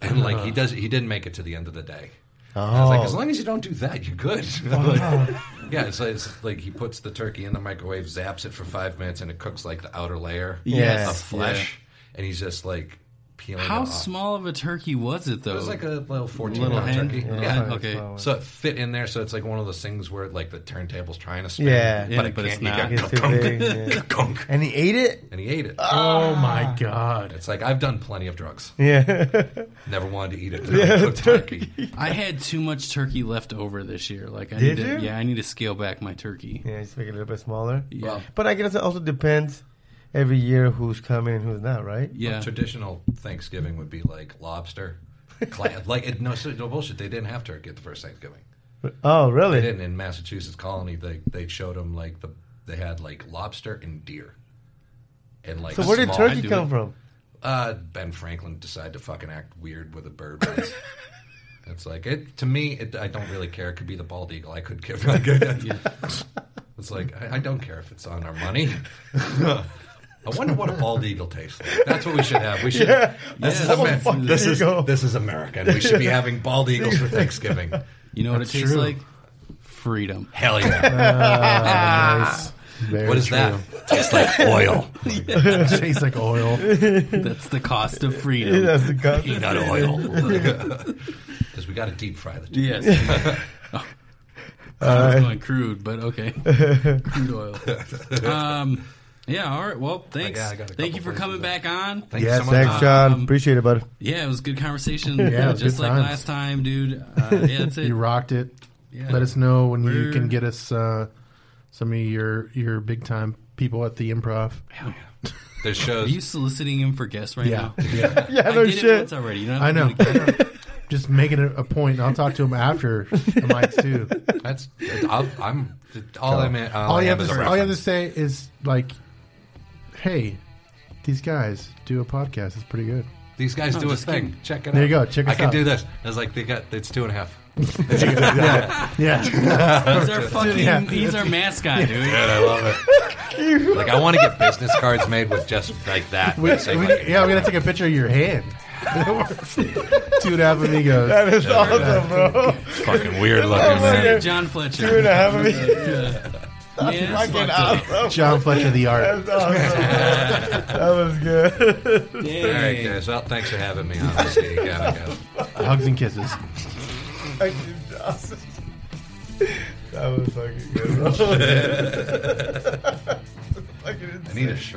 [SPEAKER 6] and like he does, he didn't make it to the end of the day. I was like, as long as you don't do that, you're good.
[SPEAKER 3] Oh,
[SPEAKER 6] Like, yeah, so it's like he puts the turkey in the microwave, zaps it for five minutes, and it cooks like the outer layer
[SPEAKER 3] Yes,
[SPEAKER 6] of flesh. And he's just like, peeling it
[SPEAKER 3] How
[SPEAKER 6] off.
[SPEAKER 3] small of a turkey was it though?
[SPEAKER 6] It was like a little 14
[SPEAKER 3] little
[SPEAKER 6] pound
[SPEAKER 3] hen.
[SPEAKER 6] turkey.
[SPEAKER 3] Yeah,
[SPEAKER 6] Yeah.
[SPEAKER 3] okay.
[SPEAKER 5] small.
[SPEAKER 6] So it fit in there. So it's like one of those things where like the turntable's trying to spin.
[SPEAKER 5] Yeah.
[SPEAKER 6] But
[SPEAKER 3] Yeah,
[SPEAKER 6] it
[SPEAKER 3] but it's
[SPEAKER 6] can't. You
[SPEAKER 3] not.
[SPEAKER 6] got
[SPEAKER 5] It's too
[SPEAKER 6] gunk,
[SPEAKER 5] big, yeah.
[SPEAKER 6] gunk.
[SPEAKER 5] And he ate it?
[SPEAKER 6] And he ate it.
[SPEAKER 4] Oh my god!
[SPEAKER 6] It's like I've done plenty of drugs.
[SPEAKER 5] Yeah.
[SPEAKER 6] Never wanted to eat it. Yeah, turkey.
[SPEAKER 3] I had too much turkey left over this year. Like I
[SPEAKER 5] Did
[SPEAKER 3] need to,
[SPEAKER 5] you?
[SPEAKER 3] yeah, I need to scale back my turkey.
[SPEAKER 5] yeah, he's making it a little bit smaller.
[SPEAKER 3] Yeah. Well,
[SPEAKER 5] But I guess it also depends every year who's coming and who's not, right?
[SPEAKER 3] Yeah.
[SPEAKER 6] Traditional Thanksgiving would be like lobster. Clam. like it, no, so- no bullshit. They didn't have turkey at the first Thanksgiving.
[SPEAKER 5] Oh,
[SPEAKER 6] They
[SPEAKER 5] really?
[SPEAKER 6] didn't in Massachusetts colony. They they showed them like the they had like lobster and deer. And like
[SPEAKER 5] So where did
[SPEAKER 6] small-
[SPEAKER 5] turkey
[SPEAKER 3] do
[SPEAKER 5] come
[SPEAKER 3] it.
[SPEAKER 5] from?
[SPEAKER 6] Uh, ben Franklin decided to fucking act weird with a bird. once. it's like it to me. It, I don't really care. It could be the bald eagle. I could give. Like, It's like I, I don't care if it's on our money. I wonder what a bald eagle tastes like. That's what we should have. We should. This, is
[SPEAKER 5] Yeah.
[SPEAKER 6] Amer-
[SPEAKER 5] Fuck
[SPEAKER 6] this is
[SPEAKER 5] eagle.
[SPEAKER 6] this is America. and We should be having bald eagles for Thanksgiving.
[SPEAKER 3] You know what it
[SPEAKER 4] That's
[SPEAKER 3] tastes
[SPEAKER 4] true.
[SPEAKER 3] like? Freedom.
[SPEAKER 6] Hell yeah!
[SPEAKER 3] Ah.
[SPEAKER 4] Nice. Very
[SPEAKER 6] What is
[SPEAKER 4] true.
[SPEAKER 6] that? Tastes like oil.
[SPEAKER 4] Tastes like oil.
[SPEAKER 3] That's the cost of
[SPEAKER 5] Yeah,
[SPEAKER 3] freedom.
[SPEAKER 5] That's the gun.
[SPEAKER 6] Peanut oil. Because we got to deep fry the.
[SPEAKER 3] Yes. Oh. I
[SPEAKER 4] Uh,
[SPEAKER 3] was going crude, but okay. crude oil. Um, yeah. All right. Well, thanks.
[SPEAKER 6] yeah, I got a
[SPEAKER 3] Thank you
[SPEAKER 6] couple
[SPEAKER 3] for
[SPEAKER 6] places
[SPEAKER 3] coming
[SPEAKER 6] there.
[SPEAKER 3] back on.
[SPEAKER 6] Thank you
[SPEAKER 5] Yeah,
[SPEAKER 6] so much.
[SPEAKER 3] uh,
[SPEAKER 6] Uh,
[SPEAKER 5] thanks, John.
[SPEAKER 3] um,
[SPEAKER 5] Appreciate it, bud.
[SPEAKER 3] Yeah, it was a good conversation.
[SPEAKER 4] Yeah, it was
[SPEAKER 3] just
[SPEAKER 4] good
[SPEAKER 3] like
[SPEAKER 4] times.
[SPEAKER 3] last time, dude. Uh, yeah, that's it.
[SPEAKER 4] You rocked it.
[SPEAKER 3] Yeah.
[SPEAKER 4] Let us know when
[SPEAKER 3] We're-
[SPEAKER 4] you can get us uh, some of your your big time people at the improv.
[SPEAKER 6] There's
[SPEAKER 3] Are
[SPEAKER 6] shows.
[SPEAKER 3] you soliciting him for guests right
[SPEAKER 4] Yeah,
[SPEAKER 3] now?
[SPEAKER 4] yeah.
[SPEAKER 5] Yeah,
[SPEAKER 3] I
[SPEAKER 5] no
[SPEAKER 3] did it once
[SPEAKER 5] shit.
[SPEAKER 3] already. You don't have
[SPEAKER 4] I
[SPEAKER 3] to do
[SPEAKER 4] know.
[SPEAKER 3] it again.
[SPEAKER 4] Just making it a point. I'll talk to him after the mics too.
[SPEAKER 6] That's I'll, I'm all I'm all,
[SPEAKER 4] All
[SPEAKER 6] I
[SPEAKER 4] you
[SPEAKER 6] am
[SPEAKER 4] have
[SPEAKER 6] is
[SPEAKER 4] to
[SPEAKER 6] a
[SPEAKER 4] all you have to
[SPEAKER 6] reference.
[SPEAKER 4] say is like, "Hey, these guys do a podcast. It's pretty good."
[SPEAKER 6] These guys do a thing. Check it
[SPEAKER 4] There
[SPEAKER 6] out.
[SPEAKER 4] you go. Check
[SPEAKER 6] I
[SPEAKER 4] us
[SPEAKER 6] can
[SPEAKER 4] out.
[SPEAKER 6] do this. It's like they got it's two and a half.
[SPEAKER 4] Yeah,
[SPEAKER 3] He's our fucking.
[SPEAKER 4] Yeah.
[SPEAKER 3] He's our mascot, dude.
[SPEAKER 6] And I love it. like I want to get business cards made with just like that.
[SPEAKER 4] we,
[SPEAKER 6] Like, say,
[SPEAKER 4] we-
[SPEAKER 6] like,
[SPEAKER 4] yeah. We're gonna take a picture of your hand. Two and a half amigos.
[SPEAKER 5] That is awesome, bro.
[SPEAKER 6] fucking weird looking man.
[SPEAKER 5] God.
[SPEAKER 3] John Fletcher.
[SPEAKER 5] Two and a half of me.
[SPEAKER 3] Man, that's
[SPEAKER 5] Fucking
[SPEAKER 3] fucked up.
[SPEAKER 5] awesome.
[SPEAKER 4] John Fletcher, the art.
[SPEAKER 5] That's awesome. That was good.
[SPEAKER 6] All right, guys. Well, thanks for having me. on. I'll see you again, guys.
[SPEAKER 4] Hugs and kisses.
[SPEAKER 5] Fucking awesome. That was fucking good, bro. fucking
[SPEAKER 6] I need a shirt.